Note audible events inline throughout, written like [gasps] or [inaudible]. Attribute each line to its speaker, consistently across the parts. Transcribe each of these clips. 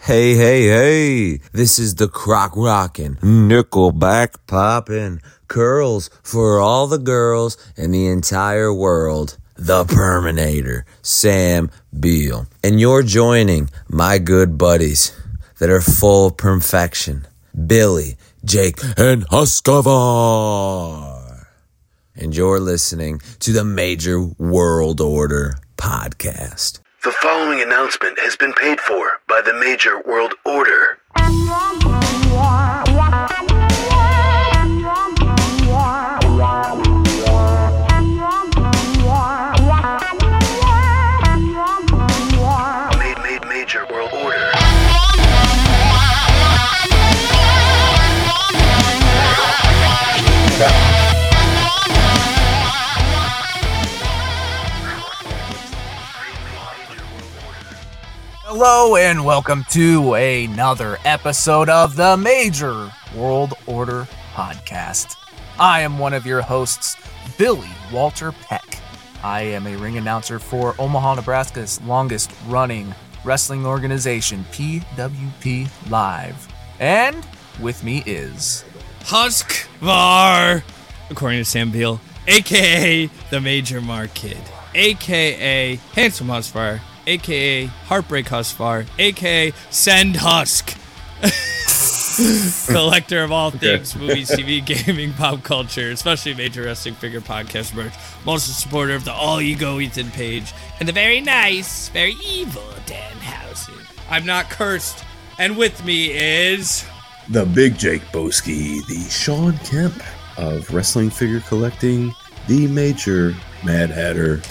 Speaker 1: Hey, hey, hey. This is the crock rockin', nickelback poppin', curls for all the girls in the entire world. The Perminator, Sam Beal. And you're joining my good buddies that are full of perfection Billy, Jake, and Huskovar. And you're listening to the Major World Order podcast.
Speaker 2: The following announcement has been paid for by the Major World Order.
Speaker 3: Yeah.
Speaker 2: Made, made, Major World Order.
Speaker 4: Hello and welcome to another episode of the Major World Order Podcast. I am one of your hosts, Billy Walter Peck. I am a ring announcer for Omaha, Nebraska's longest running wrestling organization, PWP Live. And with me is.
Speaker 5: Huskvar, according to Sam Beal, aka the Major Mark Kid, aka Handsome Huskvar, aka Heartbreak Huskvar, aka Send Husk. [laughs] Collector of all things movies, TV, [laughs] gaming, pop culture, especially major wrestling figure podcast merch. I'm also a supporter of the All You Go Ethan page and the very nice, very evil Dan Housen. I'm not cursed, and with me is.
Speaker 6: the big Jake Boski, the Sean Kemp of wrestling figure collecting, the major Mad Hatter,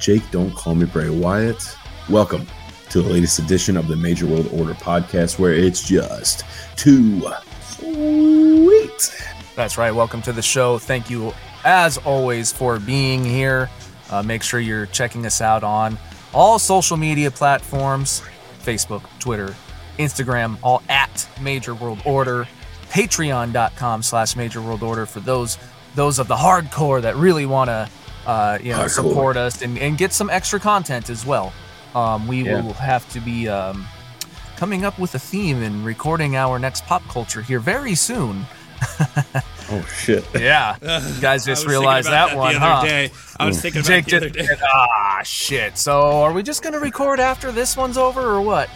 Speaker 6: Jake Don't Call Me Bray Wyatt. Welcome to the latest edition of the Major World Order podcast, where it's just too sweet.
Speaker 4: That's right. Welcome to the show. Thank you, as always, for being here. Uh, make sure you're checking us out on all social media platforms Facebook, Twitter, Instagram, all at Major World Order. Patreon.com slash Major World Order for those those of the hardcore that really want to uh, you know
Speaker 6: Hardcore.
Speaker 4: support us and, and get some extra content as well. Um, we will have to be um, coming up with a theme and recording our next pop culture here very soon.
Speaker 6: Oh shit!
Speaker 4: Yeah, you guys
Speaker 5: [laughs] I was
Speaker 4: just
Speaker 5: thinking
Speaker 4: realized
Speaker 5: about
Speaker 4: that, one,
Speaker 5: the other
Speaker 4: huh? Hmm.
Speaker 5: Day. I was thinking about
Speaker 4: Jake
Speaker 5: it the other
Speaker 4: just
Speaker 5: day.
Speaker 4: did- ah shit. So are we just gonna record after this one's over or what?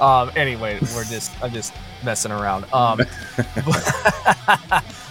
Speaker 4: [laughs] um, anyway, we're just I'm just messing around. Um,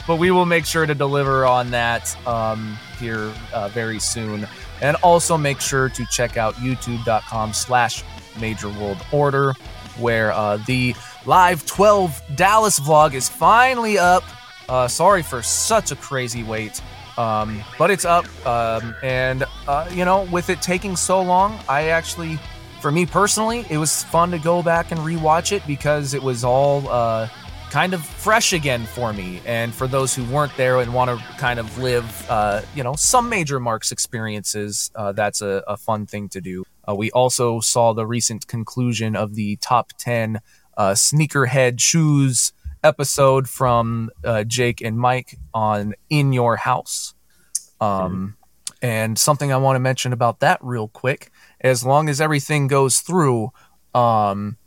Speaker 4: but we will make sure to deliver on that um, here uh, very soon, and also make sure to check out YouTube.com/slash Major World Order, where uh, the live 12 Dallas vlog is finally up. Uh, sorry for such a crazy wait, um, but it's up. Um, and, uh, you know, with it taking so long, I actually, for me personally, it was fun to go back and rewatch it because it was all uh, kind of fresh again for me. And for those who weren't there and want to kind of live, uh, you know, some major marks experiences, uh, that's a, a fun thing to do. Uh, we also saw the recent conclusion of the top 10 uh, sneakerhead shoes episode from uh, Jake and Mike on In Your House. Um, And something I want to mention about that real quick, as long as everything goes through, um,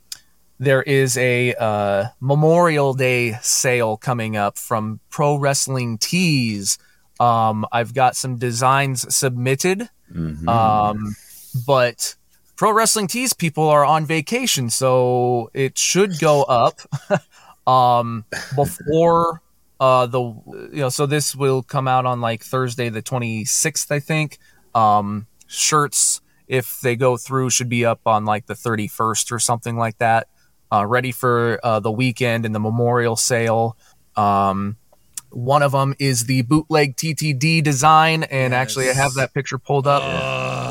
Speaker 4: there is a uh, Memorial Day sale coming up from Pro Wrestling Tees. Um, I've got some designs submitted.
Speaker 6: Mm.
Speaker 5: Uh,
Speaker 4: Um, but pro wrestling tees people are on vacation, so it should go up [laughs] um, before uh, the you know. So this will come out on like Thursday, the twenty sixth, I think. Um, shirts, if they go through, should be up on like the thirty first or something like that. Uh, ready for uh, the weekend and the memorial sale. Um, one of them is the bootleg TTD design, and actually, I have that picture pulled up.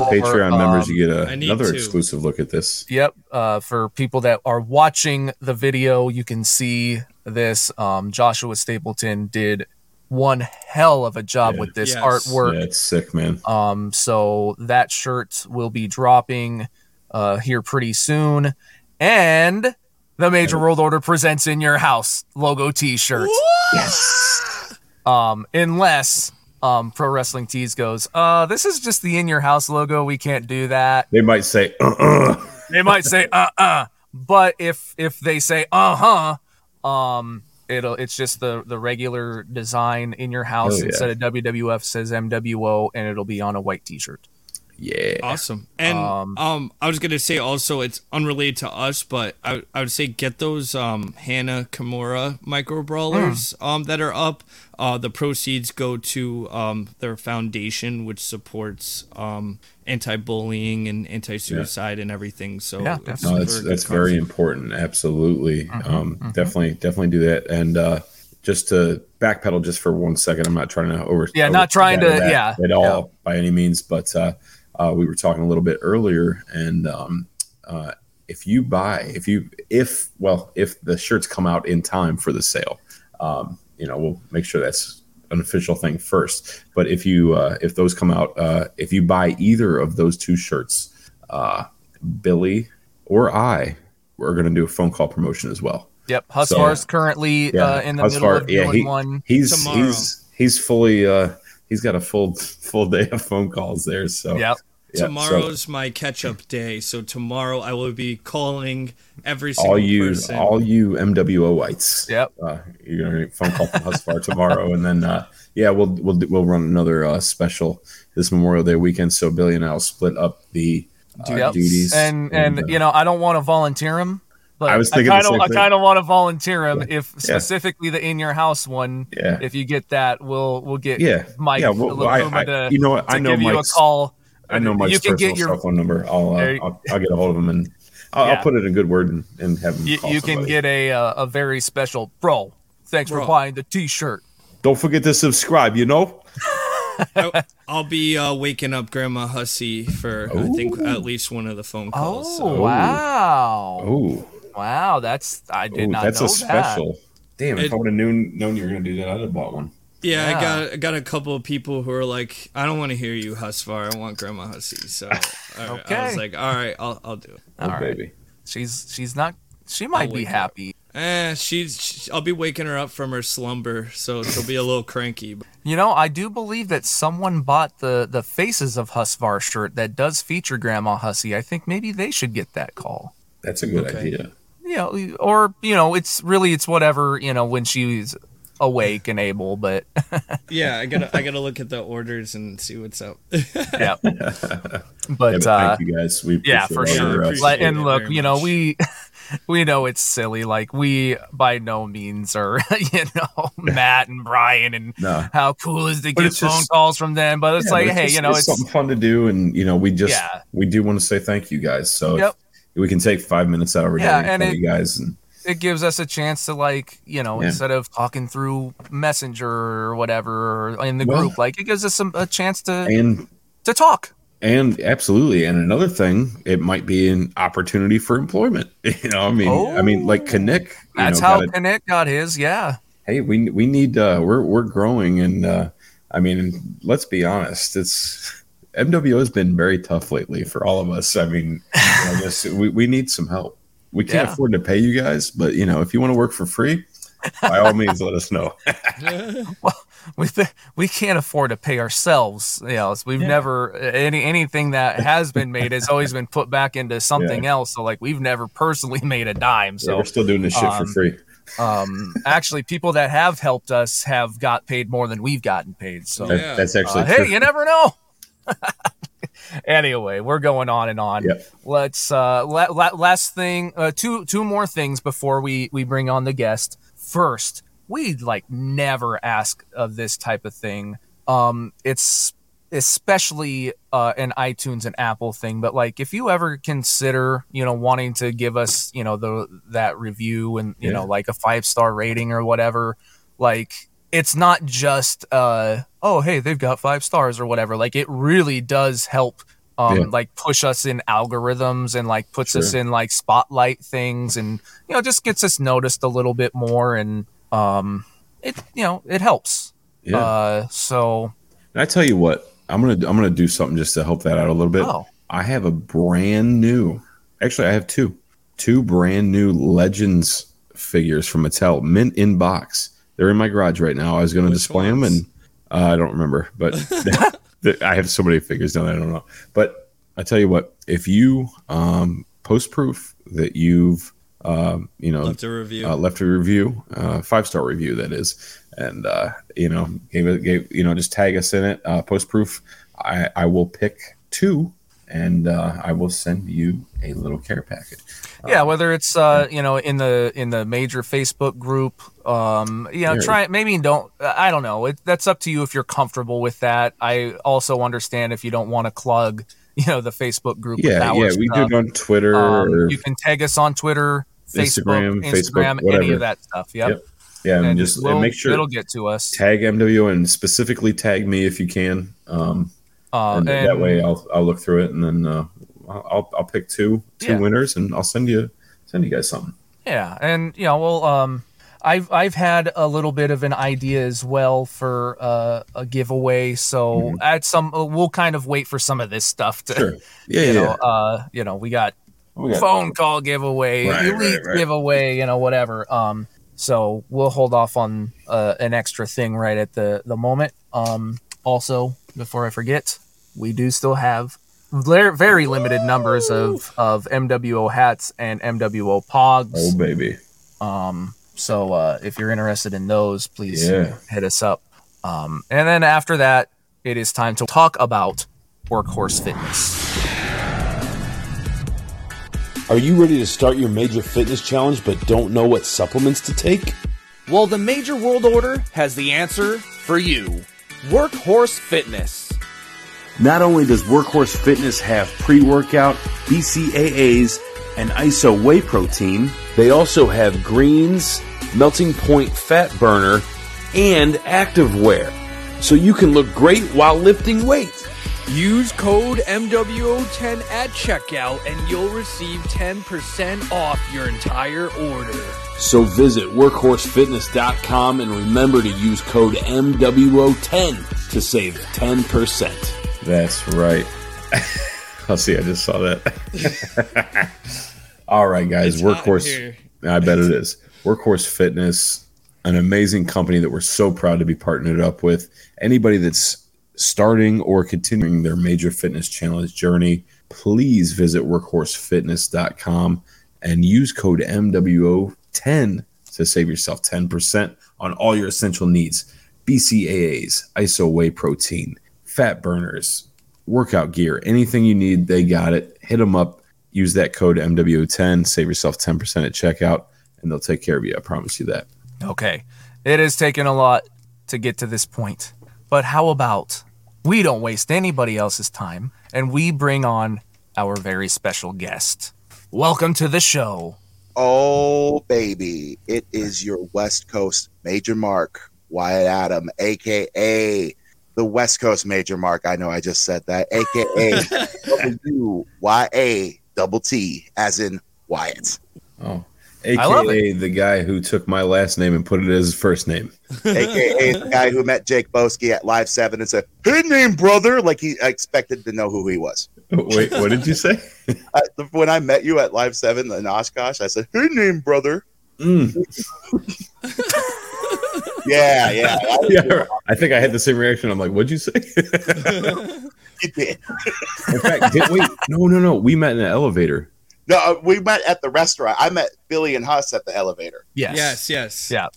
Speaker 6: Patreon
Speaker 4: um,
Speaker 6: members, you get a,
Speaker 5: I need
Speaker 6: another
Speaker 5: to.
Speaker 6: exclusive look at this.
Speaker 4: Yep. Uh, for people that are watching the video, you can see this. Um, Joshua Stapleton did one hell of a job with this
Speaker 5: Yes.
Speaker 4: artwork.
Speaker 6: Yeah, it's sick, man.
Speaker 5: uh,
Speaker 4: Um, so that shirt will be dropping uh, here pretty soon. And the Major World Order presents in your house logo T-shirt. Um, unless um, Pro Wrestling Tees goes, uh, this is just the in your house logo. We can't do that.
Speaker 6: They might say, uh-uh.
Speaker 4: They might say, uh uh But if if they say uh huh, um, it'll it's just the the regular design in your house
Speaker 6: Oh, yeah.
Speaker 4: instead of WWF says MWO, and it'll be on a white T-shirt.
Speaker 6: Yeah.
Speaker 5: Awesome. And um,
Speaker 4: Um,
Speaker 5: I was gonna say also it's unrelated to us, but I, I would say get those um Hannah Kimura micro brawlers um that are up. Uh the proceeds go to um their foundation which supports um anti bullying and anti suicide and everything. So
Speaker 4: Yeah,
Speaker 5: it's
Speaker 4: definitely.
Speaker 5: super
Speaker 6: [clears throat] No, that's
Speaker 5: good
Speaker 6: that's very
Speaker 5: cause.
Speaker 6: important. Absolutely.
Speaker 5: Mm-hmm,
Speaker 6: Um, Definitely, definitely do that. And uh, just to backpedal just for one second, I'm not trying to over.
Speaker 4: Yeah, not
Speaker 6: over-
Speaker 4: trying to-
Speaker 6: that
Speaker 4: yeah,
Speaker 6: At all by any means, but uh, uh, we were talking a little bit earlier, and um, uh, if you buy, if you, if well, if the shirts come out in time for the sale, um, you know, we'll make sure that's an official thing first. But if you, uh, if those come out, uh, if you buy either of those two shirts, uh, Billy or I, we're going to do a phone call promotion as well.
Speaker 4: Yep, Husvar's currently uh, in the
Speaker 6: As
Speaker 4: middle
Speaker 6: far-
Speaker 4: of doing
Speaker 6: he-
Speaker 4: one.
Speaker 6: He's
Speaker 5: tomorrow.
Speaker 6: he's he's fully uh, he's got a full [laughs] full day of phone calls there. So
Speaker 4: Yep.
Speaker 6: yeah, so
Speaker 5: Tomorrow's my catch up day, so tomorrow I will be calling every single
Speaker 6: all you
Speaker 5: person.
Speaker 6: all you MWO whites.
Speaker 4: Yep.
Speaker 6: Uh, you're gonna get a phone call from Husfar [laughs] tomorrow, and then uh, yeah, we'll we'll do- we'll run another uh, special this Memorial Day weekend. So Billy and I'll split up the uh,
Speaker 4: Yep.
Speaker 6: duties
Speaker 4: And and
Speaker 6: uh,
Speaker 4: you know, I don't want to volunteer him. But
Speaker 6: I
Speaker 4: I
Speaker 6: was thinking the
Speaker 4: kind
Speaker 6: same
Speaker 4: of I
Speaker 6: thing.
Speaker 4: kind of want to volunteer him if specifically the in your house one.
Speaker 6: Yeah.
Speaker 4: If you get that, we'll we'll get
Speaker 6: yeah,
Speaker 4: Mike
Speaker 6: yeah.
Speaker 4: a
Speaker 6: Well,
Speaker 4: little
Speaker 6: I,
Speaker 4: over
Speaker 6: I-
Speaker 4: to,
Speaker 6: you know what?
Speaker 4: to
Speaker 6: I know
Speaker 4: give
Speaker 6: Mike's,
Speaker 4: you a call.
Speaker 6: I know Mike's
Speaker 4: You can
Speaker 6: personal
Speaker 4: get your-
Speaker 6: cell phone number. I'll, uh,
Speaker 4: There you-
Speaker 6: I'll I'll get a hold of him and I'll,
Speaker 4: Yeah.
Speaker 6: I'll put it in good word and, and have him.
Speaker 4: You,
Speaker 6: call
Speaker 4: you can
Speaker 6: somebody.
Speaker 4: get a uh, a very special bro. Thanks
Speaker 5: Bro.
Speaker 4: for buying the T-shirt.
Speaker 6: Don't forget to subscribe. You know.
Speaker 5: I, I'll be uh, waking up Grandma Hussey for I think at least one of the phone
Speaker 4: Oh
Speaker 5: calls. so.
Speaker 4: wow,
Speaker 6: Oh,
Speaker 4: wow! That's I did
Speaker 6: ooh,
Speaker 4: not
Speaker 6: that's
Speaker 4: know
Speaker 6: a
Speaker 4: that.
Speaker 6: special. Damn!
Speaker 5: It-
Speaker 6: if I would have known known you were gonna do that, I'd have bought one.
Speaker 5: Yeah, I
Speaker 4: Yeah.
Speaker 5: got I got a couple of people who are like, I don't want to hear you, Husvar. I want Grandma Hussey. So
Speaker 4: [laughs]
Speaker 5: I, I
Speaker 4: Okay.
Speaker 5: was like, all right, I'll I'll do it.
Speaker 6: Oh,
Speaker 4: All right.
Speaker 6: baby.
Speaker 4: She's she's not. She might be
Speaker 5: wake up.
Speaker 4: happy.
Speaker 5: Eh, she's she, I'll be waking her up from her slumber, so she'll be a little cranky. But
Speaker 4: You know, I do believe that someone bought the the Faces of Husvar shirt that does feature Grandma Hussey. I think maybe they should get that call.
Speaker 6: That's a good
Speaker 5: Okay.
Speaker 6: idea.
Speaker 4: You know, or you know, it's really it's whatever you know when she's awake and able. But [laughs]
Speaker 5: yeah, I gotta I gotta look at the orders and see what's up.
Speaker 4: yeah,
Speaker 6: Yeah,
Speaker 4: but
Speaker 6: but
Speaker 4: uh,
Speaker 6: thank you guys. We
Speaker 4: yeah, for
Speaker 6: appreciate all
Speaker 4: sure.
Speaker 6: your, uh,
Speaker 5: Appreciate
Speaker 4: Like,
Speaker 5: it
Speaker 4: and look,
Speaker 5: very
Speaker 4: you know,
Speaker 5: much.
Speaker 4: we we [laughs] know it's silly. Like we by no means are [laughs] you know Matt and Brian and
Speaker 6: No.
Speaker 4: how cool is to get
Speaker 6: it's
Speaker 4: phone
Speaker 6: just-
Speaker 4: calls from them. But it's
Speaker 6: Yeah,
Speaker 4: like,
Speaker 6: but
Speaker 4: hey,
Speaker 6: just-
Speaker 4: you know, it's,
Speaker 6: something fun to do, and you know, we just
Speaker 4: Yeah.
Speaker 6: we do want to say thank you guys. So if
Speaker 4: Yep.
Speaker 6: we can take five minutes out of our day
Speaker 4: Yeah,
Speaker 6: and
Speaker 4: and
Speaker 6: tell
Speaker 4: it-
Speaker 6: you guys, and
Speaker 4: it gives us a chance to like you know
Speaker 6: Yeah.
Speaker 4: instead of talking through messenger or whatever or in the
Speaker 6: Well-
Speaker 4: group like it gives us some, a chance to
Speaker 6: and
Speaker 4: to talk
Speaker 6: and absolutely, and another thing, it might be an opportunity for employment. [laughs] You know, I mean, I mean, like connect. You
Speaker 4: that's
Speaker 6: know,
Speaker 4: how
Speaker 6: gotta-
Speaker 4: Kinnick got his yeah [laughs]
Speaker 6: hey, we we need uh, we're we're growing, and uh, I mean, let's be honest, it's MWO has been very tough lately for all of us. I mean, you know, this, [laughs] we we need some help. We can't
Speaker 4: Yeah.
Speaker 6: afford to pay you guys, but you know, if you want to work for free, by all means, let us know.
Speaker 4: we we can't afford to pay ourselves you know so we've never any anything that has been made has always been put back
Speaker 6: [laughs]
Speaker 4: into something else so like we've never personally [laughs] made a dime [laughs]
Speaker 6: So
Speaker 4: so
Speaker 6: we're still doing this shit for
Speaker 4: um,
Speaker 6: free.
Speaker 4: um actually people that have helped us have got paid more than we've gotten paid so
Speaker 6: That-
Speaker 5: yeah.
Speaker 6: That's actually
Speaker 4: Uh, hey,
Speaker 6: true.
Speaker 4: you never know. [laughs] anyway, we're going on and on.
Speaker 6: Yep.
Speaker 4: Let's uh, la- la- last thing, uh, two two more things before we we bring on the guest. First, we'd like never ask of this type of thing. Um, it's especially uh, an iTunes and Apple thing, but like if you ever consider, you know, wanting to give us, you know, the that review and you
Speaker 6: Yeah.
Speaker 4: know, like a five star rating or whatever, like it's not just uh oh hey they've got five stars or whatever like it really does help um
Speaker 6: Yeah.
Speaker 4: like push us in algorithms and like puts us
Speaker 6: Sure.
Speaker 4: in like spotlight things and you know just gets us noticed a little bit more and um it you know it helps
Speaker 6: Yeah.
Speaker 4: uh so
Speaker 6: And I tell you what, I'm gonna I'm gonna do something just to help that out a little bit.
Speaker 4: oh
Speaker 6: I have a brand new. Actually, I have two, two brand new Legends figures from Mattel, mint in box. They're in my garage right now. I was going to display them, and uh, I don't remember, but I have so many figures down there. I don't know. But I tell you what, if you um, post proof that you've um, you know
Speaker 5: Left a review.
Speaker 4: Oh.
Speaker 6: uh, left a review, uh, five star review that is, and uh, you know gave it gave you know just tag us in it. Uh, Post proof, I I will pick two, and uh, I will send you a little care packet.
Speaker 4: yeah whether it's uh you know in the in the major facebook group um you know
Speaker 6: Yeah.
Speaker 4: try maybe don't i don't know it, that's up to you if you're comfortable with that i also understand if you don't want to clog you know the facebook group with
Speaker 6: Yeah,
Speaker 4: our
Speaker 6: yeah, we
Speaker 4: stuff.
Speaker 6: do it on Twitter.
Speaker 4: Um,
Speaker 6: or,
Speaker 4: you can tag us on twitter facebook
Speaker 6: Instagram,
Speaker 4: instagram,
Speaker 6: Facebook,
Speaker 4: any
Speaker 6: whatever.
Speaker 4: of that stuff yep,
Speaker 6: Yep. yeah, and, just and
Speaker 4: we'll-
Speaker 6: make sure
Speaker 4: it'll get to us
Speaker 6: tag MW and specifically tag me if you can. Um,
Speaker 4: uh,
Speaker 6: and
Speaker 4: and-
Speaker 6: that way I'll I'll look through it and then uh, I'll I'll- I'll pick two two
Speaker 4: Yeah.
Speaker 6: winners and I'll send you send you guys something.
Speaker 4: Yeah, and you know, well, um, I've I've had a little bit of an idea as well for uh, a giveaway. So at some, uh, we'll kind of wait for some of this stuff to,
Speaker 6: Mm-hmm. Sure. Yeah, yeah.
Speaker 4: you know,
Speaker 6: yeah.
Speaker 4: uh, you know, we got
Speaker 6: We got-
Speaker 4: phone call giveaway,
Speaker 6: Right, right,
Speaker 4: elite
Speaker 6: right.
Speaker 4: giveaway, you know, whatever. Um, so we'll hold off on uh, an extra thing right at the the moment. Um, also, before I forget, we do still have ver- very limited numbers of of MWO hats and MWO pogs.
Speaker 6: oh baby.
Speaker 4: Um, so uh, if you're interested in those, please
Speaker 6: Yeah.
Speaker 4: hit us up. Um, and then after that, it is time to talk about workhorse fitness.
Speaker 7: Are you ready to start your major fitness challenge but don't know what supplements to take?
Speaker 8: Well, the Major World Order has the answer for you Workhorse Fitness.
Speaker 9: Not only does Workhorse Fitness have pre workout, BCAAs, and ISO whey protein,
Speaker 7: They also have greens, melting point fat burner, and activewear. So you can look great while lifting weights.
Speaker 8: Use code MWO10 at checkout and you'll receive 10% off your entire order.
Speaker 5: [laughs]
Speaker 7: So visit workhorsefitness.com and remember to use code MWO10 to save 10%.
Speaker 6: That's right. [laughs] I'll see. I just saw that. [laughs] All right, guys.
Speaker 5: It's hot
Speaker 6: Workhorse.
Speaker 5: here.
Speaker 6: I bet it is. Workhorse Fitness, an amazing company that we're so proud to be partnered up with. Anybody that's starting or continuing their major fitness challenge journey, please visit workhorsefitness.com and use code MWO10 to save yourself 10% on all your essential needs BCAAs, ISO whey protein, fat burners, workout gear, anything you need, they got it. Hit them up. Use that code MWO10. Save yourself 10% at checkout, and they'll take care of you. I promise you that.
Speaker 4: Okay, it has taken a lot to get to this point, but how about we don't waste anybody else's time and we bring on our very special guest? Welcome to the show.
Speaker 10: Oh, baby. It is your West Coast Major Mark, Wyatt Adam, aka the West Coast Major Mark. I know I just said that, aka W Y A double T, as in Wyatt.
Speaker 6: Oh,
Speaker 4: I love
Speaker 6: AKA the guy who took my last name and put it as his first name.
Speaker 10: aka the guy who met Jake Boski at Live 7 and said, Hey, name, brother. Like he expected to know who he was.
Speaker 6: Wait, what did you say?
Speaker 10: I, when I met you at Live 7 in Oshkosh, I said, Hey, name, brother.
Speaker 6: Mm,
Speaker 10: Yeah, yeah. I
Speaker 6: yeah, I think I had the same reaction. I'm like, what'd you say?
Speaker 10: did.
Speaker 6: In fact, did, wait, no, no, no. We met in an elevator.
Speaker 10: No, uh, we met at the restaurant. I met Billy and Huss at the elevator.
Speaker 4: Yes.
Speaker 5: yes, yes.
Speaker 4: Yeah.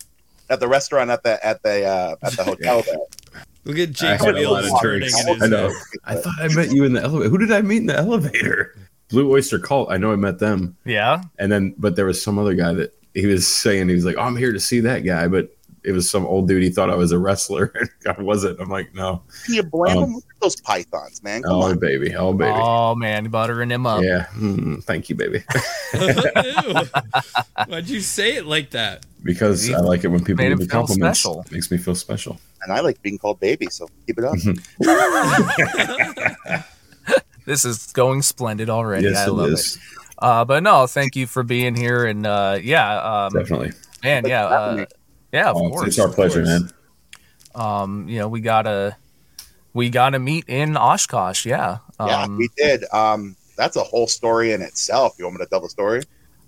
Speaker 10: at the restaurant at the at the uh,
Speaker 6: [laughs]
Speaker 10: at the hotel there.
Speaker 5: Look at
Speaker 6: I
Speaker 5: Jake
Speaker 6: had a lot
Speaker 5: wheels
Speaker 6: of
Speaker 5: turning
Speaker 6: drinks.
Speaker 5: in his
Speaker 6: I
Speaker 5: [laughs]
Speaker 6: know.
Speaker 5: head.
Speaker 6: I thought I met you in the elevator. Who did I meet in the elevator? Blue Oyster Cult. I know I met them.
Speaker 4: Yeah.
Speaker 6: And then, but there was some other guy that he was saying, he was like, "Oh, I'm here to see that guy. But it was some old dude. He thought I was a wrestler. [laughs] And I wasn't. I'm like, no.
Speaker 10: Can you blame
Speaker 6: Um,
Speaker 10: them? Look at those pythons, man. Come
Speaker 6: Oh,
Speaker 10: on.
Speaker 6: baby. Oh, baby.
Speaker 4: Oh, man, buttering him up.
Speaker 6: yeah. [laughs] Mm, thank you, baby. [laughs]
Speaker 5: Ew. Why'd you say it like that?
Speaker 6: Because I like it when people
Speaker 4: Made
Speaker 6: give
Speaker 4: him
Speaker 6: me
Speaker 4: feel
Speaker 6: compliments.
Speaker 4: special.
Speaker 6: Makes me feel special.
Speaker 10: And I like being called baby, so keep it up.
Speaker 4: [laughs] This is going splendid already.
Speaker 6: yes,
Speaker 4: I
Speaker 6: it
Speaker 4: love
Speaker 6: is.
Speaker 4: it. Uh, but no, thank you for being here. And uh, yeah, um,
Speaker 6: Definitely.
Speaker 4: man, yeah, uh, yeah, of
Speaker 6: Oh, it's-
Speaker 4: course.
Speaker 6: it's our
Speaker 4: of
Speaker 6: pleasure,
Speaker 4: course.
Speaker 6: man.
Speaker 4: Um, you know, we gotta, we gotta meet in Oshkosh. Yeah.
Speaker 10: yeah,
Speaker 4: Um,
Speaker 10: we did. Um, that's a whole story in itself. You want me to tell the story?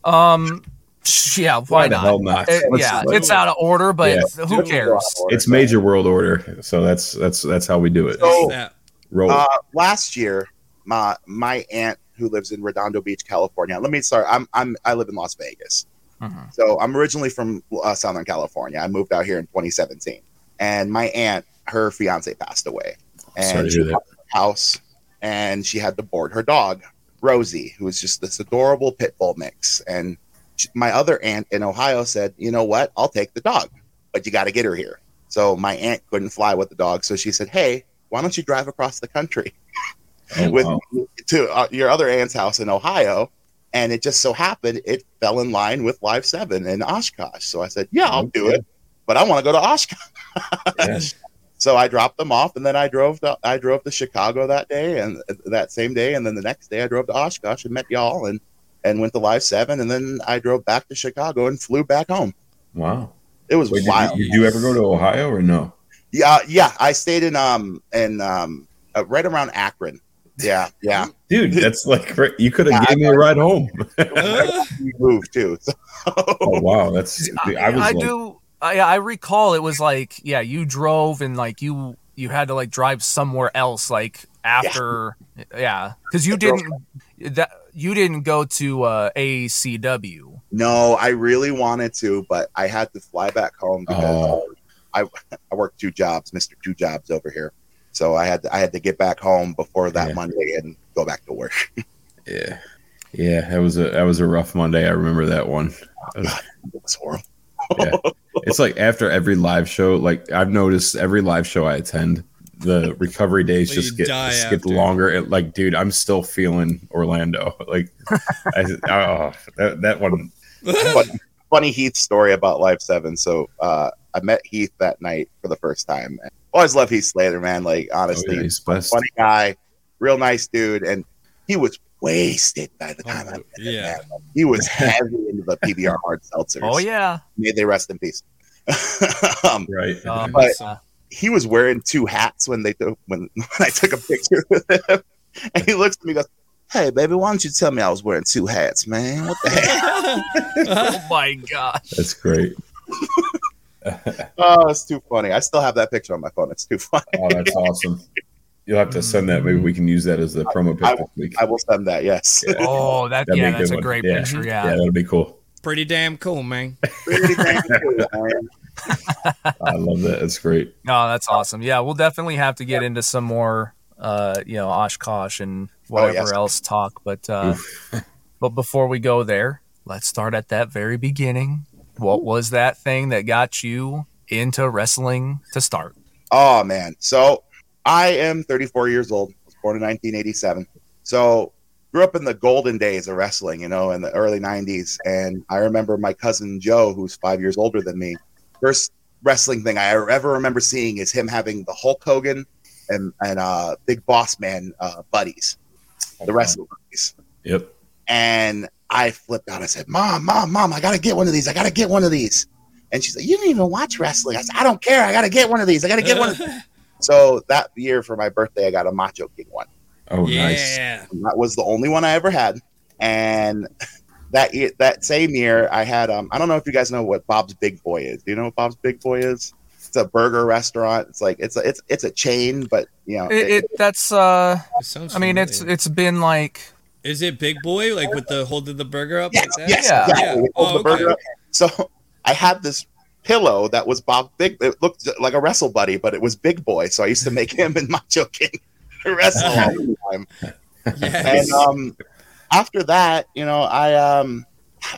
Speaker 4: um, sh- yeah. Why
Speaker 6: the
Speaker 4: not?
Speaker 6: hell not?
Speaker 4: Eh,
Speaker 6: Let's-
Speaker 4: yeah,
Speaker 6: let's-
Speaker 4: it's out of order, but
Speaker 6: Yeah.
Speaker 4: who cares?
Speaker 6: It's major world order. So [laughs] that's that's that's how we do it.
Speaker 4: Uh,
Speaker 10: So-
Speaker 5: That.
Speaker 6: Roll.
Speaker 10: Uh, last year, my my aunt who lives in Redondo Beach, California. Let me start. I'm I'm I live in Las Vegas,
Speaker 4: Mhm.
Speaker 10: so I'm originally from uh, Southern California. I moved out here in 2017, and my aunt, her fiance passed away,
Speaker 6: Sorry to
Speaker 10: and she
Speaker 6: hear that.
Speaker 10: bought a house, and she had to board her dog Rosie, who was just this adorable pit bull mix. And she, my other aunt in Ohio said, "You know what? I'll take the dog, but you got to get her here." So my aunt couldn't fly with the dog, so she said, "Hey, why don't you drive across the country?"
Speaker 6: Oh,
Speaker 10: with
Speaker 6: wow.
Speaker 10: to uh, your other aunt's house in Ohio, and it just so happened it fell in line with Live Seven in Oshkosh. So I said, "Yeah, I'll do it," but I want to go to Oshkosh. [laughs]
Speaker 6: Yes.
Speaker 10: So I dropped them off, and then I drove to I drove to Chicago that day, and uh, that same day, and then the next day I drove to Oshkosh and met y'all, and and went to Live Seven, and then I drove back to Chicago and flew back home.
Speaker 6: Wow.
Speaker 10: It was
Speaker 6: Wait, did,
Speaker 10: wild.
Speaker 6: you, did you ever go to Ohio or no?
Speaker 10: Yeah, yeah. I stayed in um in um uh, right around Akron. Yeah, yeah.
Speaker 4: [laughs]
Speaker 6: Dude, that's like right- you could have
Speaker 10: Yeah,
Speaker 6: gave me a ride home. [laughs]
Speaker 5: Uh,
Speaker 10: We moved too. [laughs] So
Speaker 6: Oh wow, that's
Speaker 4: I,
Speaker 6: I was
Speaker 4: I
Speaker 6: like,
Speaker 4: do. I, I recall it was like, yeah, you drove and like you you had to like drive somewhere else, like after, yeah, because you
Speaker 10: I drove.
Speaker 4: didn't that you didn't go to uh, ACW.
Speaker 10: No, I really wanted to, but I had to fly back home because
Speaker 6: Oh.
Speaker 10: I I work two jobs, Mister Two Jobs over here. So I had to, I had to get back home before that
Speaker 6: Yeah.
Speaker 10: Monday and go back to work. [laughs]
Speaker 6: yeah, yeah. That was a that was a rough Monday. I remember that one.
Speaker 10: It was horrible.
Speaker 6: It's like after every live show, like I've noticed every live show I attend,
Speaker 4: [laughs]
Speaker 6: the recovery days
Speaker 5: Well,
Speaker 6: just
Speaker 5: you
Speaker 6: get
Speaker 5: die
Speaker 6: just get
Speaker 5: after.
Speaker 6: longer. It, like, dude, I'm still feeling Orlando. [laughs] Like, I, oh, that,
Speaker 4: [laughs]
Speaker 6: that one.
Speaker 5: [laughs]
Speaker 10: Funny Heath story about Live Seven. So uh, I met Heath that night for the first time. Always love Heath Slater, man. Like
Speaker 6: Oh,
Speaker 10: honestly,
Speaker 6: yeah, he's blessed.
Speaker 10: funny guy, real nice dude, and he was wasted by
Speaker 6: Oh,
Speaker 10: the time I met him.
Speaker 6: [laughs]
Speaker 5: yeah. [laughs]
Speaker 10: man. He was heavy into the PBR hard seltzers.
Speaker 4: Oh yeah,
Speaker 10: May they rest in peace. [laughs] um,
Speaker 6: Right.
Speaker 4: um,
Speaker 10: But-
Speaker 4: uh,
Speaker 10: he was wearing two hats when they took when, [laughs] when I took a picture with him, and he looks at me and goes, "Hey, baby, why don't you tell me I was wearing two hats, man? What
Speaker 5: [laughs]
Speaker 10: the heck?"
Speaker 4: oh my gosh,
Speaker 6: That's great.
Speaker 10: oh, it's too funny. I still have that picture on my phone. It's too funny.
Speaker 6: Oh,
Speaker 4: [laughs]
Speaker 6: that's awesome. You'll have to send that. Maybe we
Speaker 4: Mm-hmm.
Speaker 6: can use that as the promo pic
Speaker 10: I-
Speaker 6: this week.
Speaker 10: I will send that. Yes.
Speaker 4: [laughs] oh that
Speaker 6: That'd be
Speaker 4: yeah,
Speaker 6: a
Speaker 4: that's
Speaker 6: good
Speaker 4: a
Speaker 6: one.
Speaker 4: great
Speaker 6: Yeah.
Speaker 4: picture. Yeah,
Speaker 6: yeah, that'll be cool.
Speaker 5: Pretty damn cool, man.
Speaker 10: Pretty damn cool, man.
Speaker 6: I love that. That's great.
Speaker 4: no, that's awesome. Yeah, we'll definitely have to get into some more, uh, you know, Oshkosh and
Speaker 10: Oh,
Speaker 4: whatever
Speaker 10: yes.
Speaker 4: else talk. But uh, [laughs] but before we go there, let's start at that very beginning. What was that thing that got you into wrestling to start?
Speaker 10: Oh man. So I am 34 years old. I was born in 1987. So grew up in the golden days of wrestling, you know, in the early 90s. And I remember my cousin Joe, who's five years older than me, first wrestling thing I ever remember seeing is him having the Hulk Hogan and and uh, Big Boss Man uh, buddies, [laughs] the wrestling buddies
Speaker 6: Yep.
Speaker 10: and I flipped out. I said, "Mom, mom, mom, I gotta get one of these. I gotta get one of these." And she's like, "You don't even watch wrestling." I said, "I don't care. I gotta get one of these. I gotta
Speaker 5: [laughs]
Speaker 10: get one." Of these. So that year for my birthday, I got a Macho King one.
Speaker 6: Oh, nice.
Speaker 5: yeah.
Speaker 10: And that was the only one I ever had. And that year, that same year, I had um, I don't know if you guys know what Bob's Big Boy is. Do you know what Bob's Big Boy is? It's a burger restaurant. It's like it's a, it's it's a chain, but you know,
Speaker 4: It, it that's uh,
Speaker 5: It sounds
Speaker 4: I mean, it's
Speaker 5: familiar.
Speaker 4: it's been like
Speaker 5: Is it Big Boy like with the holding the burger up?
Speaker 10: Yes,
Speaker 5: like that?
Speaker 10: yes,
Speaker 4: Yeah.
Speaker 10: yeah.
Speaker 5: Yeah.
Speaker 10: It was
Speaker 5: Oh,
Speaker 10: the
Speaker 5: okay.
Speaker 10: burger. So I had this pillow that was Bob Big. It looked like a wrestle buddy, but it was Big Boy. So I used to make him and Macho King [laughs] wrestle all the time.
Speaker 5: Yes.
Speaker 10: And
Speaker 6: uh,
Speaker 10: um, after that, you know, I um,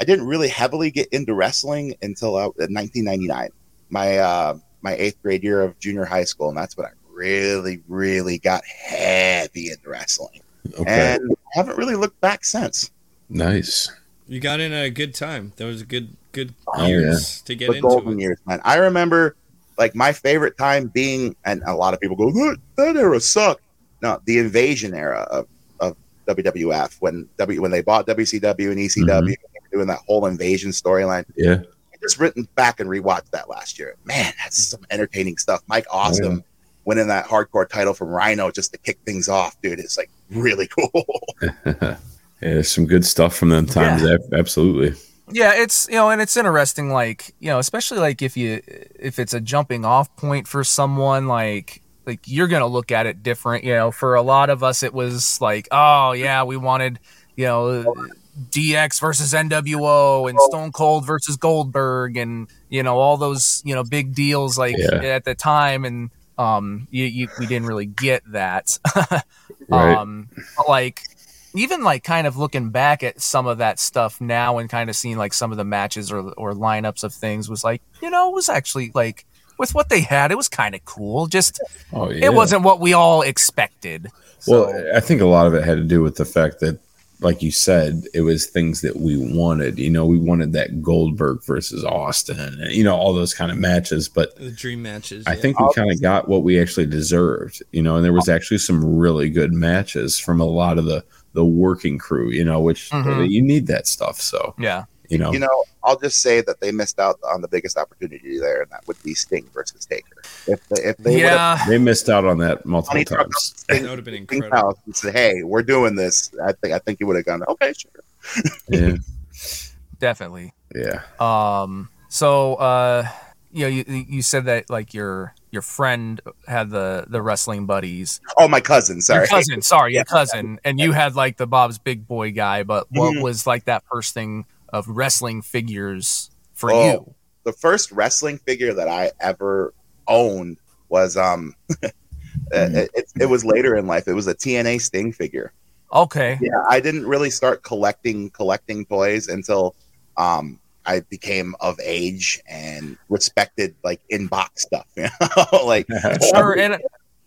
Speaker 10: I didn't really heavily get into wrestling until uh, 1999, my uh, my eighth grade year of junior high school, and that's when I really, really got heavy into wrestling.
Speaker 6: Okay.
Speaker 10: And I haven't really looked back since.
Speaker 6: nice.
Speaker 5: You got in at a good time. That was a good good
Speaker 6: Oh,
Speaker 5: years to get
Speaker 10: the
Speaker 5: into
Speaker 10: golden
Speaker 5: it.
Speaker 10: years, man. I remember like my favorite time being, and a lot of people go, that, that era sucked. No, the invasion era of, of WWF when W when they bought WCW and ECW,
Speaker 6: Mhm.
Speaker 10: they were doing that whole invasion storyline.
Speaker 6: Yeah.
Speaker 10: I just written back and rewatched that last year. Man, that's some entertaining stuff. Mike Awesome winning that hardcore title from Rhino just to kick things off, dude. It's like really [laughs] cool.
Speaker 6: yeah. There's some good stuff from them times. Ab- Absolutely.
Speaker 4: yeah it's you know and it's interesting like you know especially like if you if it's a jumping off point for someone like like you're gonna look at it different. You know, for a lot of us, it was like, oh yeah, we wanted you know DX versus NWO and Stone Cold versus Goldberg and you know all those you know big deals like
Speaker 6: Yeah.
Speaker 4: at the time, and um, you, you we didn't really get that. [laughs]
Speaker 6: Right.
Speaker 4: Um, but, like even like kind of looking back at some of that stuff now and kind of seeing like some of the matches or or lineups of things was like you know it was actually like with what they had it was kind of cool just
Speaker 6: oh, yeah.
Speaker 4: it wasn't what we all expected
Speaker 6: Well,
Speaker 4: So-
Speaker 6: I think a lot of it had to do with the fact that, like you said, it was things that we wanted. You know, we wanted that Goldberg versus Austin, and, you know, all those kind of matches. But
Speaker 5: The dream matches.
Speaker 6: I
Speaker 5: yeah.
Speaker 6: think we kind of got what we actually deserved, you know, and there was actually some really good matches from a lot of the the working crew, you know, which
Speaker 4: Mhm.
Speaker 6: you need that stuff. So,
Speaker 4: yeah
Speaker 6: Mm-hmm. you know,
Speaker 10: You know, I'll just say that they missed out on the biggest opportunity there, and that would be Sting versus Taker. If they, if they would have
Speaker 4: yeah
Speaker 6: they missed out on that multiple
Speaker 10: Tony Tucker,
Speaker 6: times.
Speaker 4: [laughs]
Speaker 5: that
Speaker 10: Sting,
Speaker 5: would have
Speaker 6: [laughs]
Speaker 5: been
Speaker 10: Sting's
Speaker 5: incredible.
Speaker 10: house and said, "Hey, we're doing this," I think I think he would have gone, "Okay, sure."
Speaker 6: Yeah,
Speaker 4: definitely
Speaker 6: [laughs] yeah.
Speaker 4: Um. So, uh, you know, you, you said that like your your friend had the the wrestling buddies.
Speaker 10: Oh, my cousin. Sorry.
Speaker 4: Your cousin, sorry, your
Speaker 10: Yeah.
Speaker 4: cousin, and you had like the Bob's Big Boy guy. But what
Speaker 10: Mhm.
Speaker 4: was like that first thing of wrestling figures for
Speaker 10: Oh.
Speaker 4: you?
Speaker 10: the first wrestling figure that I ever owned was um [laughs] it, it, it was later in life. It was a TNA Sting figure.
Speaker 4: Okay.
Speaker 10: Yeah, I didn't really start collecting collecting toys until um I became of age and respected like in box stuff, [laughs] you know? like
Speaker 4: Sure. And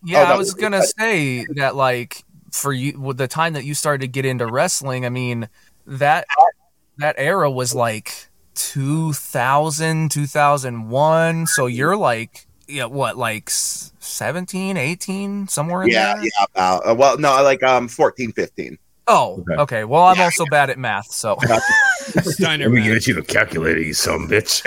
Speaker 4: yeah,
Speaker 10: Oh, that
Speaker 4: I was
Speaker 10: was-
Speaker 4: gonna say that like for you with the time that you started to get into wrestling, I mean that that era was like 2000 2001 so you're like yeah what like s- 17 18 somewhere in
Speaker 10: yeah,
Speaker 4: there
Speaker 10: yeah, about, uh, well, no, like um 14, 15.
Speaker 4: oh
Speaker 6: Okay.
Speaker 4: okay, well i'm also bad at math so
Speaker 6: [laughs]
Speaker 5: Steiner match.
Speaker 6: you the calculator, you some bitch.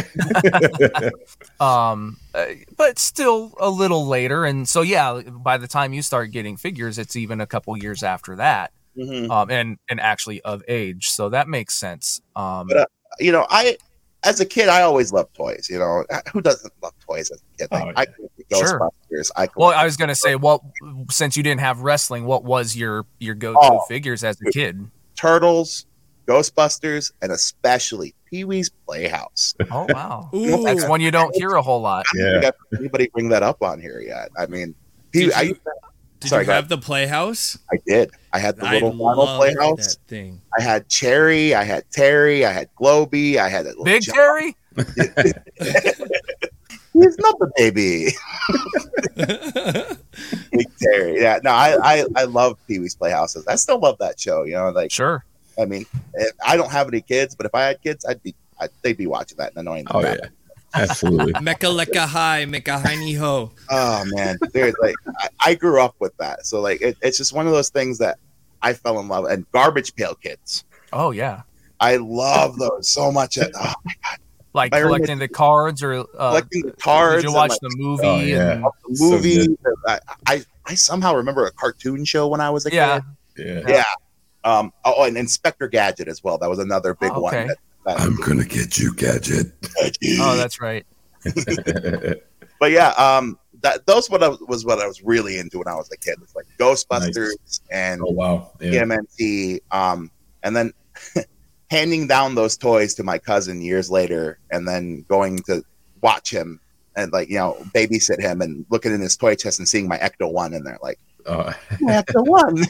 Speaker 6: [laughs]
Speaker 4: um uh, but still a little later and so yeah by the time you start getting figures it's even a couple years after that
Speaker 10: Mhm.
Speaker 4: um and and actually of age so that makes sense um
Speaker 10: But, uh, you know, I as a kid, I always loved toys. You know, uh, who doesn't love toys as a kid? Like,
Speaker 6: Oh, yeah.
Speaker 10: I collected
Speaker 4: Sure.
Speaker 10: Ghostbusters. I
Speaker 4: Well,
Speaker 10: collected
Speaker 4: I was gonna say, what since you didn't have wrestling, what was your your go to
Speaker 10: Oh.
Speaker 4: figures as a kid?
Speaker 10: Turtles, Ghostbusters, and especially Pee Wee's Playhouse. [laughs]
Speaker 4: Oh wow,
Speaker 5: Ooh,
Speaker 4: that's one you don't hear a whole lot.
Speaker 10: I don't
Speaker 6: Yeah.
Speaker 10: think I've heard anybody bring that up on here yet? I mean,
Speaker 5: Did
Speaker 10: Pee-
Speaker 5: you-
Speaker 10: I, used to-
Speaker 5: did
Speaker 10: sorry,
Speaker 5: you
Speaker 10: go
Speaker 5: have the Playhouse?
Speaker 10: I did. I had the
Speaker 5: I
Speaker 10: little vinyl
Speaker 5: love
Speaker 10: Playhouse.
Speaker 5: that thing. [laughs]
Speaker 10: I had Cherry. I had Terry. I had Globy. I had a little
Speaker 4: Big
Speaker 10: John.
Speaker 4: Terry,
Speaker 10: He's not the baby. [laughs] Big Terry. Yeah. No, I I, I love Pee Wee's Playhouses. I still love that show. You know, like
Speaker 4: sure.
Speaker 10: I mean, if, I don't have any kids, but if I had kids, I'd be I'd, they'd be watching that and annoying. them
Speaker 6: Oh yeah,
Speaker 10: that
Speaker 6: absolutely.
Speaker 5: Mecca Lecca High, Mecca Heiny Ho.
Speaker 10: Oh man, dude, like I, I grew up with that, so like it, it's just one of those things that I fell in love. And Garbage Pail Kids,
Speaker 4: Oh yeah,
Speaker 10: I love those
Speaker 4: [laughs]
Speaker 10: so much. Oh,
Speaker 4: like
Speaker 10: I remember-
Speaker 4: collecting the cards or uh,
Speaker 10: collecting the cards,
Speaker 4: Did you
Speaker 10: and,
Speaker 4: watch
Speaker 10: like,
Speaker 4: the movie?
Speaker 6: Oh, yeah.
Speaker 4: And,
Speaker 10: the
Speaker 6: So
Speaker 10: movie.
Speaker 6: good.
Speaker 10: I, I I somehow remember a cartoon show when I was a
Speaker 4: yeah.
Speaker 10: kid.
Speaker 6: Yeah.
Speaker 10: Yeah. Um. Oh, and Inspector Gadget as well. That was another big
Speaker 4: Oh, okay.
Speaker 10: one. that- that-
Speaker 6: gonna get you, gadget. [laughs]
Speaker 4: Oh, that's right.
Speaker 6: Oh,
Speaker 10: but yeah, um, that those what I was, was what I was really into when I was a kid. It was like Ghostbusters and
Speaker 6: oh wow. Yeah.
Speaker 10: PMNT, um, and then [laughs] handing down those toys to my cousin years later, and then going to watch him and like you know babysit him and looking in his toy chest and seeing my Ecto One in there,
Speaker 6: [laughs]
Speaker 10: like
Speaker 6: Uh,
Speaker 10: Ecto One.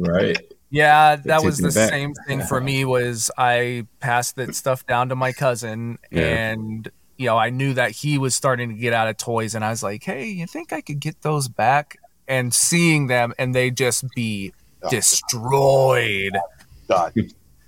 Speaker 6: right.
Speaker 4: Yeah,
Speaker 6: They're
Speaker 4: that was the
Speaker 6: taking it back.
Speaker 4: same thing for me. Was I passed that stuff down to my cousin,
Speaker 6: Yeah.
Speaker 4: and you know I knew that he was starting to get out of toys, and I was like, "Hey, you think I could get those back?" And seeing them, and they just be destroyed.
Speaker 10: God.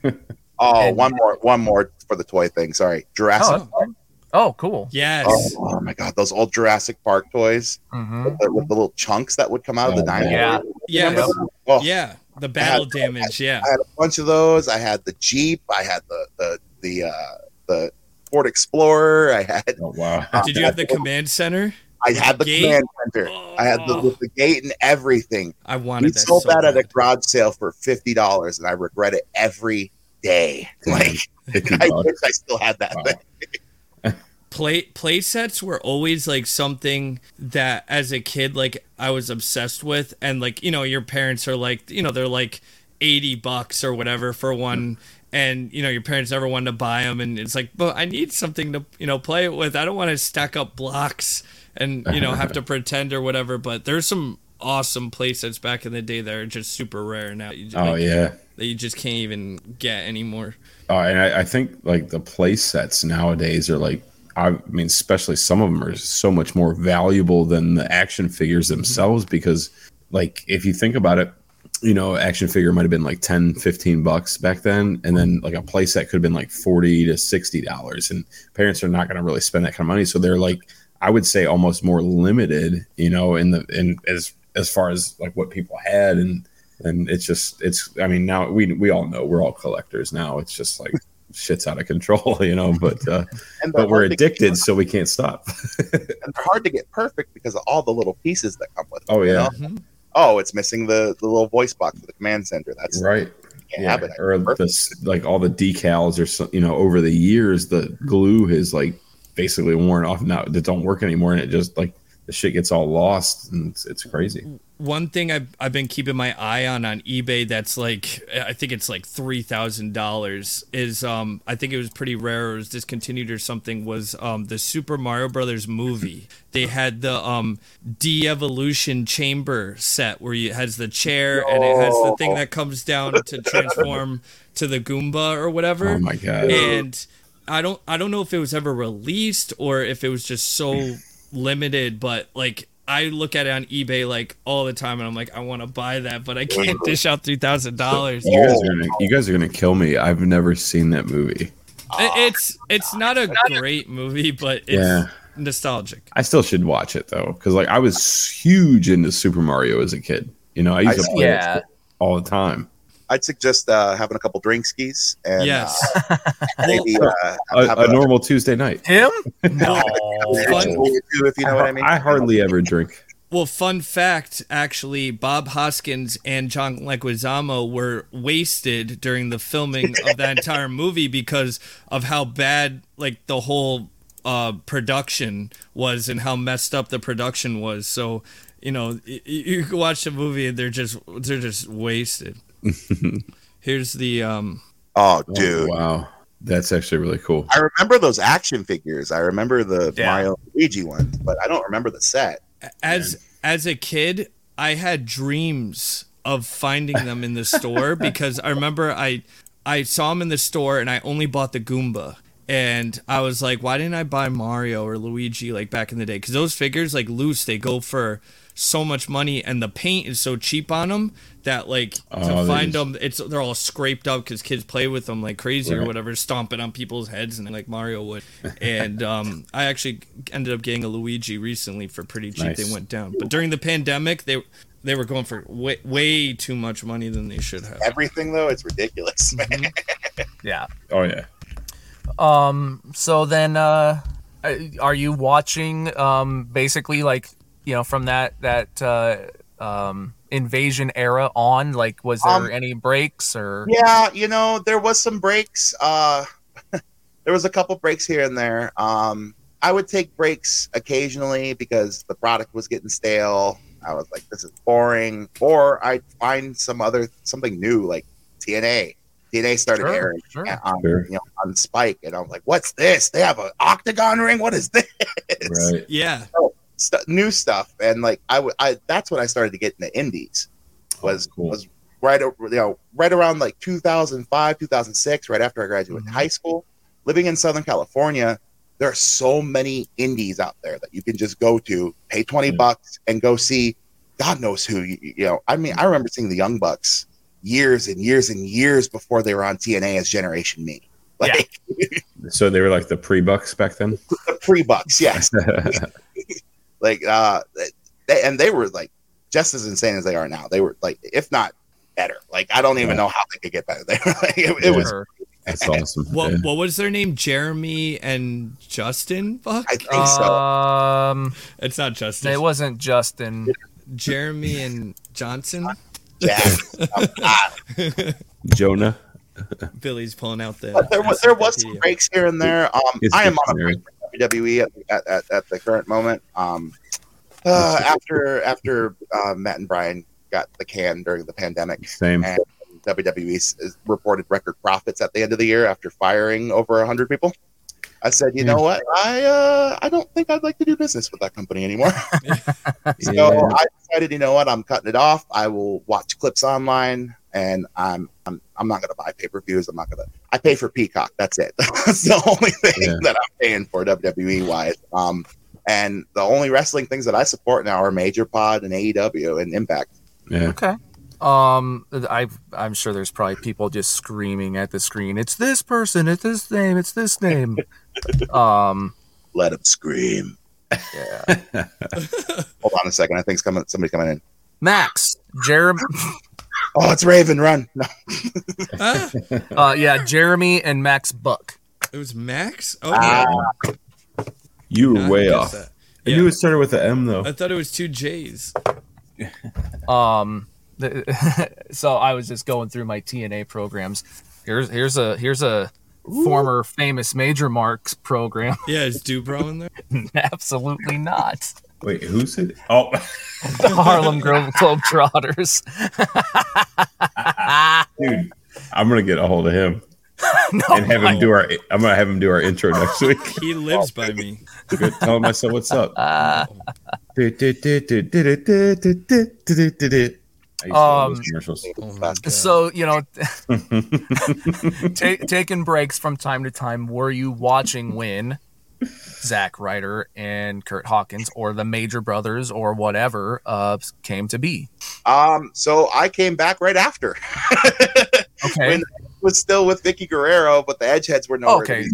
Speaker 6: [laughs]
Speaker 10: Oh,
Speaker 4: And-
Speaker 10: one more, one more for the toy thing. Sorry, Jurassic.
Speaker 4: Oh, oh, cool.
Speaker 5: Yes.
Speaker 10: Oh, oh my God, those old Jurassic Park toys
Speaker 4: hmm
Speaker 10: with the, with the little chunks that would come out of the
Speaker 6: Oh,
Speaker 10: dinosaur.
Speaker 4: yeah.
Speaker 5: yeah.
Speaker 10: Remember that? Oh,
Speaker 5: Yeah. The battle damage. Yeah.
Speaker 10: I had a bunch of those. I had the Jeep. I had the the the uh, the Ford Explorer. I had
Speaker 6: Oh [laughs] wow.
Speaker 5: Did you have the command center?
Speaker 10: I had the
Speaker 5: Gate?
Speaker 10: command center. I had the,
Speaker 5: Oh.
Speaker 10: with the gate and everything.
Speaker 5: I
Speaker 10: We
Speaker 5: wanted that.
Speaker 10: sold
Speaker 5: so
Speaker 10: that at a
Speaker 5: bad.
Speaker 10: garage sale for fifty dollars, and I regret it every day. [laughs] Like
Speaker 6: Fifty
Speaker 10: I
Speaker 6: bucks.
Speaker 10: wish I still had that.
Speaker 6: Wow.
Speaker 10: thing.
Speaker 5: play play sets were always like something that as a kid like I was obsessed with and like you know your parents are like you know they're like 80 bucks or whatever for one and you know your parents never wanted to buy them and it's like but I need something to you know play it with I don't want to stack up blocks and you know have
Speaker 6: [laughs]
Speaker 5: to pretend or whatever but there's some awesome play sets back in the day that are just super rare now you just,
Speaker 6: Oh,
Speaker 5: like,
Speaker 6: yeah.
Speaker 5: that you just can't even get anymore
Speaker 6: Oh, and I, I think like the play sets nowadays are like, I mean, especially some of them are so much more valuable than the action figures themselves because, like, if you think about it, you know, action figure might have been like 10, 15 bucks back then. And then like a play set could have been like 40 to $60. And parents are not going to really spend that kind of money. So they're like, I would say almost more limited, you know, in the, in as, as far as like what people had and, and it's just it's i mean now we we all know we're all collectors now it's just like shit's out of control [laughs] you know but uh
Speaker 10: And they're
Speaker 6: but we're
Speaker 10: hard to get-
Speaker 6: addicted so we can't stop
Speaker 10: and they're hard to get perfect because of all the little pieces that come with it.
Speaker 6: oh
Speaker 10: you
Speaker 6: yeah
Speaker 10: know? Oh, it's missing the, the little voice box for the command center. That's
Speaker 6: right
Speaker 10: can't
Speaker 6: yeah
Speaker 10: have it.
Speaker 6: or
Speaker 10: Perfect.
Speaker 6: this like all the decals or so, you know over the years the glue has like basically worn off now that don't work anymore and it just like the shit gets all lost and it's, it's crazy
Speaker 5: one thing I've, I've been keeping my eye on on ebay that's like i think it's like $3000 is um i think it was pretty rare or it was discontinued or something was um the super mario brothers movie they had the um de-evolution chamber set where you it has the chair and it has the thing that comes down to transform to the goomba or whatever
Speaker 6: oh my god
Speaker 5: and I don't I don't know if it was ever released or if it was just
Speaker 6: [laughs]
Speaker 5: so limited, but like I look at it on eBay like all the time and I'm like I want to buy that, but I can't dish out three thousand dollars.
Speaker 6: you guys, are gonna, you guys are gonna kill me i've never seen that movie
Speaker 5: It's it's not a great movie, but it's
Speaker 6: Yeah.
Speaker 5: nostalgic.
Speaker 6: I still should watch it though, because like I was huge into Super Mario as a kid. You know, I used to
Speaker 10: I-
Speaker 6: play
Speaker 4: yeah.
Speaker 6: it all the time.
Speaker 10: I'd suggest uh, having a couple drink skis and
Speaker 5: yes.
Speaker 6: [laughs]
Speaker 10: uh, maybe uh,
Speaker 6: A,
Speaker 10: have
Speaker 6: a normal Tuesday night. [laughs]
Speaker 4: Him?
Speaker 5: Well, fun,
Speaker 10: if you know what I mean.
Speaker 6: I hardly ever drink.
Speaker 5: well, fun fact actually, Bob Hoskins and John Leguizamo were wasted during the filming of that entire movie because of how bad like the whole uh, production was and how messed up the production was. So you know, y- y- you can watch the movie and they're just they're just wasted. Here's the um.
Speaker 10: Oh, dude.
Speaker 6: wow, that's actually really cool.
Speaker 10: I remember those action figures. I remember the
Speaker 4: Yeah.
Speaker 10: Mario and Luigi ones, but I don't remember the set.
Speaker 5: as as a kid, I had dreams of finding them in the store because I remember I I saw them in the store and I only bought the Goomba and I was like, why didn't I buy Mario or Luigi like back in the day? Because those figures like loose, they go for so much money and the paint is so cheap on them that like
Speaker 6: Oh,
Speaker 5: to
Speaker 6: they
Speaker 5: find
Speaker 6: just-
Speaker 5: them it's they're all scraped up because kids play with them like crazy or whatever stomping on people's heads and like mario would and um, i actually ended up getting a luigi recently for pretty cheap
Speaker 6: Nice.
Speaker 5: they went down but during the pandemic they they were going for way, way too much money than they should have
Speaker 10: Everything though, it's ridiculous, [laughs] man.
Speaker 4: [laughs] Yeah.
Speaker 6: Oh yeah,
Speaker 4: Um. So then, uh, are you watching? Um. Basically, like you know, from that that uh, um invasion era on, like, was there
Speaker 10: Um,
Speaker 4: any breaks or?
Speaker 10: [laughs] Yeah, you know, there was some breaks. Uh, [laughs] there was a couple breaks here and there. Um, I would take breaks occasionally because the product was getting stale. I was like, this is boring. Or I'd find some other something new, like TNA. TNA started
Speaker 4: Sure,
Speaker 10: airing
Speaker 4: sure.
Speaker 10: on,
Speaker 6: Sure.
Speaker 10: you know, on Spike, and I was like, what's this? They have an octagon ring. What is this?
Speaker 6: right.
Speaker 5: yeah
Speaker 10: Stu- new stuff, and like I would, I that's when I started to get into indies. Was
Speaker 6: Oh, cool.
Speaker 10: was right, o- you know, right around like 2005, 2006, right after I graduated
Speaker 6: Mm-hmm.
Speaker 10: high school. Living in Southern California, there are so many indies out there that you can just go to, pay twenty
Speaker 6: Yeah.
Speaker 10: bucks, and go see. God knows who you, you know. I mean, I remember seeing the Young Bucks years and years and years before they were on TNA as Generation Me. Like
Speaker 6: So they were like the pre bucks back
Speaker 10: [laughs]
Speaker 6: then.
Speaker 10: the pre Bucks, yes. like uh they, and they were like just as insane as they are now they were like if not better like i don't even
Speaker 6: Yeah.
Speaker 10: know how they could get better [laughs] they were, like, it, it was
Speaker 4: or-
Speaker 6: that's awesome.
Speaker 5: what,
Speaker 6: Yeah.
Speaker 5: what was their name jeremy and justin fuck
Speaker 10: i think so
Speaker 4: Um,
Speaker 5: it's not justin
Speaker 4: it wasn't Justin.
Speaker 5: jeremy and johnson
Speaker 10: Jack.
Speaker 6: Jonah.
Speaker 5: billy's pulling out the
Speaker 6: [laughs]
Speaker 10: but there was there was some breaks here and there um
Speaker 6: It's
Speaker 10: i am on a
Speaker 6: dictionary.
Speaker 10: break right WWE E at, at, at, at the current moment. Um, uh, after after uh, Matt and Brian got the can during the pandemic,
Speaker 6: Same.
Speaker 10: and WWE s- reported record profits at the end of the year after firing over hundred people. I said, you know what? I uh, I don't think I'd like to do business with that company anymore. so
Speaker 6: Yeah.
Speaker 10: I decided, you know what? I'm cutting it off. I will watch clips online, and I'm I'm, I'm not going to buy pay per views. I'm not going to. I pay for Peacock. That's it. [laughs] That's the only thing
Speaker 6: Yeah.
Speaker 10: that I'm paying for WWE wise. Um, and the only wrestling things that I support now are Major Pod and AEW and Impact.
Speaker 6: Yeah.
Speaker 4: Okay. Um, I I'm sure there's probably people just screaming at the screen. It's this person. It's this name. It's this
Speaker 10: [laughs]
Speaker 4: name. um,
Speaker 10: Let them scream.
Speaker 4: yeah.
Speaker 10: [laughs] Hold on a second. I think coming, somebody's coming in.
Speaker 4: Max, Jeremy.
Speaker 10: Oh, it's Raven. Run. [laughs] No.
Speaker 5: Huh?
Speaker 4: Uh, yeah, Jeremy and Max Buck.
Speaker 5: Ah, It was Max. Oh,
Speaker 10: Ah,
Speaker 6: You
Speaker 5: yeah,
Speaker 6: were
Speaker 5: I
Speaker 6: way
Speaker 5: guess
Speaker 6: off.
Speaker 5: that.
Speaker 6: I
Speaker 5: Yeah.
Speaker 6: knew it started with the M though.
Speaker 5: I thought it was two J's.
Speaker 4: Um, the, [laughs] so I was just going through my TNA programs. Here's here's a here's a former famous major marks program. [laughs]
Speaker 5: Yeah, is Dubrow in there?
Speaker 4: Absolutely not.
Speaker 6: Wait, who said? Oh, [laughs]
Speaker 4: The Harlem Glo- Globetrotters.
Speaker 6: dude, I'm gonna get a hold
Speaker 5: [laughs]
Speaker 6: of him and have him do our. I'm gonna have him do our intro next week.
Speaker 5: [laughs] He lives by me.
Speaker 6: [laughs] Good, telling myself what's up.
Speaker 4: Uh,
Speaker 6: I used to love those
Speaker 4: Um,
Speaker 6: commercials.
Speaker 5: Oh my God.
Speaker 4: So you know, [laughs] ta- taking breaks from time to time. Were you watching when Zack Ryder and Kurt Hawkins or the Major Brothers or whatever uh, came to be?
Speaker 10: Um, so I came back right after. [laughs]
Speaker 4: Okay.
Speaker 10: When- was still with Vicky Guerrero, but the Edge heads were nowhere. to
Speaker 4: okay.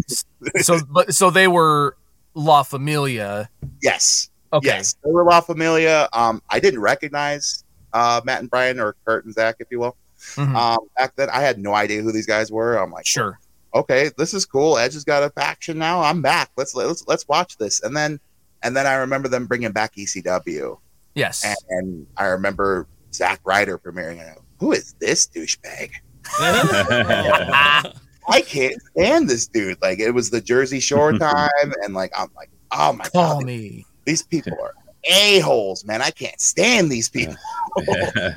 Speaker 10: be.
Speaker 4: so but so they were La Familia.
Speaker 10: Yes.
Speaker 4: Okay.
Speaker 10: Yes. They were La Familia. Um, I didn't recognize uh, Matt and Brian or Kurt and Zach, if you will.
Speaker 4: Mhm.
Speaker 10: Um, back then, I had no idea who these guys were. I'm like,
Speaker 4: Sure.
Speaker 10: okay, this is cool. Edge has got a faction now. I'm back. Let's let's let's watch this. And then and then I remember them bringing back ECW,
Speaker 4: Yes.
Speaker 10: [laughs] and, and I remember Zack Ryder premiering. And I go, who is this douchebag?
Speaker 4: Ah,
Speaker 10: I can't stand this dude. Like it was the
Speaker 4: [laughs]
Speaker 10: Jersey Shore time, and like I'm like, oh my god,
Speaker 4: Call me.
Speaker 10: these people are a-holes man i can't stand these people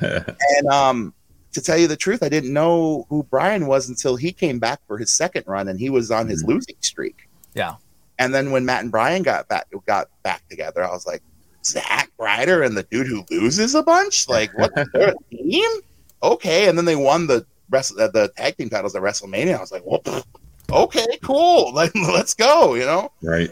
Speaker 10: and um to tell you the truth i didn't know who brian was until he came back for his second run and he was on his losing streak
Speaker 4: Yeah.
Speaker 10: and then when matt and brian got back got back together i was like zach ryder and the dude who loses a bunch like what they're a team okay and then they won the rest uh, the tag team titles at wrestlemania i was like well, pfft, [laughs] okay cool [laughs] like, let's go you know
Speaker 6: right.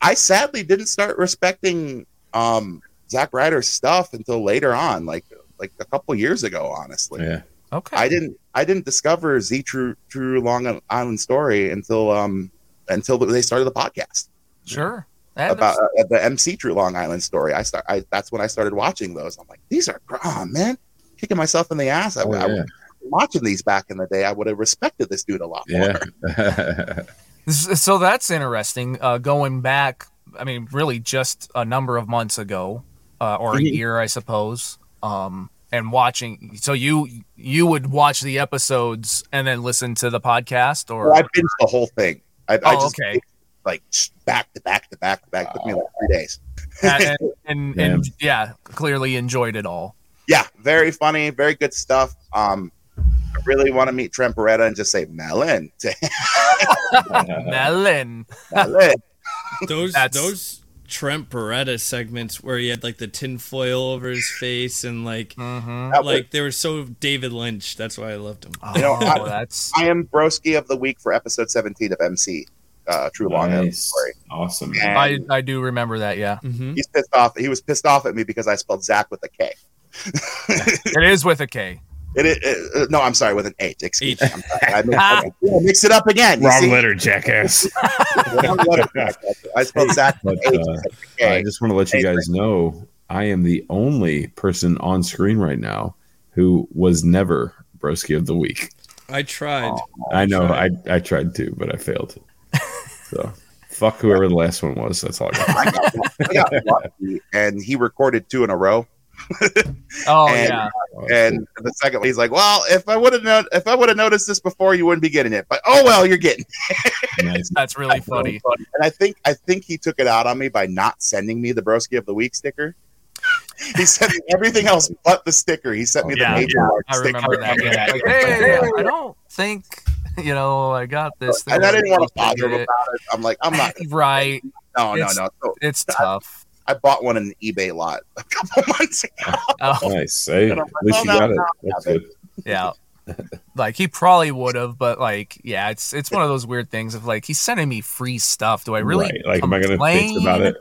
Speaker 10: I sadly didn't start respecting um Zack Ryder's stuff until later on, like like a couple years ago, honestly.
Speaker 6: Yeah.
Speaker 4: Okay.
Speaker 10: I didn't I didn't discover Z True True Long Island Story until um until they started the podcast
Speaker 4: sure. That
Speaker 10: about
Speaker 4: is-
Speaker 10: uh, the MC True Long Island Story. I start I that's when I started watching those. I'm like, these are oh man, kicking myself in the ass. I,
Speaker 6: Oh,
Speaker 10: I- watching these back in the day, I would have respected this dude a lot more.
Speaker 6: yeah. Yeah.
Speaker 10: uh,
Speaker 4: S- So that's interesting. Uh, going back, I mean, really just a number of months ago, uh, or a
Speaker 10: Mhm.
Speaker 4: year, I suppose. Um, and watching, so you you would watch the episodes and then listen to the podcast, or
Speaker 10: Well, I binged the whole thing. I, I
Speaker 4: Oh,
Speaker 10: just
Speaker 4: okay.
Speaker 10: like back to back to back to back. It took me like three days.
Speaker 4: and, and, and, and yeah, clearly enjoyed it all.
Speaker 10: yeah, very funny, very good stuff. Um, I really want to meet Trent Beretta and just say Melon, [laughs]
Speaker 6: [laughs]
Speaker 10: to him,
Speaker 6: Uh,
Speaker 4: Melon,
Speaker 10: Melon.
Speaker 5: those
Speaker 4: That's-
Speaker 5: those Trent Beretta segments where he had like the tinfoil over his face and like
Speaker 4: hmm
Speaker 10: That was-
Speaker 5: like they were so David Lynch. That's why I loved him.
Speaker 4: oh,
Speaker 10: You know, I-
Speaker 4: that's
Speaker 10: I am Broski of the week for episode seventeen of MC uh, True Long Island
Speaker 6: Nice.
Speaker 10: Story.
Speaker 6: Awesome.
Speaker 10: And
Speaker 4: I I do remember that. Yeah,
Speaker 5: hmm
Speaker 10: he's pissed off. He was pissed off at me because I spelled Zach with a K.
Speaker 4: it is with a K.
Speaker 10: It, it, it- uh, no, I'm sorry, with an H. Excuse
Speaker 5: H.
Speaker 10: me. I'm sorry. I mixed, I mixed it up again. you see?
Speaker 6: letter, jackass.
Speaker 10: [laughs] Wrong
Speaker 6: [laughs]
Speaker 10: letter. I spelled Zach with
Speaker 6: But
Speaker 10: H.
Speaker 6: uh, I
Speaker 10: K.
Speaker 6: just want to let you
Speaker 10: Hey,
Speaker 6: guys know I am the only person on screen right now who was never Broski of the Week.
Speaker 5: I tried.
Speaker 6: I know I, I tried to, but I failed. So fuck whoever the last one was. That's all I got.
Speaker 10: I got lucky, and he recorded two in a row.
Speaker 4: Oh
Speaker 10: And-
Speaker 4: yeah.
Speaker 10: And the second one, he's like, "Well, if I would have known, if I would have noticed this before, you wouldn't be getting it. But oh well, you're getting." It.
Speaker 6: Nice.
Speaker 4: That's really funny.
Speaker 10: And I think I think he took it out on me by not sending me the Broski of the Week sticker. He sent me everything else but the sticker. He sent me the
Speaker 4: Yeah,
Speaker 10: major mark
Speaker 4: I
Speaker 10: sticker.
Speaker 4: remember that. Yeah.
Speaker 10: [laughs]
Speaker 4: Like, hey, I don't think you know I got this.
Speaker 10: And I didn't want to bother him
Speaker 4: It-
Speaker 10: about it. I'm like, I'm not.
Speaker 4: [laughs] Right.
Speaker 10: No, no,
Speaker 4: It's-
Speaker 10: no. So
Speaker 4: It's tough.
Speaker 10: I bought one in the eBay lot a couple [laughs] months ago.
Speaker 4: Oh,
Speaker 6: Nice. Hey, at least you got it. That's good.
Speaker 4: yeah. Like he probably would have, but like, yeah, it's it's one of those weird things of like he's sending me free stuff. Do I really
Speaker 6: Right. Like, am I going to bitch about it?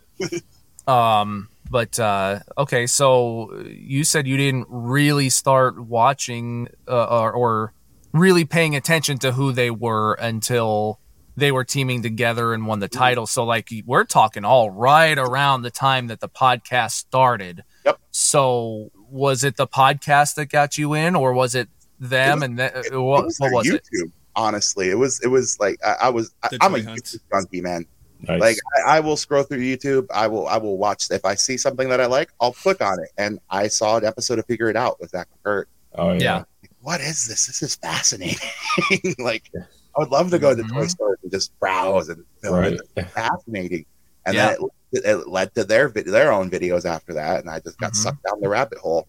Speaker 6: [laughs] Yeah.
Speaker 4: Um, but uh, okay, so you said you didn't really start watching uh, or, or really paying attention to who they were until they were teaming together and won
Speaker 10: Mm-hmm.
Speaker 4: the title. So, like, we're talking all right around the time that the podcast started.
Speaker 10: Yep.
Speaker 4: So, was it the podcast that got you in, or was it them?
Speaker 10: It was-
Speaker 4: and that,
Speaker 10: it-
Speaker 4: what,
Speaker 10: It was
Speaker 4: what
Speaker 10: their
Speaker 4: was it?
Speaker 10: YouTube. Honestly, it was it was like I, I was I,
Speaker 5: The
Speaker 10: I'm a
Speaker 5: Joy Hunt.
Speaker 10: YouTube junkie, man.
Speaker 6: nice.
Speaker 10: Like I, I will scroll through YouTube. I will I will watch if I see something that I like, I'll click on it. And I saw an episode of Figure It Out with Zach McCurt.
Speaker 6: oh, yeah.
Speaker 4: Yeah.
Speaker 10: What is this? This is fascinating. [laughs] like I would love to go to toy
Speaker 4: Mhm.
Speaker 10: stores and just browse and film
Speaker 6: Mm-hmm. Right.
Speaker 10: it. fascinating. And then it, it led to their vid- their own videos after that, and I just
Speaker 4: Mhm.
Speaker 10: got
Speaker 6: Mm-hmm.
Speaker 10: sucked down the rabbit hole.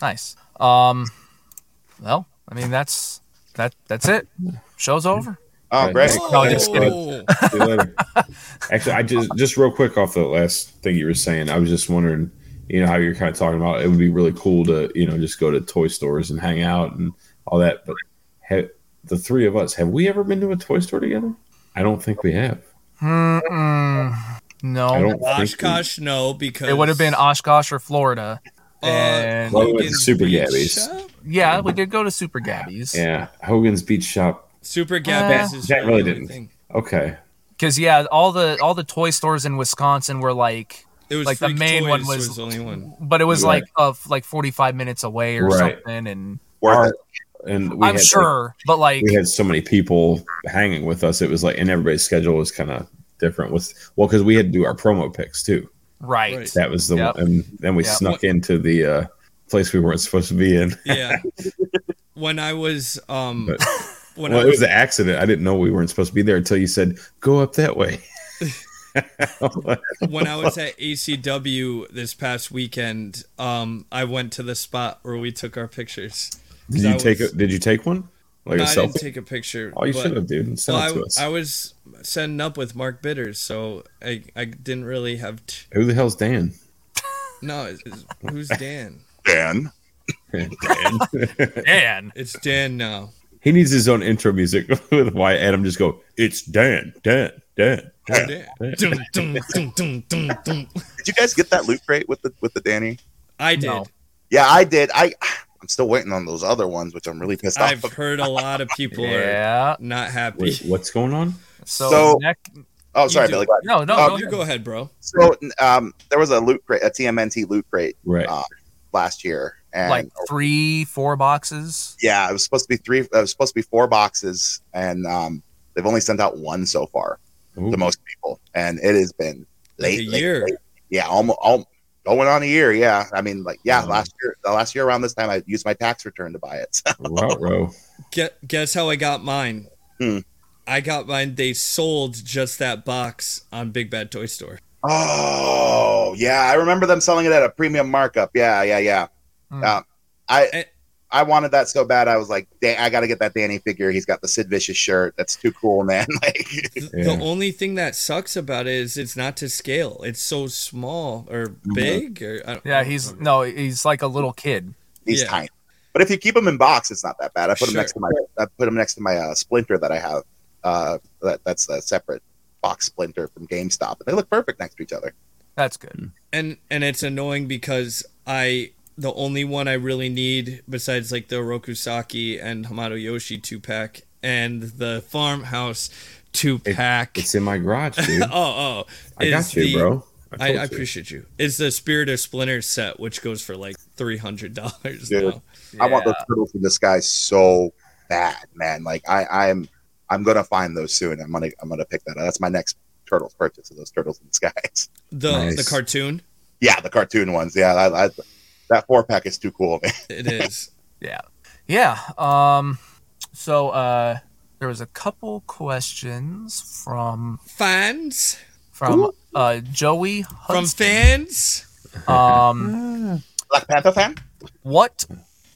Speaker 4: Nice. Um, well, I mean, that's that. That's it. Show's over.
Speaker 10: Oh,
Speaker 6: Right.
Speaker 10: great!
Speaker 6: Thanks.
Speaker 10: No,
Speaker 4: I'm
Speaker 10: just
Speaker 4: just
Speaker 10: kidding.
Speaker 5: Oh.
Speaker 6: See you [laughs] later. Actually, I just just real quick off the last thing you were saying, I was just wondering, you know, how you're kind of talking about. It would be really cool to, you know, just go to toy stores and hang out and all that. But ha the three of us have we ever been to a toy store together? I don't think we have.
Speaker 4: Mm-mm.
Speaker 6: I
Speaker 4: No,
Speaker 6: don't think
Speaker 5: Oshkosh, no, because
Speaker 4: it would have been Oshkosh or Florida.
Speaker 5: uh,
Speaker 4: and-
Speaker 6: Well, it was
Speaker 5: Hogan's
Speaker 6: Super
Speaker 5: Beach
Speaker 6: Gabby's.
Speaker 5: Shop?
Speaker 4: Yeah, we did go to Super Gabby's
Speaker 6: we, yeah, Hogan's Beach Shop.
Speaker 5: Super Gabby's
Speaker 4: Uh,
Speaker 5: is
Speaker 6: That
Speaker 5: really
Speaker 6: really
Speaker 5: the only
Speaker 6: didn't.
Speaker 5: thing.
Speaker 6: Okay,
Speaker 4: because yeah, all the all the toy stores in Wisconsin were like,
Speaker 5: It was
Speaker 4: Like, the
Speaker 5: Freak
Speaker 4: main
Speaker 5: Toys
Speaker 4: one was-
Speaker 5: the only one.
Speaker 4: but it was
Speaker 6: Right.
Speaker 4: like of like forty five minutes away or
Speaker 6: Right.
Speaker 4: something, and
Speaker 10: Worth it.
Speaker 6: and we
Speaker 4: I'm
Speaker 6: had, like,
Speaker 4: sure, but like
Speaker 6: we had so many people hanging with us. It was like, and everybody's schedule was kind of different with well, because we had to do our promo picks too.
Speaker 4: right.
Speaker 5: Right.
Speaker 6: That was the
Speaker 4: Yep.
Speaker 6: one, and then we
Speaker 4: Yep.
Speaker 6: snuck into the uh, place we weren't supposed to be in.
Speaker 5: [laughs]
Speaker 6: [laughs]
Speaker 5: Yeah. when I was um
Speaker 6: But-
Speaker 5: when
Speaker 6: well,
Speaker 5: I
Speaker 6: it was an accident. I didn't know we weren't supposed to be there until you said, "Go up that
Speaker 5: [laughs]
Speaker 6: way."
Speaker 5: when I was at ACW this past weekend, um, I went to the spot where we took our pictures.
Speaker 6: did
Speaker 5: I
Speaker 6: you take? A,
Speaker 5: was-
Speaker 6: did you take one? Like
Speaker 5: No,
Speaker 6: a
Speaker 5: I didn't
Speaker 6: selfie?
Speaker 5: take a picture.
Speaker 6: oh, you
Speaker 5: but-
Speaker 6: should have, dude. and Send it to
Speaker 5: Well,
Speaker 6: us.
Speaker 5: I, I was setting up with Mark Bitters, so I, I didn't really have. T-
Speaker 6: Who the
Speaker 5: [laughs]
Speaker 6: hell's Dan? [laughs]
Speaker 5: no, it's, it's- who's Dan?
Speaker 10: Dan.
Speaker 6: Dan.
Speaker 4: And
Speaker 5: It's Dan now.
Speaker 6: he needs his own intro music [laughs] with why Adam just go. It's Dan, Dan, Dan. Dan.
Speaker 5: Dan. Dun, dun, dun, dun, dun, dun.
Speaker 10: Did you guys get that loot crate with the with the Danny?
Speaker 5: I did.
Speaker 4: No.
Speaker 10: Yeah, I did. I I'm still waiting on those other ones, which I'm really pissed
Speaker 5: I've
Speaker 10: off.
Speaker 5: heard a lot of people are
Speaker 4: yeah,
Speaker 5: not happy.
Speaker 6: Wait, what's going on?
Speaker 4: so,
Speaker 10: So-
Speaker 4: next,
Speaker 10: Oh, sorry,
Speaker 5: do.
Speaker 10: Billy. Go ahead.
Speaker 4: no, no,
Speaker 6: uh,
Speaker 10: Oh,
Speaker 4: go
Speaker 6: Um,
Speaker 5: you
Speaker 4: ahead.
Speaker 5: go ahead, bro.
Speaker 10: So um, there was a loot crate, a TMNT loot crate
Speaker 6: Right.
Speaker 10: Uh, last year, and
Speaker 4: like three, four boxes.
Speaker 10: yeah, it was supposed to be three. It was supposed to be four boxes, and um, they've only sent out one so far
Speaker 6: Ooh.
Speaker 10: to most people, and it has been
Speaker 5: Like
Speaker 10: late.
Speaker 5: a
Speaker 10: late,
Speaker 5: year.
Speaker 10: late. Yeah, almost, almost going on a year. Yeah, I mean, like yeah,
Speaker 6: Wow.
Speaker 10: last year, the last year around this time, I used my tax return to buy it.
Speaker 5: [laughs]
Speaker 6: Rout row.
Speaker 5: Gue- guess how I got mine?
Speaker 10: Hmm.
Speaker 5: I got mine. They sold just that box on Big Bad Toy Store.
Speaker 10: Oh yeah, I remember them selling it at a premium markup. Yeah, yeah, yeah.
Speaker 4: Mm.
Speaker 10: Uh, I
Speaker 5: Hmm. Eh.
Speaker 10: I wanted that so bad. I was like, "Dang, I got to get that Danny figure. He's got the Sid Vicious shirt. That's too cool, [laughs] man." Like,
Speaker 5: Th-
Speaker 6: Yeah.
Speaker 5: The only thing that sucks about it is it's not to scale. It's so small or
Speaker 6: Mm-hmm.
Speaker 5: big. Or I don't,
Speaker 4: Yeah, he's no, he's like a little kid.
Speaker 10: he's
Speaker 5: Yeah.
Speaker 10: tiny. But if you keep him in box, it's not that bad. I put him
Speaker 5: Sure.
Speaker 10: next to my I put him next to my uh, splinter that I have. Uh, that, that's a separate box splinter from GameStop, and they look perfect next to each other.
Speaker 4: That's good.
Speaker 5: and and it's annoying because I the only one I really need besides like the Rokusaki and Hamato Yoshi two pack and the Farmhouse two pack.
Speaker 6: It's in my garage,
Speaker 5: [laughs]
Speaker 6: dude.
Speaker 5: oh oh,
Speaker 6: I
Speaker 5: is
Speaker 6: got you,
Speaker 5: the-
Speaker 6: bro.
Speaker 5: I,
Speaker 6: told
Speaker 5: I
Speaker 6: you.
Speaker 5: appreciate you. It's the Spirit of Splinter set, which goes for like three hundred dollars
Speaker 10: Dude.
Speaker 5: now.
Speaker 10: I want
Speaker 4: Yeah.
Speaker 10: those turtles in this guy so bad, man. Like I, I'm, I'm gonna find those soon. I'm gonna, I'm gonna pick that up. That's my next turtles purchase of those turtles in disguise.
Speaker 5: The
Speaker 6: Nice.
Speaker 5: the cartoon.
Speaker 10: [laughs] Yeah, the cartoon ones. Yeah, I, I, that four pack is too cool. Man. [laughs]
Speaker 5: It is.
Speaker 4: Yeah. Um, so uh, there was a couple questions from
Speaker 5: Fans
Speaker 4: from uh, Joey
Speaker 5: from
Speaker 4: Hudson.
Speaker 5: fans.
Speaker 4: Um,
Speaker 10: Black Panther fan?
Speaker 4: what?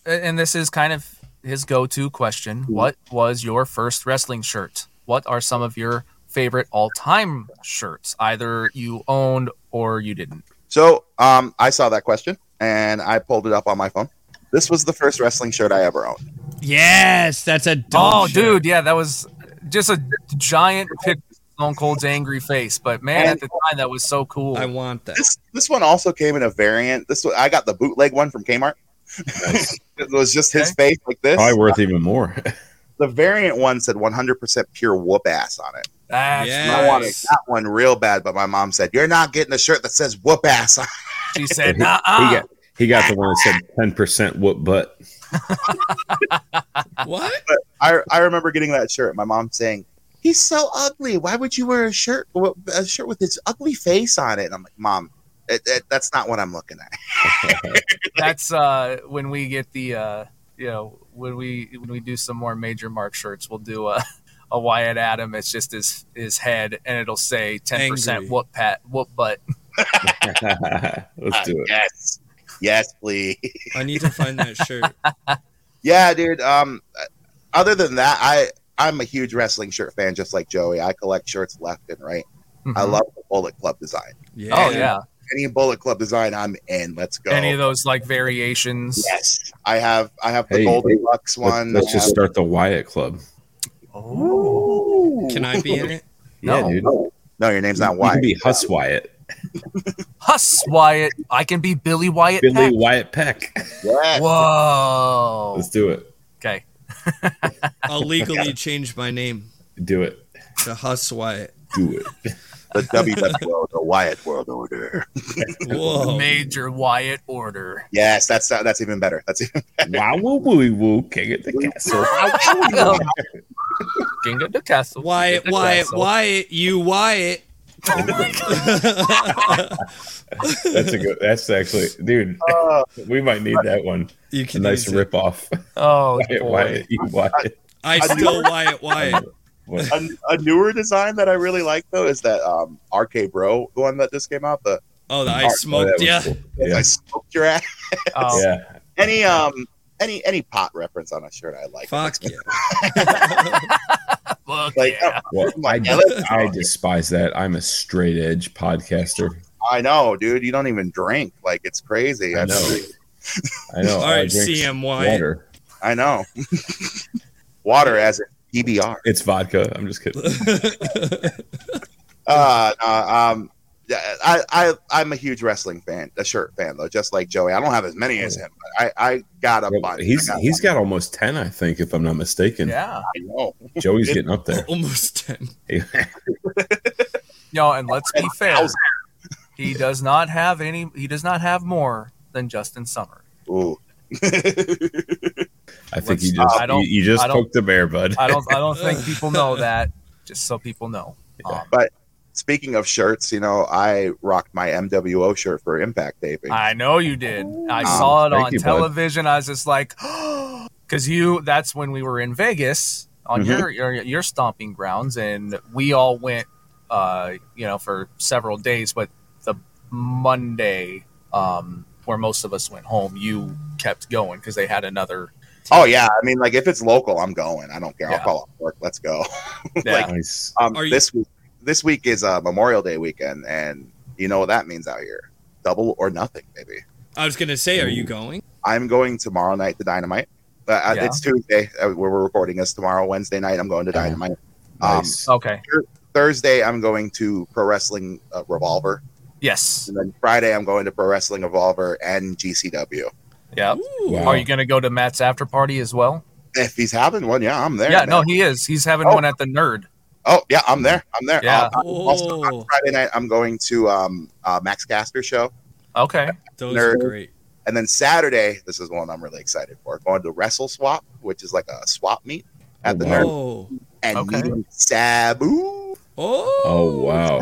Speaker 4: And this is kind of his go-to question. What was your first wrestling shirt? What are some of your favorite all-time shirts? Either you owned or you didn't.
Speaker 10: So um, I saw that question and I pulled it up on my phone. This was the first wrestling shirt I ever owned.
Speaker 5: Yes, that's a dope
Speaker 4: oh,
Speaker 5: shirt.
Speaker 4: dude, yeah, that was just a giant pic. of Stone Cold's angry face, but man, at the time that was so cool.
Speaker 5: I want that.
Speaker 10: This this one also came in a variant. This one, I got the bootleg one from Kmart. [laughs] it was just his face like this.
Speaker 6: Probably worth even more. [laughs]
Speaker 10: The variant one said 100% pure whoop ass on it.
Speaker 4: That's
Speaker 5: Yeah.
Speaker 10: And I wanted
Speaker 5: Nice.
Speaker 10: that one real bad, but my mom said, You're not getting a shirt that says whoop ass [laughs] on it."
Speaker 6: [laughs]
Speaker 4: She said,
Speaker 6: He-
Speaker 4: nah.
Speaker 10: Ah.
Speaker 6: He got he got the one that said ten percent what
Speaker 10: [laughs]
Speaker 6: butt. [laughs]
Speaker 5: What?
Speaker 10: I, I remember getting that shirt. My mom saying, "He's so ugly. Why would you wear a shirt a shirt with his ugly face on it?" And I'm like, "Mom, it, it, that's not what I'm looking at."
Speaker 4: That's uh, when we get the uh, you know when we when we do some more major mark shirts, we'll do a a Wyatt Adam. It's just his his head, and it'll say ten
Speaker 5: Angry.
Speaker 4: percent whoop pat whoop butt.
Speaker 6: Let's do it.
Speaker 10: [laughs] Yes, yes, please. [laughs]
Speaker 5: I need to find that shirt.
Speaker 4: [laughs] Oh,
Speaker 10: yeah, dude. Um, other than that, I I'm a huge wrestling shirt fan, just like Joey. I collect shirts left and right. I
Speaker 6: Mm-hmm.
Speaker 4: Mhm.
Speaker 10: love the Bullet Club design.
Speaker 5: Yeah.
Speaker 4: Oh yeah,
Speaker 10: Any Bullet Club design, I'm in. Let's go.
Speaker 4: any of those like variations.
Speaker 10: Yes, I have. I have the
Speaker 6: Hey,
Speaker 10: Goldilocks
Speaker 6: Let's,
Speaker 10: one.
Speaker 6: let's
Speaker 10: I
Speaker 6: just start the Wyatt Club.
Speaker 4: Oh,
Speaker 5: Can I be in it?
Speaker 6: Yeah,
Speaker 4: No.
Speaker 6: dude.
Speaker 10: have- no, your name's not
Speaker 6: You
Speaker 10: Wyatt.
Speaker 6: could be Huss Wyatt.
Speaker 4: Huss Wyatt. I can be Billy Wyatt.
Speaker 6: Billy
Speaker 4: Peck.
Speaker 6: Wyatt Peck.
Speaker 10: Yeah.
Speaker 4: Whoa.
Speaker 6: Let's do it.
Speaker 4: Okay.
Speaker 5: I'll
Speaker 4: [laughs]
Speaker 5: legally change my name
Speaker 6: Do it.
Speaker 5: to Huss
Speaker 4: [laughs]
Speaker 5: Wyatt.
Speaker 6: Do it.
Speaker 10: the WWO, the Wyatt World Order.
Speaker 5: Whoa.
Speaker 4: Major Wyatt order.
Speaker 10: Yes, that's that's even better. That's even
Speaker 6: wow, woo, woo, woo, king of the castle.
Speaker 4: King of the castle.
Speaker 5: Wyatt,
Speaker 4: King of the
Speaker 5: Wyatt,
Speaker 4: castle.
Speaker 5: Wyatt, you Wyatt.
Speaker 6: That's a good. That's actually, dude. we might need that one.
Speaker 5: you
Speaker 6: A
Speaker 5: can
Speaker 6: nice
Speaker 5: use it.
Speaker 6: rip off.
Speaker 4: Oh,
Speaker 6: [laughs] Wyatt,
Speaker 4: boy.
Speaker 6: Wyatt, you Wyatt.
Speaker 5: I still Wyatt, Wyatt.
Speaker 6: What?
Speaker 10: a, a newer design that I really like though is that um RK Bro the one that just came out. The
Speaker 5: Oh, the
Speaker 6: [laughs] Oh,
Speaker 5: ice
Speaker 6: that
Speaker 5: smoked.
Speaker 6: was
Speaker 5: Yeah.
Speaker 6: cool.
Speaker 10: I
Speaker 6: Yeah.
Speaker 10: smoked your ass.
Speaker 4: Oh,
Speaker 6: yeah.
Speaker 10: Any um any any pot reference on a shirt I like.
Speaker 5: Fuck yeah.
Speaker 4: fuck
Speaker 10: Like
Speaker 4: yeah.
Speaker 6: Well,
Speaker 10: I'm
Speaker 6: I,
Speaker 10: [laughs] like, yeah, let's-
Speaker 6: I despise that. I'm a straight edge podcaster.
Speaker 10: I know, dude. You don't even drink. Like it's crazy.
Speaker 6: I
Speaker 10: I
Speaker 6: know.
Speaker 10: know.
Speaker 6: I know. [laughs]
Speaker 5: All
Speaker 6: I
Speaker 5: right,
Speaker 6: drink
Speaker 5: CM Wyatt.
Speaker 6: water.
Speaker 10: I know. [laughs] Water as in PBR.
Speaker 6: It's vodka. I'm just [laughs] kidding.
Speaker 10: Uh, uh, um, yeah, I, I, I'm a huge wrestling fan, a shirt fan though, just like Joey. I don't have as many as him, but I, I got a bunch.
Speaker 6: Oh. He's
Speaker 10: I got
Speaker 6: he's
Speaker 10: a
Speaker 6: got almost ten, I think, if I'm not mistaken.
Speaker 4: Yeah.
Speaker 10: bunch. I know.
Speaker 6: Joey's getting up there.
Speaker 5: [laughs] Almost 10.
Speaker 4: No, and let's be fair. He does not have any. He does not have more than Justin Summer.
Speaker 10: Ooh. [laughs]
Speaker 6: I think
Speaker 4: Let's-
Speaker 6: you just
Speaker 4: I
Speaker 6: you,
Speaker 4: don't-
Speaker 6: you just
Speaker 4: I don't-
Speaker 6: poked the bear, bud.
Speaker 4: I don't. I don't think people know that. Just so people know. Um,
Speaker 10: Speaking of shirts, you know, I rocked my MWO shirt for Impact taping.
Speaker 4: I know you did. I saw it
Speaker 6: Oh, Thank
Speaker 4: on
Speaker 6: you, bud.
Speaker 4: television. I was just like, [gasps] because you. That's when we were in Vegas on
Speaker 6: Mm-hmm.
Speaker 4: your, your your stomping grounds, and we all went. Uh, you know, for several days, but the Monday, um, where most of us went home, you kept going because they had
Speaker 6: [laughs]
Speaker 4: another.
Speaker 10: oh yeah, I mean, like if it's local, I'm going. I don't care. I'll
Speaker 4: Yeah.
Speaker 10: call off work. Let's go.
Speaker 4: Yeah.
Speaker 6: Nice.
Speaker 10: Um,
Speaker 5: Are you-
Speaker 10: this week, this week is uh, Memorial Day weekend, and you know what that means out here: double or nothing, baby.
Speaker 5: I was going to say, are you going?
Speaker 10: I'm going tomorrow night to Dynamite. Uh,
Speaker 4: Yeah.
Speaker 10: It's Tuesday. Uh, we're we're recording this tomorrow, Wednesday night. I'm going to
Speaker 6: Uh-huh.
Speaker 10: Dynamite. Um,
Speaker 6: Nice.
Speaker 4: okay.
Speaker 10: Thursday, I'm going to Pro Wrestling uh, Revolver,
Speaker 4: Yes.
Speaker 10: and then Friday, I'm going to Pro Wrestling Revolver and GCW.
Speaker 4: Yeah.
Speaker 10: Oh,
Speaker 5: Ooh.
Speaker 6: Wow.
Speaker 4: Are you going to go to Matt's after party as well?
Speaker 10: If he's having one, yeah, I'm there.
Speaker 4: yeah,
Speaker 10: man.
Speaker 4: no, he is. He's having
Speaker 10: Oh.
Speaker 4: one at the Nerd.
Speaker 10: Oh yeah, I'm there. I'm there.
Speaker 4: Yeah.
Speaker 10: Uh, I'm also
Speaker 5: Oh.
Speaker 10: on Friday night, I'm going to um, uh, Max Caster show,
Speaker 4: Okay.
Speaker 5: Those are
Speaker 10: Nerd.
Speaker 5: great.
Speaker 10: and then Saturday, this is one I'm really excited for. Going to Wrestle Swap, which is like a swap meet at the
Speaker 6: Oh,
Speaker 10: Nerd,
Speaker 5: Oh.
Speaker 10: and
Speaker 4: Okay.
Speaker 10: meeting Sabu.
Speaker 5: Oh.
Speaker 6: Oh wow.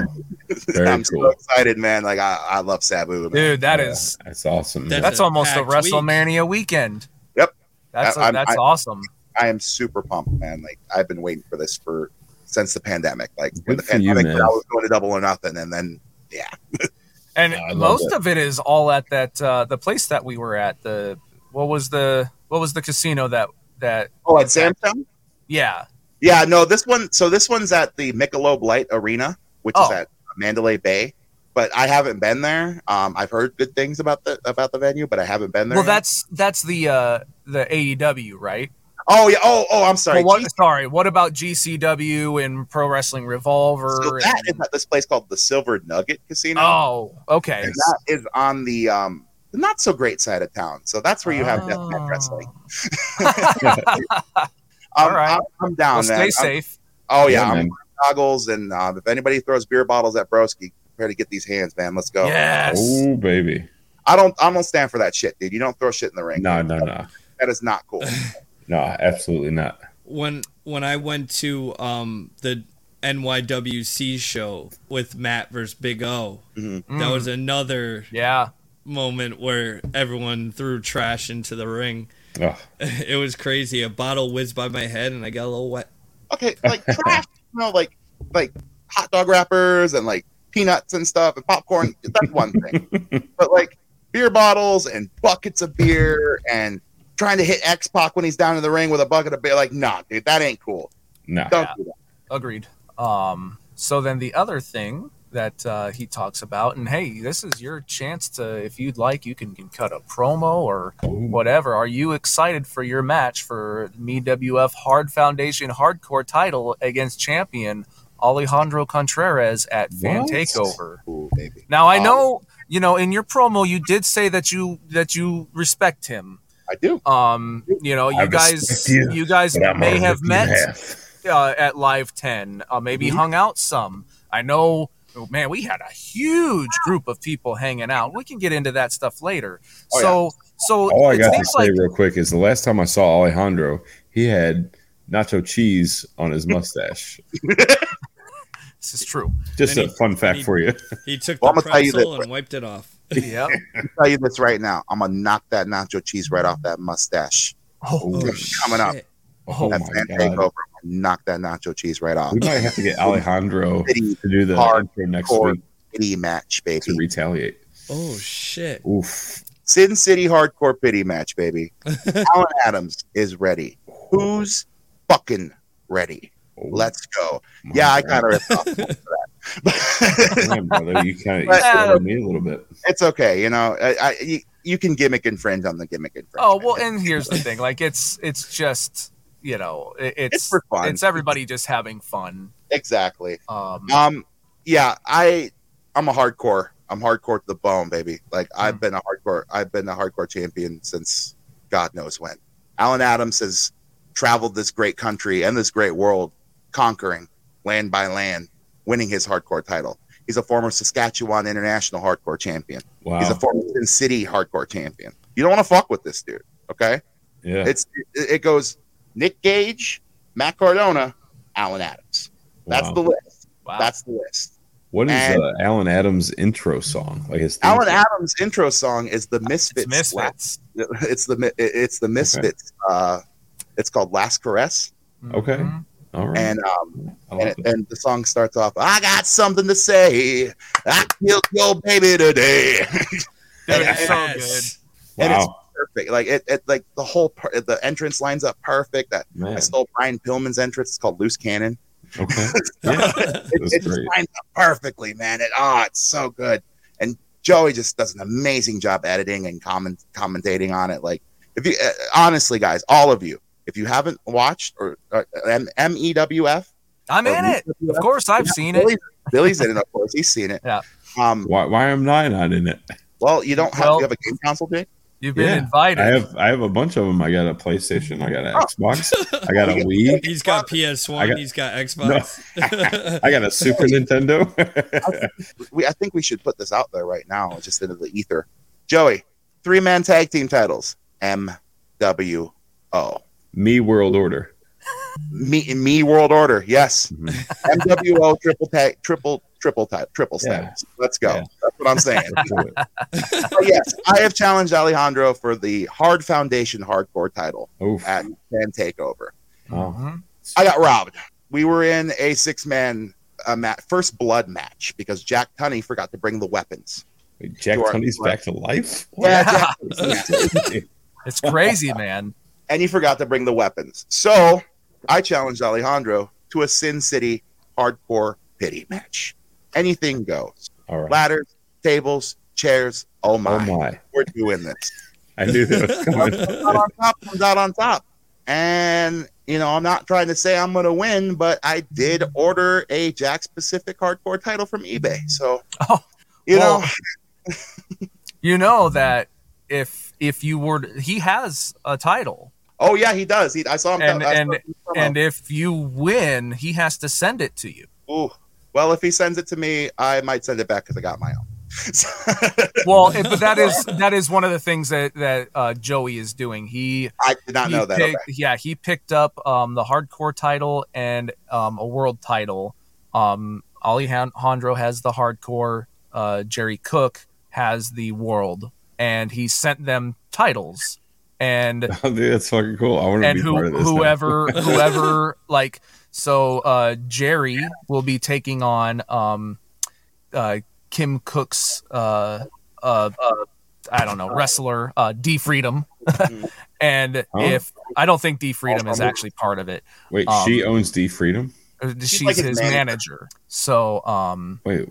Speaker 6: Very
Speaker 10: I'm so
Speaker 6: cool.
Speaker 10: excited, man. Like I, I love Sabu, man.
Speaker 4: Dude, that
Speaker 6: Yeah,
Speaker 4: is
Speaker 6: That's awesome.
Speaker 5: That's
Speaker 6: man.
Speaker 4: that's
Speaker 5: a
Speaker 4: almost a
Speaker 5: packed week.
Speaker 4: WrestleMania weekend.
Speaker 10: Yep.
Speaker 4: That's
Speaker 10: I- I'm-
Speaker 4: that's
Speaker 10: I-
Speaker 4: awesome.
Speaker 10: I am super pumped, man. Like I've been waiting for this for since the pandemic. Like when
Speaker 6: Good
Speaker 10: the
Speaker 6: for you,
Speaker 10: pandemic,
Speaker 6: man.
Speaker 10: I was going to double or nothing, and then
Speaker 4: And
Speaker 6: Yeah, I love
Speaker 4: most
Speaker 6: it.
Speaker 4: of it is all at that uh, the place that we were at. The what was the what was the casino that that
Speaker 10: oh, at Samsung.
Speaker 4: yeah
Speaker 10: Yeah, no, this one. So this one's at the Michelob Light Arena, which is
Speaker 4: Oh.
Speaker 10: at Mandalay Bay. But I haven't been there. Um, I've heard good things about the about the venue, but I haven't been there.
Speaker 4: well
Speaker 10: yet.
Speaker 4: that's that's the uh the AEW right
Speaker 10: oh yeah. Oh oh, I'm sorry.
Speaker 4: Well, what,
Speaker 10: Jeez.
Speaker 4: sorry what about GCW and Pro Wrestling Revolver
Speaker 10: So that is
Speaker 4: and-
Speaker 10: at this place called the Silver Nugget Casino.
Speaker 4: oh okay
Speaker 10: and that is on the um the not so great side of town. So that's where you have
Speaker 4: Oh.
Speaker 10: deathmatch [laughs] wrestling. I'm,
Speaker 4: All right.
Speaker 10: I'm, I'm down.
Speaker 4: Well,
Speaker 10: man.
Speaker 4: stay
Speaker 10: I'm-
Speaker 4: safe
Speaker 10: oh yeah,
Speaker 6: Yeah,
Speaker 10: I'm
Speaker 6: man.
Speaker 10: wearing goggles, and um, if anybody throws beer bottles at Broski, prepare to get these hands, man. Let's go.
Speaker 4: yes
Speaker 6: Oh baby.
Speaker 10: I don't. I don't stand for that shit, dude. You don't throw shit in the ring.
Speaker 6: No, no, no.
Speaker 10: That is not cool.
Speaker 6: No, absolutely not.
Speaker 5: when when I went to um the NYWC show with Matt versus Big O, that
Speaker 4: Mm.
Speaker 5: was another
Speaker 4: yeah
Speaker 5: moment where everyone threw trash into the ring. [laughs]
Speaker 6: Ugh.
Speaker 5: It was crazy. A bottle whizzed by my head and I got a little wet.
Speaker 10: okay, like trash. You know, like like hot dog wrappers and like peanuts and stuff and popcorn. That's
Speaker 6: [laughs]
Speaker 10: one thing. but like beer bottles and buckets of beer and trying to hit X Pac when he's down in the ring with a bucket of beer. Like, nah, dude, that ain't cool.
Speaker 6: Nah.
Speaker 10: Don't do that.
Speaker 4: Agreed. Um, so then the other thing that uh, he talks about, and hey, this is your chance to, if you'd like, you can, can cut a promo or whatever. Are you excited for your match for the WF Hard Foundation Hardcore title against champion Alejandro Contreras at Fan
Speaker 6: What?
Speaker 4: Takeover?
Speaker 10: Ooh, baby.
Speaker 4: Now I
Speaker 10: Um,
Speaker 4: know you know in your promo you did say that you that you respect him.
Speaker 10: I do. Oh,
Speaker 4: Um, you know, you
Speaker 6: I
Speaker 4: guys,
Speaker 6: respect you,
Speaker 4: you guys
Speaker 6: But I'm
Speaker 4: may
Speaker 6: gonna
Speaker 4: have
Speaker 6: rip you in
Speaker 4: met
Speaker 6: half. Mm-hmm.
Speaker 4: uh, at Live 10, uh, maybe hung out some. I know, oh, man, we had a huge group of people hanging out. We can get into that stuff later.
Speaker 10: Oh,
Speaker 4: so, so
Speaker 6: All I
Speaker 4: it
Speaker 6: got to
Speaker 4: seems
Speaker 6: say
Speaker 4: like,
Speaker 6: real quick is the last time I saw Alejandro, he had nacho cheese on his mustache.
Speaker 4: this is true.
Speaker 6: Just
Speaker 5: And
Speaker 6: a
Speaker 5: he-
Speaker 6: fun fact
Speaker 5: he-
Speaker 6: for you.
Speaker 5: He took
Speaker 10: Well,
Speaker 5: the
Speaker 10: I'ma tell you
Speaker 5: pretzel
Speaker 10: that-
Speaker 5: and wiped it off.
Speaker 6: [laughs]
Speaker 4: Yep.
Speaker 10: tell you this right now. I'm gonna knock that nacho cheese right off that mustache.
Speaker 4: Oh,
Speaker 5: Oh,
Speaker 10: coming up.
Speaker 5: shit.
Speaker 4: oh,
Speaker 10: that
Speaker 6: my
Speaker 10: fan
Speaker 6: God.
Speaker 10: takeover. I'm gonna knock that nacho cheese right off.
Speaker 6: We might have to get Alejandro
Speaker 10: Pretty
Speaker 6: to do the
Speaker 10: hard
Speaker 6: intro next
Speaker 10: core
Speaker 6: week
Speaker 10: pity match,
Speaker 6: to
Speaker 10: baby.
Speaker 6: retaliate.
Speaker 5: Oh shit.
Speaker 6: Oof.
Speaker 10: Sin City hardcore pity match, baby. Alan Adams is ready. Who's fucking ready?
Speaker 6: Oh,
Speaker 10: Let's go.
Speaker 6: my
Speaker 10: Yeah, I
Speaker 6: God.
Speaker 10: kind of ripped off for [laughs] that.
Speaker 6: [laughs] Damn, brother, you kind of
Speaker 10: But-
Speaker 6: you me a little bit.
Speaker 10: it's okay, you know. I, I you, you can gimmick and fringe on the gimmick and fringe.
Speaker 4: oh, well,
Speaker 10: man.
Speaker 4: and here's the thing like, it's, it's just, you know, it, it's,
Speaker 10: It's for fun.
Speaker 4: it's everybody just having fun.
Speaker 10: exactly.
Speaker 4: Um,
Speaker 10: Um, yeah, I I'm a hardcore. I'm hardcore to the bone, baby. Like I've been a hardcore. I've been a hardcore champion since God knows when. Alan Adams has traveled this great country and this great world, conquering land by land, winning his hardcore title. He's a former Saskatchewan international hardcore champion. He's
Speaker 6: Wow.
Speaker 10: a former Sin City hardcore champion. You don't want to fuck with this dude, okay?
Speaker 6: Yeah.
Speaker 10: It's it it goes Nick Gage, Matt Cardona, Alan Adams. That's
Speaker 6: Wow.
Speaker 10: the list.
Speaker 4: wow.
Speaker 10: That's the list.
Speaker 6: What is
Speaker 10: and-
Speaker 6: uh, Alan Adams' intro song? Like his theme
Speaker 10: Alan
Speaker 6: song?
Speaker 10: Adams' intro song is the
Speaker 4: it's
Speaker 10: Misfits.
Speaker 4: misfits.
Speaker 10: Last- it's the Mi- it's the Misfits. Uh, it's called Last Caress,
Speaker 6: Okay.
Speaker 4: Mhm.
Speaker 6: All right.
Speaker 10: and um,
Speaker 6: I
Speaker 10: and,
Speaker 6: like
Speaker 10: it,
Speaker 6: it.
Speaker 10: and the song starts off. I got something to say. I killed your baby today, [laughs]
Speaker 4: Dude,
Speaker 10: And-
Speaker 4: it's so
Speaker 5: Yes.
Speaker 4: good.
Speaker 10: and it's
Speaker 6: Wow,
Speaker 10: perfect. Like it, it like the whole per- the entrance lines up perfect. I, I [laughs]
Speaker 6: man.
Speaker 10: stole Brian Pillman's entrance. It's called Loose Cannon.
Speaker 6: Okay. Yeah.
Speaker 5: [laughs]
Speaker 10: [laughs] It,
Speaker 6: That's
Speaker 10: it just
Speaker 6: great.
Speaker 10: lines up perfectly, man. It ah, it's so good. And Joey just does an amazing job editing and comment commentating on it. Like, if you uh, honestly, guys, all of you, if you haven't watched or uh, M- MEWF,
Speaker 4: I'm in it. Of course, I've seen it.
Speaker 10: Billy- Billy's in it. Of course, he's seen it.
Speaker 4: Yeah.
Speaker 10: Um.
Speaker 6: Why, why am I not in it?
Speaker 10: Well, you don't have
Speaker 4: Well-
Speaker 10: you have a game console, Jake.
Speaker 4: You've been
Speaker 6: Yeah,
Speaker 4: invited.
Speaker 6: I have I have a bunch of them. I got a PlayStation. I
Speaker 4: Oh.
Speaker 6: got
Speaker 4: [laughs]
Speaker 6: an Xbox. I got a Wii.
Speaker 5: He's got PS1,
Speaker 6: I got-
Speaker 5: he's
Speaker 6: [laughs]
Speaker 5: got Xbox.
Speaker 6: I got a Super Nintendo. [laughs]
Speaker 10: We I think we should put this out there right now, just into the ether. Joey, three man tag team titles. M W O.
Speaker 6: Me World
Speaker 10: [laughs]
Speaker 6: Order. Mm-hmm.
Speaker 10: Me, me World Order. Yes. MWO triple tag triple triple type, triple stem.
Speaker 6: Yeah.
Speaker 10: Let's go.
Speaker 6: Yeah.
Speaker 10: That's what I'm saying.
Speaker 6: Do it.
Speaker 10: But yes, I have challenged Alejandro for the Hard Foundation Hardcore title
Speaker 6: Oof. Oh,
Speaker 10: at Fan Takeover.
Speaker 6: Wow.
Speaker 10: I got robbed. We were in a six man uh, mat, first blood match because Jack Tunney forgot to bring the weapons.
Speaker 6: Wait, Jack
Speaker 10: You are
Speaker 6: Tunney's
Speaker 10: correct.
Speaker 6: back to life?
Speaker 10: Yeah, Jack
Speaker 4: It's crazy, man.
Speaker 10: and he forgot to bring the weapons. So I challenged Alejandro to a Sin City hardcore pity match. Anything goes.
Speaker 6: [laughs] All right.
Speaker 10: Ladders, tables, chairs. Oh my.
Speaker 6: Oh my.
Speaker 10: We're doing this.
Speaker 6: I knew that was
Speaker 10: [laughs]
Speaker 6: coming.
Speaker 10: Not on top, comes out on top. And you know, I'm not trying to say I'm gonna win, but I did order a Jack specific hardcore title from eBay. So
Speaker 4: Oh,
Speaker 10: you
Speaker 4: well,
Speaker 10: know,
Speaker 4: You know that if if you were to- he has a title.
Speaker 10: oh yeah, he does. He, I saw him.
Speaker 4: And-
Speaker 10: I saw
Speaker 4: and-
Speaker 10: him
Speaker 4: And if you win, he has to send it to you.
Speaker 10: Ooh. Well, if he sends it to me, I might send it back because I got my own. [laughs]
Speaker 4: Well, it, but that is that is one of the things that that uh, Joey is doing. He
Speaker 10: I did not
Speaker 4: he
Speaker 10: know that.
Speaker 4: picked-
Speaker 10: Okay.
Speaker 4: Yeah, he picked up um, the hardcore title and um, a world title. Um, Alejandro has the hardcore. Uh, Jerry Cook has the world, and he sent them titles. And
Speaker 6: Oh, Dude, that's fucking cool. I want to
Speaker 4: and
Speaker 6: be
Speaker 4: who,
Speaker 6: part of this. now. [laughs]
Speaker 4: whoever whoever like so uh jerry will be taking on um uh kim cook's uh uh, uh i don't know wrestler uh d freedom [laughs] and
Speaker 6: Huh?
Speaker 4: if i don't think d freedom is actually part of it
Speaker 6: Wait,
Speaker 4: um,
Speaker 6: she owns D Freedom?
Speaker 4: Uh, she's
Speaker 10: like his
Speaker 4: his
Speaker 10: manager.
Speaker 4: manager. so um
Speaker 6: Wait.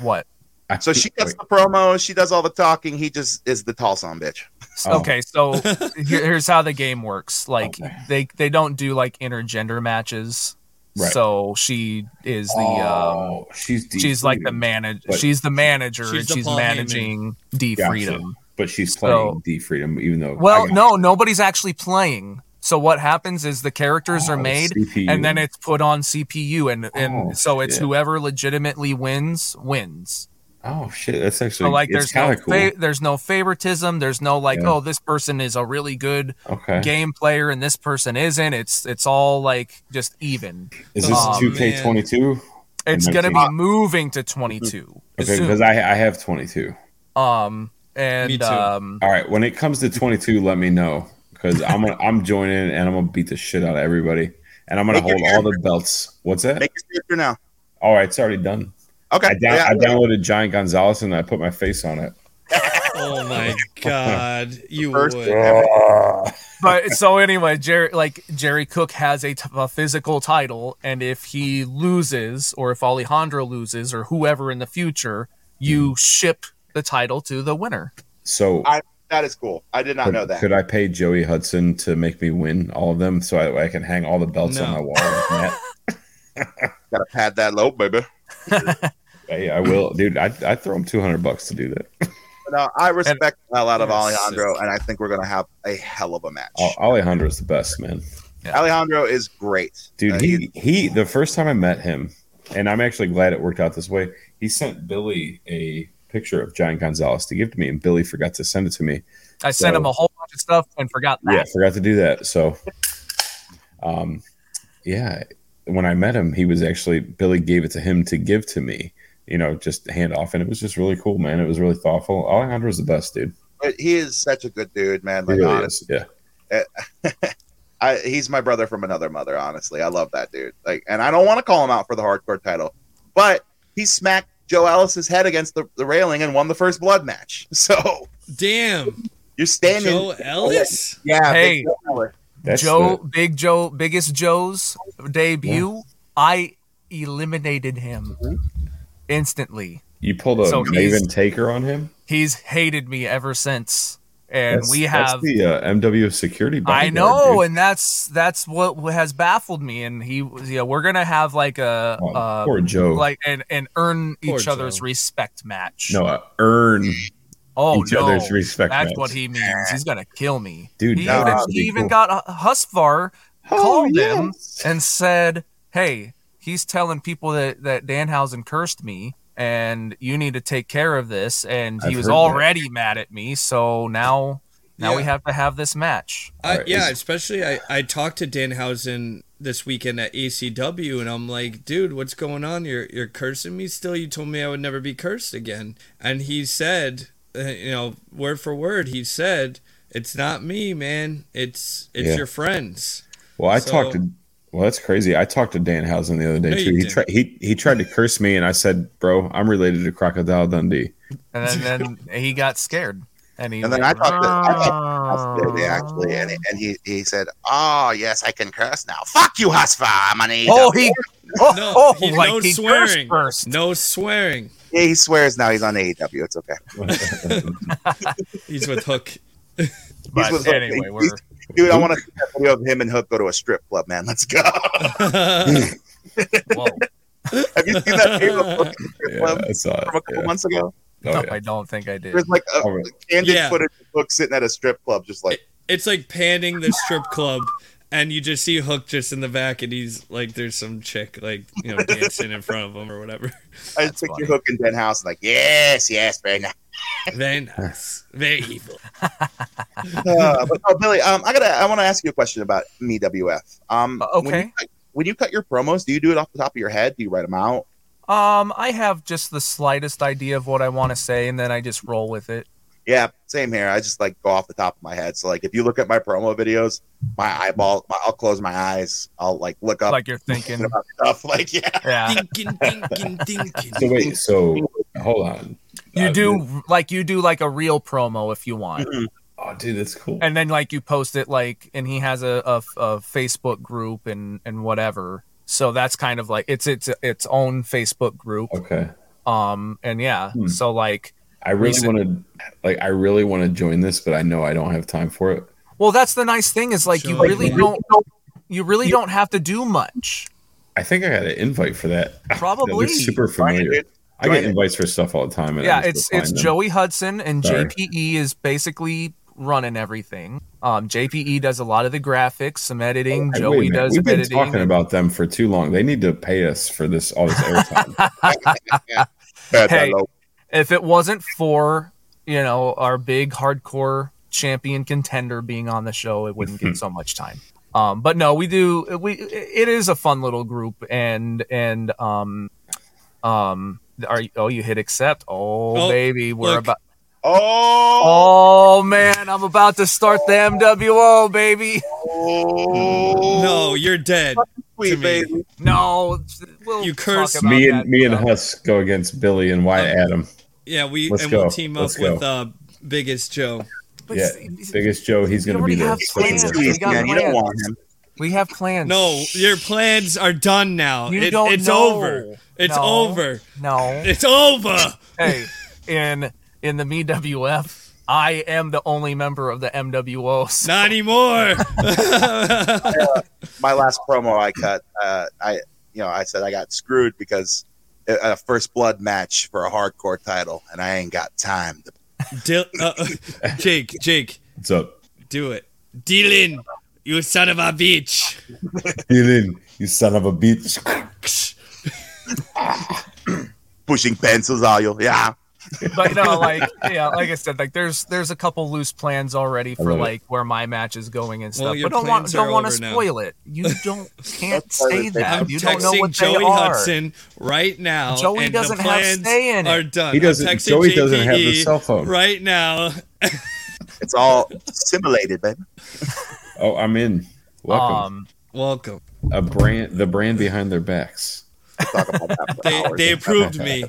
Speaker 4: what
Speaker 6: I-
Speaker 10: So she
Speaker 6: wait.
Speaker 10: gets the promo. She does all the talking. He just is the tall son bitch.
Speaker 4: S-
Speaker 6: Oh.
Speaker 4: okay
Speaker 10: [laughs]
Speaker 4: so here, here's how the game works like
Speaker 6: Okay.
Speaker 4: they they don't do like intergender matches
Speaker 6: Right.
Speaker 4: so she is the um
Speaker 6: Oh, she's D
Speaker 4: she's like the
Speaker 6: Freedom,
Speaker 4: manager.
Speaker 6: But-
Speaker 4: She's the manager.
Speaker 5: She's
Speaker 4: and
Speaker 5: the
Speaker 4: she's
Speaker 5: Paul Heyman.
Speaker 4: managing D
Speaker 6: Gotcha.
Speaker 4: Freedom.
Speaker 6: but she's
Speaker 4: so-
Speaker 6: playing D Freedom, even though. I
Speaker 4: Well,
Speaker 6: got-
Speaker 4: no, nobody's actually playing. So what happens is the characters are
Speaker 6: Oh,
Speaker 4: made,
Speaker 6: CPU.
Speaker 4: and then it's put on CPU, and and
Speaker 6: Oh,
Speaker 4: so it's
Speaker 6: shit.
Speaker 4: whoever legitimately wins wins.
Speaker 6: Oh shit, that's actually
Speaker 4: So like,
Speaker 6: it's
Speaker 4: there's no
Speaker 6: kind of cool.
Speaker 4: fa- there's no favoritism. There's no like,
Speaker 6: Yeah.
Speaker 4: oh, this person is a really good
Speaker 6: okay,
Speaker 4: game player and this person isn't. It's it's all like just even.
Speaker 6: is this
Speaker 4: Aw,
Speaker 6: two K twenty two?
Speaker 4: It's gonna be
Speaker 6: Nineteen.
Speaker 4: moving to 22.
Speaker 6: Okay,
Speaker 4: soon.
Speaker 6: because I I have twenty two.
Speaker 4: um and
Speaker 5: Me too.
Speaker 4: um
Speaker 6: All right, when it comes to twenty two, let me know because I'm gonna, I'm joining and I'm gonna beat the shit out of everybody, and I'm gonna
Speaker 10: Make
Speaker 6: hold
Speaker 10: your
Speaker 6: all the belts. What's that?
Speaker 10: Make your character now.
Speaker 6: All right, it's already done.
Speaker 10: Okay.
Speaker 6: I, down,
Speaker 10: Yeah,
Speaker 6: I
Speaker 10: yeah.
Speaker 6: downloaded Giant Gonzalez and I put my face on it.
Speaker 5: Oh my god, you
Speaker 10: First-
Speaker 5: would.
Speaker 4: but so anyway, Jerry like Jerry Cook has a, t- a physical title, and if he loses, or if Alejandro loses, or whoever in the future,
Speaker 6: Hmm.
Speaker 4: you ship the title to the winner.
Speaker 6: So
Speaker 10: I That is cool. I did not
Speaker 6: could,
Speaker 10: know that.
Speaker 6: could I pay Joey Hudson to make me win all of them so I, I can hang all the belts on
Speaker 5: No.
Speaker 6: my wall? Like
Speaker 4: [laughs]
Speaker 6: that?
Speaker 10: Gotta pad that low, baby.
Speaker 6: hey, I will, dude. I I throw him two hundred bucks to do that.
Speaker 10: No, I respect a lot of
Speaker 5: Yes.
Speaker 10: Alejandro, and I think we're gonna have a hell of a match.
Speaker 6: Al- Alejandro's the best man.
Speaker 10: Alejandro is great, Uh,
Speaker 6: dude he he the first time i met him and i'm actually glad it worked out this way he sent billy a picture of john gonzalez to give to me and billy forgot to send it to me
Speaker 4: I sent
Speaker 6: So-
Speaker 4: him a whole bunch of stuff and forgot that.
Speaker 6: yeah forgot to do that so um yeah when i met him he was actually billy gave it to him to give to me you know just hand off and it was just really cool man it was really thoughtful alejandro's the best dude
Speaker 10: but he is such a good dude, man.
Speaker 4: Oh
Speaker 6: he
Speaker 10: Like,
Speaker 6: really
Speaker 10: honest-
Speaker 6: is yeah
Speaker 10: I, he's my brother from another mother. Honestly, I love that dude. Like, and I don't want to call him out for the hardcore title, but he smacked Joe Ellis's head against the, the railing and won the first blood match. [laughs] So
Speaker 5: Damn,
Speaker 10: you're standing.
Speaker 5: Joe Ellis.
Speaker 10: Yeah,
Speaker 4: Hey.
Speaker 10: big Joe Ellis.
Speaker 6: that's
Speaker 4: Joe,
Speaker 6: the-
Speaker 4: Big Joe, Biggest Joe's debut, I eliminated him
Speaker 6: Mm-hmm.
Speaker 4: instantly.
Speaker 6: you pulled a
Speaker 4: So he's-
Speaker 6: maven taker on him
Speaker 4: He's hated me ever since, and
Speaker 6: That's-
Speaker 4: we
Speaker 6: that's
Speaker 4: have
Speaker 6: the uh, mw security
Speaker 4: I
Speaker 6: bodyguard,
Speaker 4: know,
Speaker 6: dude.
Speaker 4: and that's that's what has baffled me. And he, was- yeah, we're gonna have like a
Speaker 6: Oh,
Speaker 4: uh,
Speaker 6: poor joe
Speaker 4: like and and earn
Speaker 5: Poor
Speaker 4: each other's
Speaker 5: Joe.
Speaker 4: respect match.
Speaker 6: No, uh, earn
Speaker 4: oh
Speaker 6: each
Speaker 4: no,
Speaker 6: other's respect.
Speaker 4: that's
Speaker 6: match.
Speaker 4: what he means. He's gonna kill me,
Speaker 6: Dude,
Speaker 4: He,
Speaker 6: that
Speaker 4: even,
Speaker 6: would be
Speaker 4: he even
Speaker 6: cool.
Speaker 4: got Husvar
Speaker 6: Oh,
Speaker 4: called
Speaker 6: yes.
Speaker 4: him and said, "Hey, he's telling people that that Danhausen cursed me." And you need to take care of this. And he
Speaker 6: I've
Speaker 4: was
Speaker 6: heard that.
Speaker 4: already mad at me, so now Now we
Speaker 5: Yeah.
Speaker 4: have to have this match.
Speaker 5: I, yeah, especially I, I talked to Danhausen this weekend at ACW, and I'm like, dude, what's going on? You're you're cursing me still. You told me I would never be cursed again, and he said, uh, you know, word for word, he said, it's not me, man. It's it's
Speaker 6: Yeah.
Speaker 5: your friends.
Speaker 6: Well, I
Speaker 5: So-
Speaker 6: talked to. Well, that's crazy. I talked to Dan Housen the other day
Speaker 5: No,
Speaker 6: too.
Speaker 5: you
Speaker 6: He, tri- he he tried to curse me, and I said, "Bro, I'm related to Crocodile Dundee." [laughs]
Speaker 4: And then,
Speaker 5: [laughs]
Speaker 4: then he got scared. And, he
Speaker 10: And then I
Speaker 4: went,
Speaker 10: talked to, I talked to
Speaker 4: "Ah."
Speaker 5: Oh.
Speaker 10: Husfar, actually, and, and he, he said, "Oh yes, I can curse now. Fuck you, Husfar. I'm an AEW."
Speaker 4: Oh, he. Oh,
Speaker 5: No,
Speaker 4: oh,
Speaker 5: he-
Speaker 4: like
Speaker 5: no
Speaker 4: he
Speaker 5: swearing.
Speaker 4: cursed first.
Speaker 5: No swearing.
Speaker 10: Yeah, he swears now he's on AEW. It's okay.
Speaker 5: He's with
Speaker 6: [laughs]
Speaker 5: Hook. [laughs]
Speaker 4: But
Speaker 10: with-
Speaker 4: anyway,
Speaker 10: he's- [laughs]
Speaker 4: we're
Speaker 10: Dude, I want to see that video of him and Hook go to a strip club, man. Let's go. [laughs]
Speaker 4: whoa.
Speaker 10: Have you seen that video of Hook in a strip
Speaker 6: Yeah,
Speaker 10: club
Speaker 6: I saw it.
Speaker 10: from a couple
Speaker 6: Yeah.
Speaker 10: months ago?
Speaker 6: Oh,
Speaker 4: I
Speaker 6: yeah.
Speaker 4: don't think I did.
Speaker 10: There's like a
Speaker 6: Oh,
Speaker 10: candid
Speaker 5: Yeah.
Speaker 10: footage of Hook sitting at a strip club, just like
Speaker 5: it's like panning the strip club and you just see Hook just in the back and he's like there's some chick like you know dancing in front of him or whatever. [laughs]
Speaker 10: I just
Speaker 4: That's
Speaker 10: picture
Speaker 4: funny.
Speaker 10: Hook and Den House, like yes, yes, very nice.
Speaker 5: Very nice. Very
Speaker 4: [laughs]
Speaker 5: evil.
Speaker 10: Uh, but, oh, Billy, um, I gotta, I want to ask you a question about me WF. Um,
Speaker 4: Uh,
Speaker 10: when you
Speaker 4: okay.
Speaker 10: cut- when you cut your promos, do you do it off the top of your head? Do you write them out?
Speaker 4: Um, I have just the slightest idea of what I want to say, and then I just roll with it.
Speaker 10: Yeah, same here. I just like go off the top of my head. So like, if you look at my promo videos, my eyeball, my, I'll close my eyes. I'll like look up
Speaker 4: Like you're thinking.
Speaker 10: [laughs] about stuff. Like, yeah,
Speaker 4: Yeah.
Speaker 5: Thinking, thinking, thinking.
Speaker 6: So wait, so hold on.
Speaker 4: You
Speaker 6: Uh,
Speaker 4: do like you do like a real promo if you want.
Speaker 6: Oh, dude, that's cool.
Speaker 4: And then like you post it like and he has a, a, a Facebook group and and whatever. So that's kind of like it's it's its own Facebook group.
Speaker 6: Okay,
Speaker 4: Um and yeah.
Speaker 6: Hmm.
Speaker 4: So like
Speaker 6: I really
Speaker 4: Recent-
Speaker 6: want to, like, I really want to join this, but I know I don't have time for it.
Speaker 4: well that's the nice thing is like you
Speaker 5: Sure.
Speaker 4: really don't you really don't have to do much.
Speaker 6: I think I got an invite for that. [laughs]
Speaker 4: Probably.
Speaker 6: That looks super
Speaker 10: Brian,
Speaker 6: familiar.
Speaker 10: dude,
Speaker 6: I get
Speaker 10: Join it.
Speaker 6: invites for stuff all the time. and I
Speaker 4: yeah,
Speaker 6: just
Speaker 4: it's
Speaker 6: don't
Speaker 4: it's
Speaker 6: find them.
Speaker 4: Joey Hudson and
Speaker 6: Sorry.
Speaker 4: JPE is basically running everything. Um, JPE does a lot of the graphics, some editing.
Speaker 6: Hey, wait
Speaker 4: Joey
Speaker 6: a minute.
Speaker 4: does
Speaker 6: We've been
Speaker 4: editing.
Speaker 6: talking about them for too long. They need to pay us for this all this
Speaker 4: [laughs]
Speaker 6: airtime.
Speaker 10: that's
Speaker 4: Hey.
Speaker 10: a low-
Speaker 4: if it wasn't for you know our big hardcore champion contender being on the show, it
Speaker 6: Mm-hmm.
Speaker 4: wouldn't get so much time. Um, but no, we do. We it is a fun little group, and and um um are you, oh you hit accept? Oh,
Speaker 5: Oh,
Speaker 4: baby, we're
Speaker 5: look.
Speaker 4: about.
Speaker 10: Oh,
Speaker 4: Oh man, I'm about to start the MWO, baby.
Speaker 5: No, you're dead.
Speaker 10: sweet
Speaker 5: me.
Speaker 10: baby.
Speaker 4: No, we'll
Speaker 5: You
Speaker 4: talk
Speaker 5: curse
Speaker 4: about
Speaker 6: me
Speaker 4: that. Um,
Speaker 6: and me and Hus go against Billy and Wyatt Adam.
Speaker 5: Yeah, we
Speaker 6: Let's
Speaker 5: and
Speaker 6: go.
Speaker 5: we'll team up
Speaker 6: Let's go.
Speaker 5: with uh biggest Joe.
Speaker 4: But
Speaker 6: yeah,
Speaker 4: s-
Speaker 6: biggest Joe. He's
Speaker 4: You
Speaker 6: going to
Speaker 4: already
Speaker 6: be there.
Speaker 4: have plans.
Speaker 6: That's
Speaker 4: We
Speaker 10: Please,
Speaker 4: got
Speaker 10: man, you don't
Speaker 4: plans.
Speaker 10: want him.
Speaker 4: we have plans.
Speaker 5: No, your plans are done now.
Speaker 4: You
Speaker 5: It-
Speaker 4: don't
Speaker 5: it's
Speaker 4: know.
Speaker 5: over. It's
Speaker 4: No.
Speaker 5: over.
Speaker 4: no.
Speaker 5: It's over.
Speaker 4: hey, in in the MWF, I am the only member of the MWO. So
Speaker 5: Not anymore. [laughs]
Speaker 10: my last promo I cut, uh, I you know I said I got screwed because a- a first blood match for a hardcore title, and I ain't got time. To,
Speaker 5: Dil- uh, uh, Jake, Jake,
Speaker 6: What's up? [laughs]
Speaker 5: do it. Dylan, you son of a bitch.
Speaker 6: Dylan, you son of a bitch.
Speaker 10: pushing pencils, all you, yeah.
Speaker 4: but no,
Speaker 5: [laughs]
Speaker 4: like yeah, like I said, like there's there's a couple loose plans already for
Speaker 6: love it.
Speaker 4: like where my match is going and stuff.
Speaker 5: Well, your
Speaker 4: but don't want
Speaker 5: plans
Speaker 4: don't
Speaker 5: are
Speaker 4: want to
Speaker 5: over now.
Speaker 4: spoil it.
Speaker 5: [laughs]
Speaker 4: You don't can't
Speaker 10: That's why
Speaker 4: say
Speaker 10: they-
Speaker 4: that.
Speaker 5: I'm
Speaker 4: you
Speaker 5: texting
Speaker 4: don't know what
Speaker 5: Joey
Speaker 4: they are.
Speaker 5: Hudson right now.
Speaker 4: Joey
Speaker 5: and
Speaker 4: doesn't
Speaker 5: the
Speaker 4: have
Speaker 5: plans
Speaker 4: say in it.
Speaker 5: Are done.
Speaker 6: [laughs] He
Speaker 5: I'm
Speaker 6: doesn't-
Speaker 5: texting
Speaker 6: Joey doesn't have the
Speaker 4: E.
Speaker 5: JPE
Speaker 6: cell phone.
Speaker 5: right now.
Speaker 10: It's all simulated, baby.
Speaker 6: Oh, I'm in. Welcome.
Speaker 4: Um,
Speaker 5: Welcome.
Speaker 6: a brand, the brand behind their backs.
Speaker 10: Talk about that
Speaker 4: [laughs]
Speaker 10: for
Speaker 5: They
Speaker 10: hours.
Speaker 5: they approved me.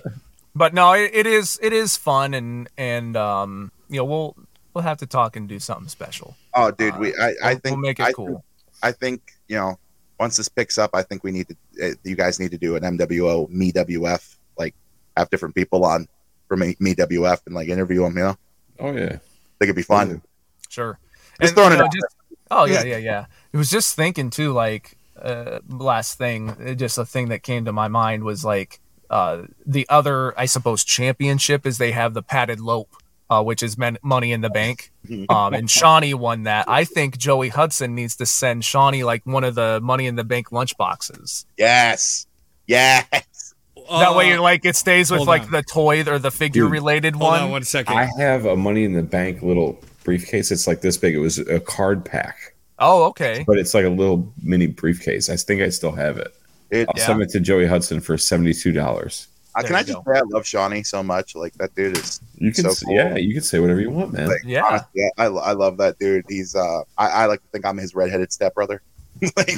Speaker 4: but no, it, it is it is fun and and um, you know we'll we'll have to talk and do something special.
Speaker 10: Oh, dude, we I, I
Speaker 4: We'll-
Speaker 10: think
Speaker 4: we'll make it
Speaker 10: I,
Speaker 4: cool.
Speaker 10: think- I think you know once this picks up, I think we need to uh, you guys need to do an MWO me WF E like have different people on E, from me, me WF and like interview them. You know,
Speaker 6: Oh yeah.
Speaker 10: they could be fun.
Speaker 4: Sure.
Speaker 10: Just throwing it
Speaker 4: you know,
Speaker 10: out
Speaker 4: just- Oh yeah, yeah, yeah. It was just thinking too, like uh, last thing, uh, just a thing that came to my mind was like uh, the other, I suppose, championship is they have the padded lope, uh, which is men- Money in the Bank,
Speaker 6: Mm-hmm.
Speaker 4: um, and Shawnee won that. I think Joey Hudson needs to send Shawnee like one of the Money in the Bank lunch boxes.
Speaker 10: Yes, [laughs] yes.
Speaker 4: that way,
Speaker 5: Uh,
Speaker 4: you're like it stays with
Speaker 5: hold
Speaker 4: like
Speaker 5: on.
Speaker 4: the toy or the figure related
Speaker 5: Hold
Speaker 4: one.
Speaker 5: on one second.
Speaker 6: I have a Money in the Bank little briefcase. It's like this big. It was a card pack,
Speaker 4: Oh, okay.
Speaker 6: but it's like a little mini briefcase. I think I still have it.
Speaker 10: It-
Speaker 6: I'll send it to Joey Hudson for seventy two dollars.
Speaker 10: Uh,
Speaker 4: There
Speaker 10: can I
Speaker 4: you
Speaker 10: just
Speaker 4: go.
Speaker 10: say I love Shawnee so much? Like that dude is
Speaker 6: You can,
Speaker 10: So
Speaker 6: s-
Speaker 10: cool.
Speaker 6: yeah, you can say whatever you want, man.
Speaker 10: Like-
Speaker 4: Yeah.
Speaker 10: yeah, I, lo- I love that dude. He's uh, I, I like to think I'm his redheaded stepbrother.
Speaker 6: [laughs]
Speaker 10: [laughs] like,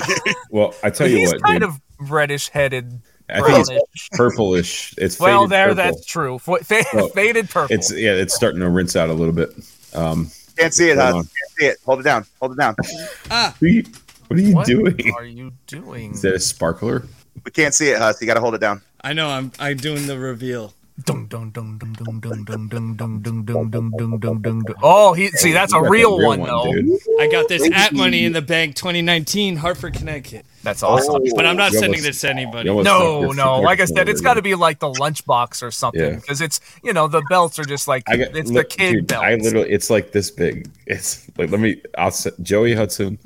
Speaker 6: well, I tell you
Speaker 4: He's
Speaker 6: what,
Speaker 4: kind
Speaker 6: dude.
Speaker 4: of reddish headed,
Speaker 6: I think it's
Speaker 4: brownish.
Speaker 6: purplish. It's
Speaker 4: Well,
Speaker 6: faded
Speaker 4: there,
Speaker 6: purple.
Speaker 4: that's true. F- fa-
Speaker 6: Well,
Speaker 4: [laughs] faded purple.
Speaker 6: It's yeah, it's starting to rinse out a little bit. Um,
Speaker 10: can't see it,
Speaker 6: Hold
Speaker 10: Hud.
Speaker 6: on.
Speaker 10: Can't see it. Hold it down. Hold it down.
Speaker 6: what are you, what are you
Speaker 4: what
Speaker 6: doing? [laughs]
Speaker 4: are you doing?
Speaker 6: Is that a sparkler?
Speaker 10: We can't see it, Hus. You got to hold it down.
Speaker 5: I know. I'm I'm doing the reveal.
Speaker 4: Dun, dun, dun, dun, dun, dun, dun, dun, dun, dun, dun, dun, dun, dun, dun, dun. Oh, he see that's a
Speaker 6: You got that
Speaker 4: real, one, though.
Speaker 6: dude.
Speaker 5: I got this at Money in the Bank 2019 Hartford, Connecticut.
Speaker 6: Oh,
Speaker 4: That's awesome.
Speaker 5: But I'm not
Speaker 6: You
Speaker 5: sending
Speaker 6: almost-
Speaker 5: this to anybody.
Speaker 6: you almost knocked
Speaker 4: No,
Speaker 6: your
Speaker 4: no.
Speaker 6: fucking
Speaker 4: Like I said,
Speaker 6: recorder
Speaker 4: it's got to
Speaker 6: over.
Speaker 4: be like the lunchbox or something
Speaker 6: Yeah.
Speaker 4: because it's you know the belts are just like
Speaker 6: I got,
Speaker 4: it's
Speaker 6: look,
Speaker 4: the kid
Speaker 6: dude,
Speaker 4: belts.
Speaker 6: I literally, it's like this big. It's like, let me, I'll s Joey Hudson.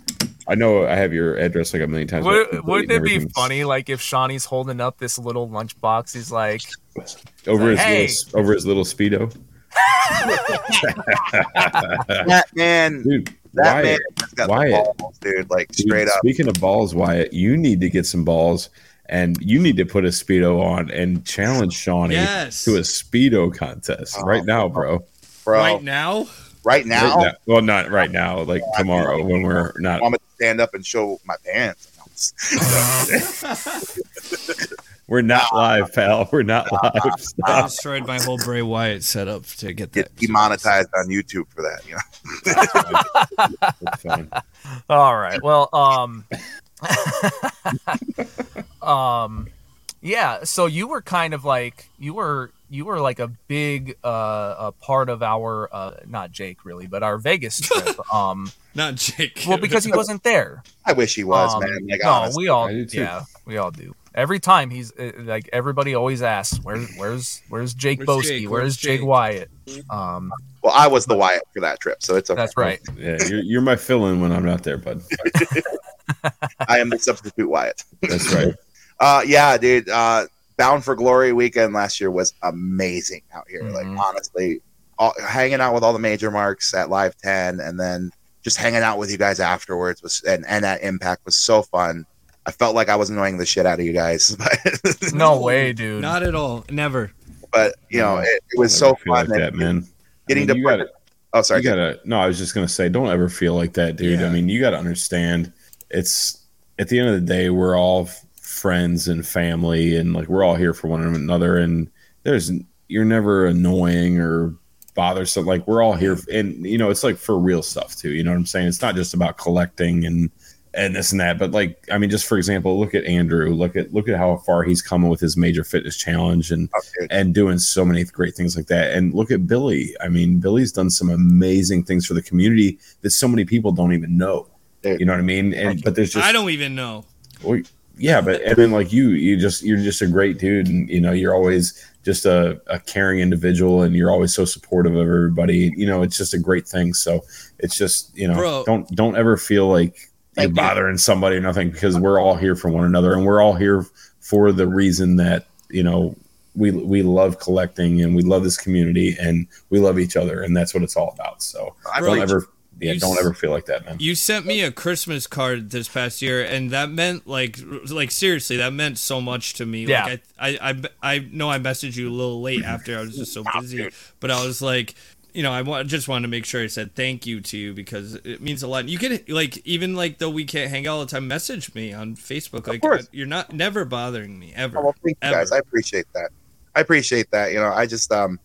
Speaker 6: I know I have your address like a million times. but
Speaker 4: Would,
Speaker 6: delete
Speaker 4: wouldn't it be
Speaker 6: everything.
Speaker 4: funny like if Shawnee's holding up this little lunchbox? He's like,
Speaker 6: over his
Speaker 4: Hey!
Speaker 6: little, over his little speedo,
Speaker 10: That man.
Speaker 6: dude?
Speaker 10: That
Speaker 6: Wyatt,
Speaker 10: man has got
Speaker 6: Wyatt.
Speaker 10: the balls, dude. Like
Speaker 6: dude,
Speaker 10: straight up.
Speaker 6: Speaking of balls, Wyatt, you need to get some balls, and you need to put a speedo on and challenge Shawnee
Speaker 5: Yes.
Speaker 6: to a speedo contest
Speaker 10: Oh,
Speaker 6: right now, bro.
Speaker 10: Bro,
Speaker 5: Right now,
Speaker 10: right now,
Speaker 6: Right now. Well, not right now, like tomorrow when we're not.
Speaker 10: I'm gonna stand up and show my pants.
Speaker 6: We're not live, pal. We're
Speaker 10: [laughs]
Speaker 6: not live.
Speaker 4: Ah.
Speaker 5: I
Speaker 6: Stop.
Speaker 5: destroyed my whole Bray Wyatt setup to get that.
Speaker 10: Get demonetized on YouTube for that. You know, [laughs]
Speaker 6: It's fine.
Speaker 4: all right, well, um, [laughs] um, yeah. So you were kind of like you were you were like a big uh a part of our uh not Jake really, but our
Speaker 5: [laughs]
Speaker 4: Vegas trip. um,
Speaker 5: Not Jake.
Speaker 4: well, because he wasn't there.
Speaker 6: [laughs]
Speaker 10: I wish he was,
Speaker 4: Um,
Speaker 10: man. Like,
Speaker 4: no,
Speaker 10: honestly.
Speaker 4: we all
Speaker 6: I do too.
Speaker 4: yeah, we all do. Every time he's uh, like everybody always asks, "Where's where's where's Jake
Speaker 5: Where's
Speaker 4: Boesky?
Speaker 5: Jake?
Speaker 4: Where's,
Speaker 5: Where's
Speaker 4: Jake
Speaker 5: Jake?"
Speaker 4: Wyatt?" Um,
Speaker 10: well, I was the Wyatt for that trip, so it's okay.
Speaker 5: [laughs]
Speaker 4: that's right.
Speaker 6: Yeah, you're, you're my fill-in when I'm not there, bud.
Speaker 10: [laughs] I am the substitute Wyatt.
Speaker 6: That's right.
Speaker 10: Uh, yeah, dude. Uh, Bound for Glory weekend last year was amazing out here.
Speaker 4: Mhm.
Speaker 10: Like honestly, all, hanging out with all the major marks at Live Ten, and then just hanging out with you guys afterwards was and and that Impact was so fun. I felt like I was annoying the shit out of you guys, [laughs] but
Speaker 4: No way, dude.
Speaker 5: [laughs] Not at all. Never.
Speaker 10: but you know it, it was
Speaker 6: Never
Speaker 10: so
Speaker 6: feel
Speaker 10: fun.
Speaker 6: like
Speaker 10: and
Speaker 6: that, man.
Speaker 10: Getting
Speaker 6: I mean,
Speaker 10: to
Speaker 6: you gotta,
Speaker 10: oh sorry,
Speaker 6: you gotta. No, I was just gonna say, don't ever feel like that, dude.
Speaker 5: Yeah.
Speaker 6: I mean, you gotta understand. It's at the end of the day, we're all f- friends and family, and like we're all here for one another. And there's you're never annoying or bothersome. Like we're all here, f- and you know, it's like for real stuff too. You know what I'm saying? It's not just about collecting and and this and that. But like, I mean, just for example, look at Andrew. Look at look at how far he's coming with his major fitness challenge and
Speaker 10: oh, dude.
Speaker 6: and doing so many great things like that. And look at Billy. I mean, Billy's done some amazing things for the community that so many people don't even know.
Speaker 10: Dude.
Speaker 6: You know what I mean? And but there's just
Speaker 5: I don't even know.
Speaker 6: well, yeah, but and then like you, you just you're just a great dude, and you know you're always just a, a caring individual, and you're always so supportive of everybody. You know, it's just a great thing. So it's just you know
Speaker 5: Bro.
Speaker 6: don't don't ever feel like you're
Speaker 5: you.
Speaker 6: bothering somebody or nothing because we're all here for one another, and we're all here for the reason that you know we we love collecting and we love this community and we love each other, and that's what it's all about. So
Speaker 10: I
Speaker 6: don't
Speaker 5: Bro,
Speaker 6: ever yeah
Speaker 5: you
Speaker 6: don't
Speaker 5: s-
Speaker 6: ever feel like that, man.
Speaker 5: You sent me a Christmas card this past year, and that meant like, like seriously, that meant so much to me.
Speaker 4: Yeah.
Speaker 5: Like, I, I, I, I know I messaged you a little late after I was just
Speaker 10: Oh,
Speaker 5: so busy, but I was like, you know, I wa- just wanted to make sure I said thank you to you because it means a lot. You can like, even like though we can't hang out all the time, message me on Facebook. Like,
Speaker 10: course.
Speaker 5: you're not never bothering me ever.
Speaker 10: Oh, well, thank you
Speaker 5: Ever.
Speaker 10: guys. I appreciate that. I appreciate that. You know, I just um,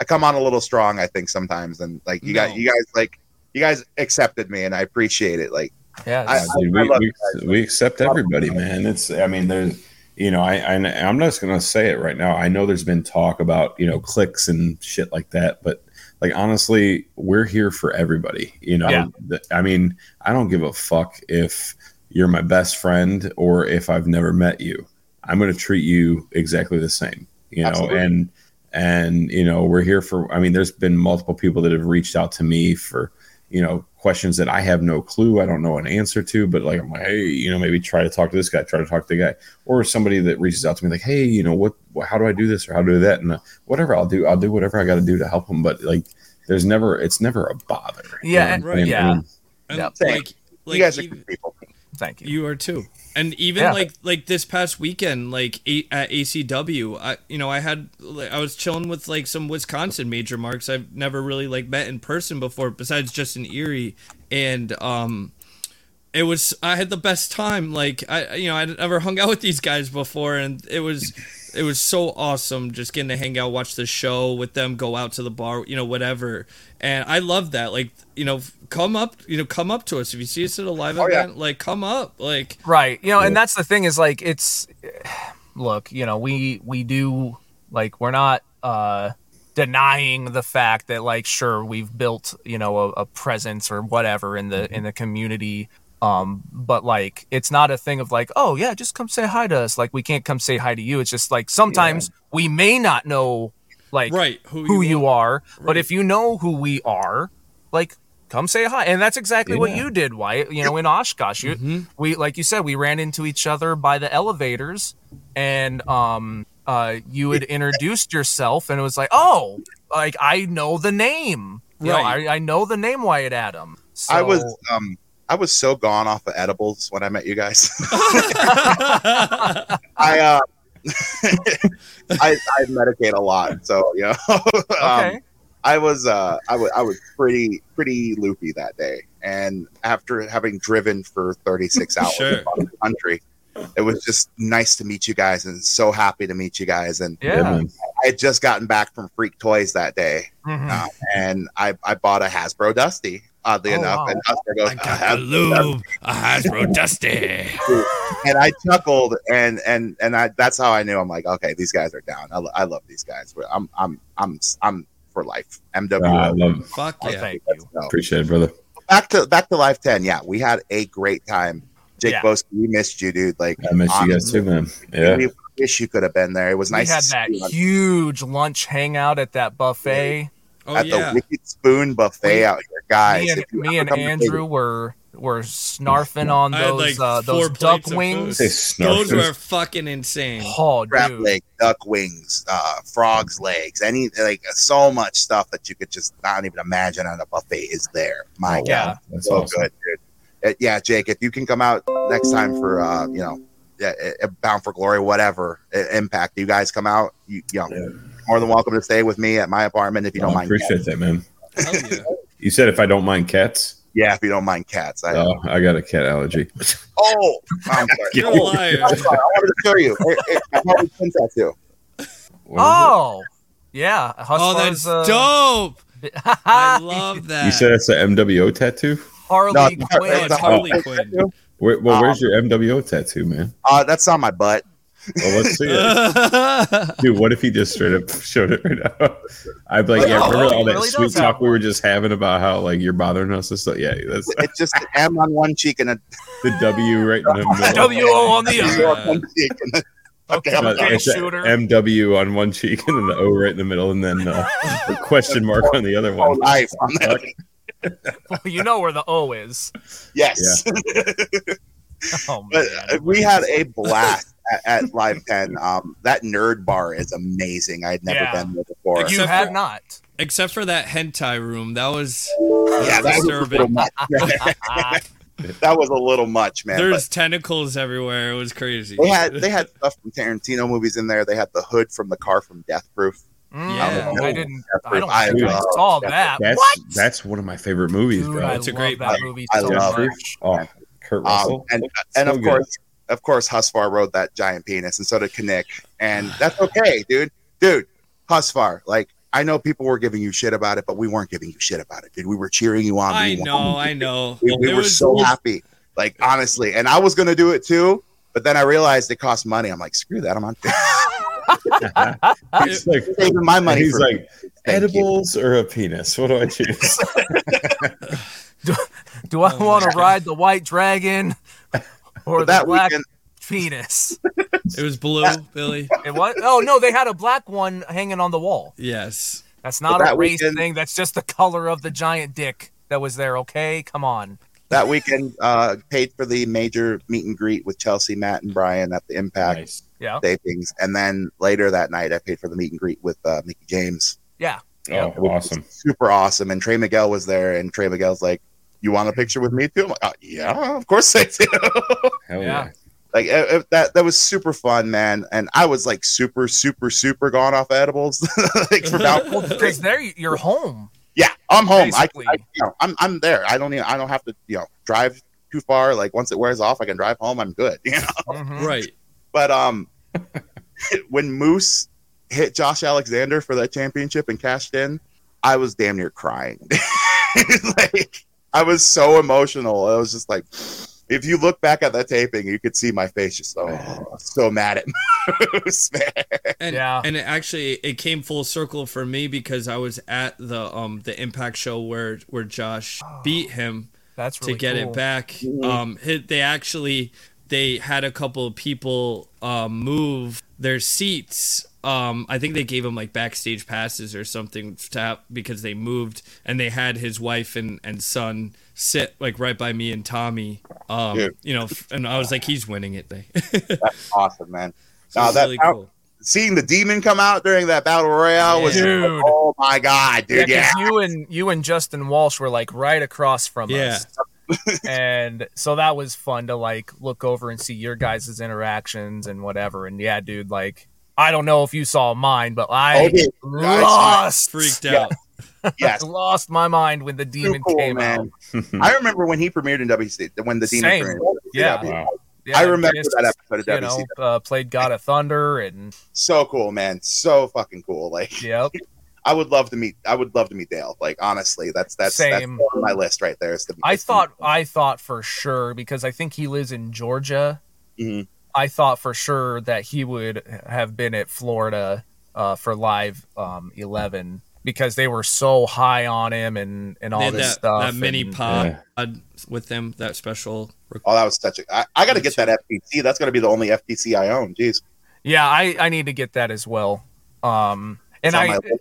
Speaker 10: I come on a little strong, I think sometimes, and like you
Speaker 5: No.
Speaker 10: got you guys like you guys accepted me, and I appreciate it. Like
Speaker 4: Yeah,
Speaker 10: I-
Speaker 4: it's-
Speaker 6: Yeah, dude,
Speaker 10: I
Speaker 6: we,
Speaker 10: love
Speaker 6: we, we accept everybody, man. It's I mean, there's you know, I, I I'm just gonna say it right now. I know there's been talk about you know clicks and shit like that, but like honestly, we're here for everybody. You know,
Speaker 4: Yeah.
Speaker 6: The- I mean, I don't give a fuck if you're my best friend or if I've never met you. I'm gonna treat you exactly the same. You know,
Speaker 10: Absolutely.
Speaker 6: and and you know we're here for i mean there's been multiple people that have reached out to me for you know questions that i have no clue i don't know an answer to but like i'm like hey you know maybe try to talk to this guy try to talk to the guy or somebody that reaches out to me like hey you know what how do i do this or how do I do that and uh, whatever i'll do i'll do whatever i got to do to help them but like There's never it's never a bother. You
Speaker 4: Yeah,
Speaker 6: know
Speaker 4: and-
Speaker 6: what I'm saying?
Speaker 4: yeah.
Speaker 6: I mean,
Speaker 5: And,
Speaker 4: Yeah.
Speaker 5: like, like
Speaker 10: you guys are
Speaker 5: even-
Speaker 10: good people.
Speaker 4: Thank you.
Speaker 5: You are too. And even
Speaker 4: Yeah.
Speaker 5: like like this past weekend, like a- at ACW, I you know I had like, I was chilling with like some Wisconsin major marks I've never really like met in person before, besides just in Erie, and um, it was I had the best time. Like I I- you know I'd never hung out with these guys before, and it was it was so awesome just getting to hang out, watch the show with them, go out to the bar, you know whatever. And I love that. Like you know come up you know come up to us if you see us at a live event, like come up like.
Speaker 4: right you know and that's the thing is like it's look you know we we do like we're not uh denying the fact that like sure we've built you know a, a presence or whatever in
Speaker 5: Mm-hmm.
Speaker 4: the in the community um but like it's not a thing of like oh yeah just come say hi to us like we can't come say hi to you it's just like sometimes we may not know like
Speaker 5: right who,
Speaker 4: who you are, but
Speaker 5: Right.
Speaker 4: if you know who we are, like come say hi. And that's exactly what you did, Wyatt. You know, in Oshkosh, you,
Speaker 5: Mm-hmm.
Speaker 4: [laughs] we like you said, we ran into each other by the elevators, and um, uh, you had introduced yourself, and it was like, oh, like I know the name. You
Speaker 5: Right.
Speaker 4: know, I, I know the name Wyatt Adam. So,
Speaker 10: I was um I was so gone off of edibles when I met you guys. [laughs] I uh [laughs] I, I medicate a lot, so you know. [laughs]
Speaker 4: okay.
Speaker 10: um, I was uh I wa- I was pretty pretty loopy that day, and after having driven for 36 hours
Speaker 5: Sure.
Speaker 10: across the country, it was just nice to meet you guys, and so happy to meet you guys. And
Speaker 4: yeah.
Speaker 6: man.
Speaker 10: I had just gotten back from Freak Toys that day,
Speaker 4: Mhm.
Speaker 10: uh, and I I bought a Hasbro Dusty. Oddly
Speaker 4: Oh,
Speaker 10: enough,
Speaker 4: wow.
Speaker 10: and Hasbro goes,
Speaker 5: I
Speaker 10: "A
Speaker 5: got the
Speaker 10: uh, Hasbro
Speaker 5: lube, a Hasbro Dusty.
Speaker 10: and I chuckled, and and and I, that's how I knew. I'm like, okay, these guys are down. I, lo- I love these guys. But I'm I'm I'm I'm for life.
Speaker 6: Ah, I
Speaker 10: MW.
Speaker 6: love
Speaker 5: Fuck
Speaker 4: Oh,
Speaker 5: yeah.
Speaker 4: thank you.
Speaker 6: appreciate it, brother.
Speaker 10: back to back to life ten. Yeah, we had a great time. Jake
Speaker 4: Yeah.
Speaker 10: Boski, we missed you, dude. Like
Speaker 6: I miss you guys too, man. Yeah.
Speaker 10: We wish you could have been there. It was nice.
Speaker 4: we had
Speaker 10: to
Speaker 4: that
Speaker 10: see you
Speaker 4: huge lunch hangout at that buffet.
Speaker 5: Oh
Speaker 10: at
Speaker 5: yeah.
Speaker 10: the Wicked Spoon Buffet
Speaker 4: We-
Speaker 10: out here, guys.
Speaker 4: me and,
Speaker 10: If you
Speaker 4: me
Speaker 10: ever
Speaker 4: and
Speaker 10: come to
Speaker 4: Andrew were were snarfing on
Speaker 5: I had,
Speaker 4: those
Speaker 5: like,
Speaker 4: uh, those
Speaker 5: four
Speaker 4: duck
Speaker 5: plates of
Speaker 4: wings.
Speaker 6: They
Speaker 5: food.
Speaker 6: snarf.
Speaker 5: Those were fucking insane.
Speaker 4: Oh,
Speaker 10: crab
Speaker 4: dude.
Speaker 10: leg, duck wings, uh, frogs legs, any like so much stuff that you could just not even imagine on a buffet is there. My
Speaker 4: Oh,
Speaker 10: God,
Speaker 6: That's
Speaker 10: so
Speaker 6: awesome.
Speaker 10: good, dude. Uh, yeah, Jake, if you can come out next time for uh, you know, yeah, uh, Bound for Glory, whatever uh, Impact, you guys come out. You, you know,
Speaker 6: Yeah.
Speaker 10: more than welcome to stay with me at my apartment if you don't
Speaker 6: I
Speaker 10: mind.
Speaker 6: appreciate
Speaker 10: Cats.
Speaker 6: that, man.
Speaker 5: Hell yeah.
Speaker 6: You said if I don't mind cats,
Speaker 10: Yeah, if you don't mind cats. I,
Speaker 6: oh, I got a cat allergy.
Speaker 10: oh, I'm
Speaker 6: [laughs]
Speaker 10: sorry.
Speaker 5: You're a liar.
Speaker 10: I'm sorry. I wanted to show you. Hey, hey, I probably sent that too.
Speaker 6: What is
Speaker 4: Oh, yeah. Husfar's,
Speaker 5: Oh, that's
Speaker 4: uh,
Speaker 5: dope.
Speaker 4: [laughs]
Speaker 5: I love
Speaker 6: it?
Speaker 4: Oh,
Speaker 5: that.
Speaker 6: you said that's an MWO tattoo.
Speaker 4: Harley
Speaker 10: No, it's-
Speaker 5: no,
Speaker 4: Quinn.
Speaker 5: it's Harley
Speaker 10: [laughs]
Speaker 5: Quinn.
Speaker 6: Where, well,
Speaker 10: Uh,
Speaker 6: where's your MWO tattoo, man?
Speaker 10: Uh, that's on my butt.
Speaker 6: Well, let's see
Speaker 4: [laughs]
Speaker 6: it, dude. What if he just straight up [laughs] showed it right now? I'd be like, yeah,
Speaker 4: Oh,
Speaker 6: remember
Speaker 4: he
Speaker 6: all that
Speaker 4: really
Speaker 6: sweet
Speaker 4: does have
Speaker 6: talk we were just having about how like you're bothering us and stuff. Yeah, that's
Speaker 10: It's just an M on one cheek and a
Speaker 6: the
Speaker 4: [laughs]
Speaker 6: W right in the middle.
Speaker 4: W O on the
Speaker 10: D
Speaker 4: other.
Speaker 10: on one cheek. And a, okay, I'm
Speaker 6: No,
Speaker 4: Okay,
Speaker 6: it's a
Speaker 4: shooter.
Speaker 6: MW on one cheek and then the O right in the middle, and then uh, the question mark on the other
Speaker 10: all
Speaker 6: one.
Speaker 10: life on that.
Speaker 4: [laughs] you know where the O is.
Speaker 10: Yes.
Speaker 4: Oh
Speaker 10: [laughs] But
Speaker 4: man.
Speaker 10: uh, we had a blast at, at Live 10. Um, that nerd bar is amazing. I'd never
Speaker 4: Yeah.
Speaker 10: been there before.
Speaker 4: you
Speaker 5: Except
Speaker 4: had
Speaker 5: for-
Speaker 10: [laughs]
Speaker 4: not.
Speaker 5: [laughs] Except for that hentai room. That was, that
Speaker 10: yeah,
Speaker 5: was
Speaker 10: that was, a little
Speaker 5: disturbing.
Speaker 10: much.
Speaker 4: Ah,
Speaker 10: that was a little much, man.
Speaker 5: There's tentacles everywhere. It was crazy.
Speaker 10: but they had they had stuff from Tarantino movies in there. They had the hood from the car from Death Proof.
Speaker 4: mm,
Speaker 5: Yeah.
Speaker 4: I didn't. I don't
Speaker 10: I
Speaker 4: think I
Speaker 10: love
Speaker 4: saw
Speaker 10: that.
Speaker 4: that.
Speaker 6: That's
Speaker 4: What?
Speaker 6: that's one of my favorite movies,
Speaker 4: Dude,
Speaker 6: bro.
Speaker 4: I
Speaker 5: It's a
Speaker 4: love
Speaker 5: great
Speaker 4: that
Speaker 5: movie.
Speaker 4: movie
Speaker 10: I
Speaker 4: so
Speaker 10: love
Speaker 4: much.
Speaker 10: it.
Speaker 6: Oh, Kurt Russell.
Speaker 10: Um, and
Speaker 6: That's
Speaker 10: and
Speaker 6: so
Speaker 10: of
Speaker 6: good.
Speaker 10: course, of course, Husfar rode that giant penis, and so did Knick. And that's okay, dude. Dude, Husfar, like I know people were giving you shit about it, but we weren't giving you shit about it, dude. We were cheering you on.
Speaker 5: I
Speaker 10: We
Speaker 5: know,
Speaker 10: wanted
Speaker 5: I
Speaker 10: you.
Speaker 5: know.
Speaker 10: We, we
Speaker 5: It
Speaker 10: were
Speaker 5: was-
Speaker 10: so happy, like honestly. And I was gonna do it too, but then I realized it cost money. I'm like, screw that. I'm not
Speaker 6: It's like-
Speaker 10: [laughs] saving my money.
Speaker 6: he's
Speaker 10: for
Speaker 6: like
Speaker 10: Thank you.
Speaker 6: edibles or a penis. What do
Speaker 4: [laughs]
Speaker 6: I choose?
Speaker 4: Do I
Speaker 5: Oh,
Speaker 4: want
Speaker 5: man.
Speaker 4: to ride the white
Speaker 10: [laughs]
Speaker 4: dragon or
Speaker 10: But
Speaker 4: the
Speaker 10: that
Speaker 4: black
Speaker 10: weekend,
Speaker 4: [laughs]
Speaker 10: [laughs]
Speaker 4: penis?
Speaker 5: It was blue, Billy.
Speaker 4: It was. Oh no, they had a black one hanging on the wall.
Speaker 5: Yes.
Speaker 4: That's not a
Speaker 10: But that
Speaker 4: race
Speaker 10: weekend-
Speaker 4: thing. That's just the color of the giant dick that was there. Okay, come on.
Speaker 10: that weekend, uh, paid for the major meet and greet with Chelsea, Matt, and Brian at the Impact.
Speaker 6: nice.
Speaker 4: Yeah,
Speaker 10: day things. And then later that night, I paid for the meet and greet with uh, Mickey James.
Speaker 4: yeah.
Speaker 6: Oh, awesome.
Speaker 10: super awesome. And Trey Miguel was there, and Trey Miguel's like, "You want a picture with me too?" I'm like, "Uh, "Yeah, of course I do." [laughs]
Speaker 6: Hell
Speaker 4: Yeah.
Speaker 6: yeah.
Speaker 10: like uh, uh, that that was super fun, man. And I was like super, super, super gone off edibles. [laughs] like for
Speaker 4: Well, [laughs]
Speaker 10: now,
Speaker 4: because there you- you're home.
Speaker 10: yeah, I'm home. I,
Speaker 4: Basically. [laughs]
Speaker 10: I you know, I'm I'm there. I don't even I don't have to you know drive too far. Like once it wears off, I can drive home. I'm good. [laughs] You know.
Speaker 4: Mhm.
Speaker 5: Right.
Speaker 10: But um, [laughs] when Moose hit Josh Alexander for that championship and cashed in, I was damn near crying. [laughs] like I was so emotional. I was just like, if you look back at that taping, you could see my face just oh, so mad at [laughs] Moose, man.
Speaker 5: And,
Speaker 4: Yeah.
Speaker 5: and it actually it came full circle for me because I was at the um the impact show where where Josh beat him
Speaker 4: That's
Speaker 5: to
Speaker 4: Ah, really
Speaker 5: get
Speaker 4: cool.
Speaker 5: it back. Um, hi- they actually they had a couple of people uh, move their seats. Um, I think they gave him like backstage passes or something to have, because they moved and they had his wife and, and son sit like right by me and Tommy. Um,
Speaker 10: Yeah.
Speaker 5: you know, f- and I was like, he's winning it. [laughs] They
Speaker 10: Awesome, man.
Speaker 5: so
Speaker 10: Nah,
Speaker 5: it's
Speaker 10: that-
Speaker 5: really cool.
Speaker 10: Seeing the demon come out during that battle royale was just like,
Speaker 4: Dude.
Speaker 10: oh my god,
Speaker 4: Yeah,
Speaker 10: dude,
Speaker 4: 'cause
Speaker 10: yeah.
Speaker 4: you and you and Justin Walsh were like right across from
Speaker 5: Yeah.
Speaker 10: [laughs]
Speaker 4: us, and so that was fun to like look over and see your guys' interactions and whatever. And yeah, dude, like I don't know if you saw mine, but I [laughs]
Speaker 10: Oh, dude. I saw-
Speaker 4: lost [laughs]
Speaker 5: Freaked
Speaker 10: Yeah.
Speaker 5: out.
Speaker 10: yes.
Speaker 4: lost my mind when the
Speaker 10: Too
Speaker 4: demon
Speaker 10: cool,
Speaker 4: came
Speaker 10: man.
Speaker 4: out.
Speaker 10: I remember when he premiered in WC when the demon
Speaker 4: Same.
Speaker 10: premiered.
Speaker 4: Yeah.
Speaker 6: [laughs] Wow. [laughs]
Speaker 4: Yeah,
Speaker 10: I remember
Speaker 4: just,
Speaker 10: that episode of
Speaker 4: You
Speaker 10: WCW.
Speaker 4: know, uh, played God of Thunder, and
Speaker 10: so cool, man. So fucking cool. Like
Speaker 4: yep,
Speaker 10: I would love to meet. I would love to meet Dale. Like honestly, that's that's
Speaker 4: Same.
Speaker 10: that's on my list right there. Is to,
Speaker 4: I
Speaker 10: [laughs] is to-
Speaker 4: thought I thought for sure because I think he lives in Georgia.
Speaker 10: Mhm.
Speaker 4: I thought for sure that he would have been at Florida uh, for live um, eleven because they were so high on him and and all
Speaker 5: They had
Speaker 4: this
Speaker 5: that,
Speaker 4: stuff.
Speaker 5: that mini
Speaker 4: and-
Speaker 5: pod uh, with them, that special. rec-
Speaker 10: Oh, that was such a. I, I got to get that FTC. That's going to be the only FTC I own. Jeez.
Speaker 4: Yeah, I I need to get that as well. Um, and
Speaker 10: It's
Speaker 4: [laughs]
Speaker 10: on
Speaker 4: I,
Speaker 10: my list.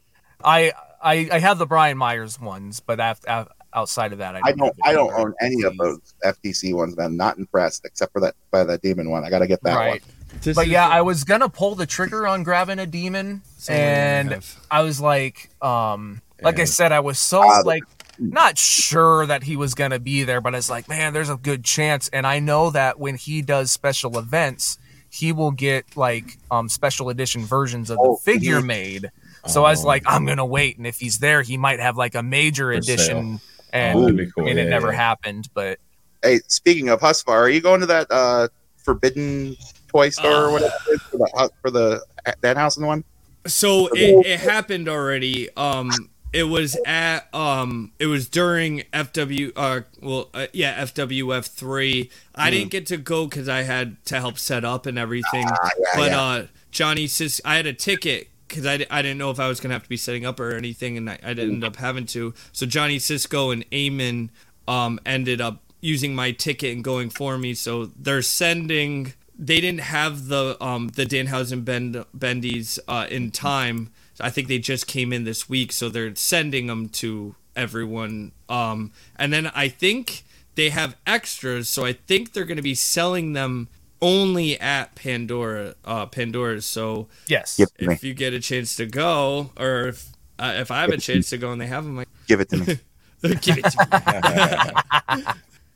Speaker 4: I I I have the Brian Myers ones, but af- af- outside of that, I,
Speaker 10: I don't.
Speaker 4: have
Speaker 10: I
Speaker 4: it.
Speaker 10: don't own any of those FTC ones. and I'm not impressed, except for that by that demon one. I got to get that
Speaker 4: Right.
Speaker 10: one.
Speaker 5: This
Speaker 4: but
Speaker 5: is
Speaker 4: yeah,
Speaker 5: the-
Speaker 4: I was gonna pull the trigger on grabbing a demon,
Speaker 5: something I
Speaker 4: and
Speaker 5: have.
Speaker 4: I was like, um, like I
Speaker 6: And-
Speaker 4: said, I was so
Speaker 10: Ah, the-
Speaker 4: like not sure that he was gonna be there, but it's like, man, there's a good chance, and I know that when he does special events, he will get like um special edition versions of
Speaker 10: Oh,
Speaker 4: the figure
Speaker 10: mhm.
Speaker 4: made. So I was
Speaker 6: Oh.
Speaker 4: like, I'm gonna wait, and if he's there, he might have like a major
Speaker 6: For
Speaker 4: edition.
Speaker 6: Oh,
Speaker 4: And
Speaker 6: that'd be cool.
Speaker 4: I mean, it
Speaker 6: Yeah,
Speaker 4: never
Speaker 6: yeah.
Speaker 4: happened, but
Speaker 10: Hey, speaking of Husfar, are you going to that uh forbidden toy store or
Speaker 5: Uh.
Speaker 10: whatever it is for the hu- for the that house and one?
Speaker 5: So it, it happened already. Um, it was at um, it was during FW. Uh, well, uh, yeah, FWF three. I didn't get to go because I had to help set up and everything. but
Speaker 10: yeah.
Speaker 5: uh, Johnny says I had a ticket because I, di- I didn't know if I was gonna have to be setting up or anything, and I, I didn't end up having to. So Johnny Cisco and Eamon um ended up using my ticket and going for me. So they're sending. They didn't have the um the Danhausen Bend Bendies uh, in time. I think they just came in this week, so they're sending them to everyone. Um, and then I think they have extras, so I think they're gonna be selling them only at Pandora, uh, Pandora's. So
Speaker 4: yes,
Speaker 10: Give it to me.
Speaker 5: if you get a chance to go, or if uh, if I have a chance to go and they have them, like,
Speaker 10: Give it to me.
Speaker 5: [laughs] give it to me.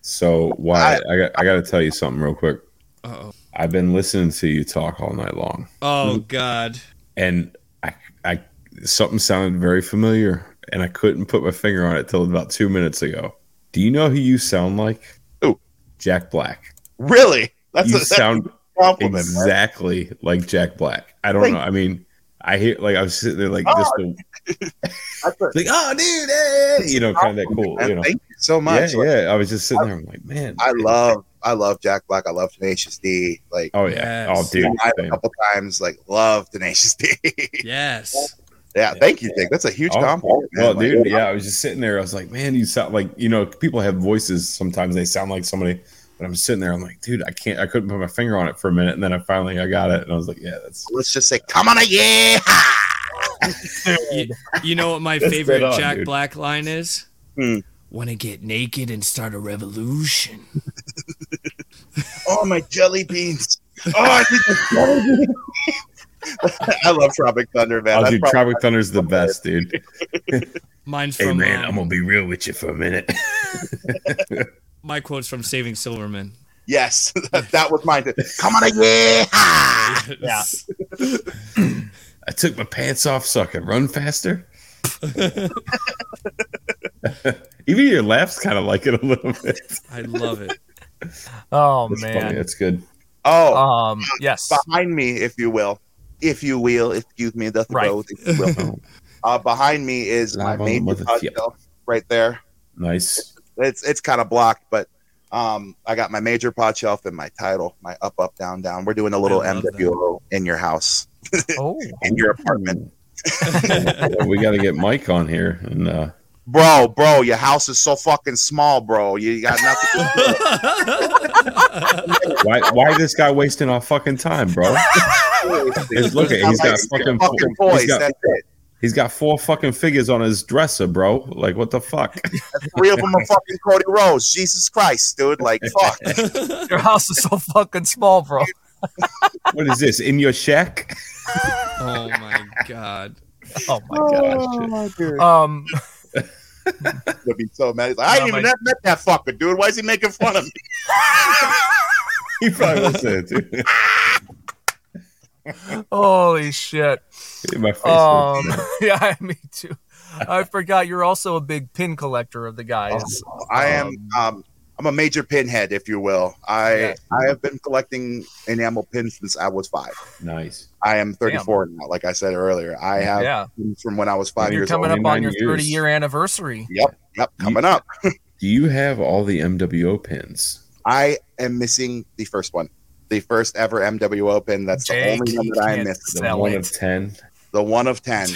Speaker 6: So why I got I got to tell you something real quick.
Speaker 5: Uh-oh.
Speaker 6: I've been listening to you talk all night long,
Speaker 5: Oh God,
Speaker 6: and I I something sounded very familiar, and I couldn't put my finger on it till about two minutes ago. Do you know who you sound like?
Speaker 10: Who?
Speaker 6: Jack Black.
Speaker 10: Really? That's
Speaker 6: you
Speaker 10: a, that's
Speaker 6: sound
Speaker 10: a compliment. man.
Speaker 6: exactly like Jack Black. I don't
Speaker 10: Thank
Speaker 6: know. I mean, I hear like I was sitting there like
Speaker 10: Oh,
Speaker 6: just the,
Speaker 10: [laughs] That's a-
Speaker 6: [laughs] like oh dude, hey, you know, kind of that cool,
Speaker 10: Man,
Speaker 6: you know.
Speaker 10: Thank you so much.
Speaker 6: yeah,
Speaker 10: Like,
Speaker 6: yeah. I was just sitting there. I'm like, man,
Speaker 10: I love, I love Jack Black. I love Tenacious D. Like,
Speaker 6: Oh yeah.
Speaker 5: Yes.
Speaker 6: Oh dude.
Speaker 10: I a
Speaker 6: man.
Speaker 10: couple times. Like, love Tenacious D. [laughs] yeah,
Speaker 5: yes,
Speaker 10: thank you, Dick. That's a huge
Speaker 6: Oh,
Speaker 10: compliment. man.
Speaker 6: Well,
Speaker 10: Like,
Speaker 6: dude, yeah, I was just sitting there. I was like, man, you sound like you know, people have voices. Sometimes they sound like somebody. But I'm sitting there. I'm like, dude, I can't. I couldn't put my finger on it for a minute, and then I finally I got it, and I was like, yeah, that's.
Speaker 10: Let's just say, come on, yeah. [laughs]
Speaker 5: you, you know what my
Speaker 6: That's
Speaker 5: favorite
Speaker 6: dead on,
Speaker 5: Jack
Speaker 6: dude.
Speaker 5: Black line is?
Speaker 10: Hmm.
Speaker 5: Want to get naked and start a revolution?
Speaker 10: Oh my jelly beans. Oh, I need the jelly beans. [laughs] I love Tropic Thunder, man.
Speaker 6: Oh,
Speaker 10: That's
Speaker 6: dude,
Speaker 10: probably-
Speaker 6: Tropic Thunder's the best, dude.
Speaker 5: Mine's from
Speaker 9: Hey man,
Speaker 5: um,
Speaker 9: I'm gonna be real with you for a minute.
Speaker 5: my quote's from Saving Silverman.
Speaker 10: yes, [laughs] that, that was mine. too. Come on, yeah. [laughs]
Speaker 4: Yeah.
Speaker 6: I took my pants off so I could
Speaker 4: [laughs]
Speaker 6: run faster. Even your laughs kind of like it a little bit.
Speaker 5: I love it. [laughs]
Speaker 4: Oh
Speaker 6: That's funny.
Speaker 4: man.
Speaker 6: That's good.
Speaker 10: Oh,
Speaker 4: Um.
Speaker 6: [laughs]
Speaker 4: Yes.
Speaker 10: behind me, if you will, if you will, excuse me, the
Speaker 4: Right.
Speaker 10: throat, if you
Speaker 5: [laughs]
Speaker 10: will. uh, behind me is
Speaker 6: Live on
Speaker 10: my
Speaker 6: the
Speaker 10: main
Speaker 6: mother-
Speaker 10: hotel right there.
Speaker 6: Nice.
Speaker 10: It's it's kind of blocked, but um, I got my major pod shelf and my title, my up, up, down, down. We're doing a little
Speaker 5: I love
Speaker 10: MWO in your house,
Speaker 4: Oh.
Speaker 10: in your apartment,
Speaker 6: Yeah, we got to get Mike on here, and uh,
Speaker 10: bro, bro. Your house is so fucking small, bro. You got nothing. to do.
Speaker 6: why why this guy wasting our fucking time, bro? He's- [laughs] look at- he's got fucking fo-
Speaker 10: fucking
Speaker 6: he's
Speaker 10: voice.
Speaker 6: got-
Speaker 10: That's it.
Speaker 6: He's got four fucking figures on his dresser, bro. Like what the fuck?
Speaker 10: Three of
Speaker 6: [laughs]
Speaker 10: them are fucking Cody Rose. Jesus Christ, dude. Like fuck.
Speaker 4: Your house is so fucking small, bro.
Speaker 6: What is this in your shack? [laughs]
Speaker 5: oh my god. [laughs]
Speaker 4: Oh
Speaker 6: My gosh, Ah, shit.
Speaker 10: Oh.
Speaker 4: my. Um.
Speaker 10: would be so mad. He's like, I
Speaker 4: No,
Speaker 10: ain't even
Speaker 4: my-
Speaker 10: met- met that fucker, dude. Why is he making fun
Speaker 4: [laughs]
Speaker 10: of me?
Speaker 6: he probably was there too. [laughs]
Speaker 4: Holy shit.
Speaker 6: In my face.
Speaker 10: Oh,
Speaker 4: Um. [laughs] Yeah. Me too. I forgot you're also a big pin collector of the guys.
Speaker 10: I am um I'm a major pinhead, if you will. I
Speaker 4: Yeah.
Speaker 10: I have been collecting enamel pins since I was five.
Speaker 6: nice.
Speaker 10: I am 34 now, like I said earlier. I have
Speaker 4: yeah.
Speaker 10: pins from when I was five
Speaker 4: You're
Speaker 10: years
Speaker 4: coming
Speaker 10: old.
Speaker 4: up on
Speaker 6: 29
Speaker 4: your
Speaker 6: years.
Speaker 4: 30 year anniversary.
Speaker 10: Yep, coming up.
Speaker 6: Do you have all the MWO pins?
Speaker 10: I am missing the first one. The first ever MWO pin. That's
Speaker 4: Jake,
Speaker 10: the only one
Speaker 4: you
Speaker 10: that I
Speaker 4: can't
Speaker 10: missed.
Speaker 6: The
Speaker 4: Sell
Speaker 6: one
Speaker 4: it.
Speaker 6: of ten.
Speaker 10: The one
Speaker 4: [laughs]
Speaker 10: of ten.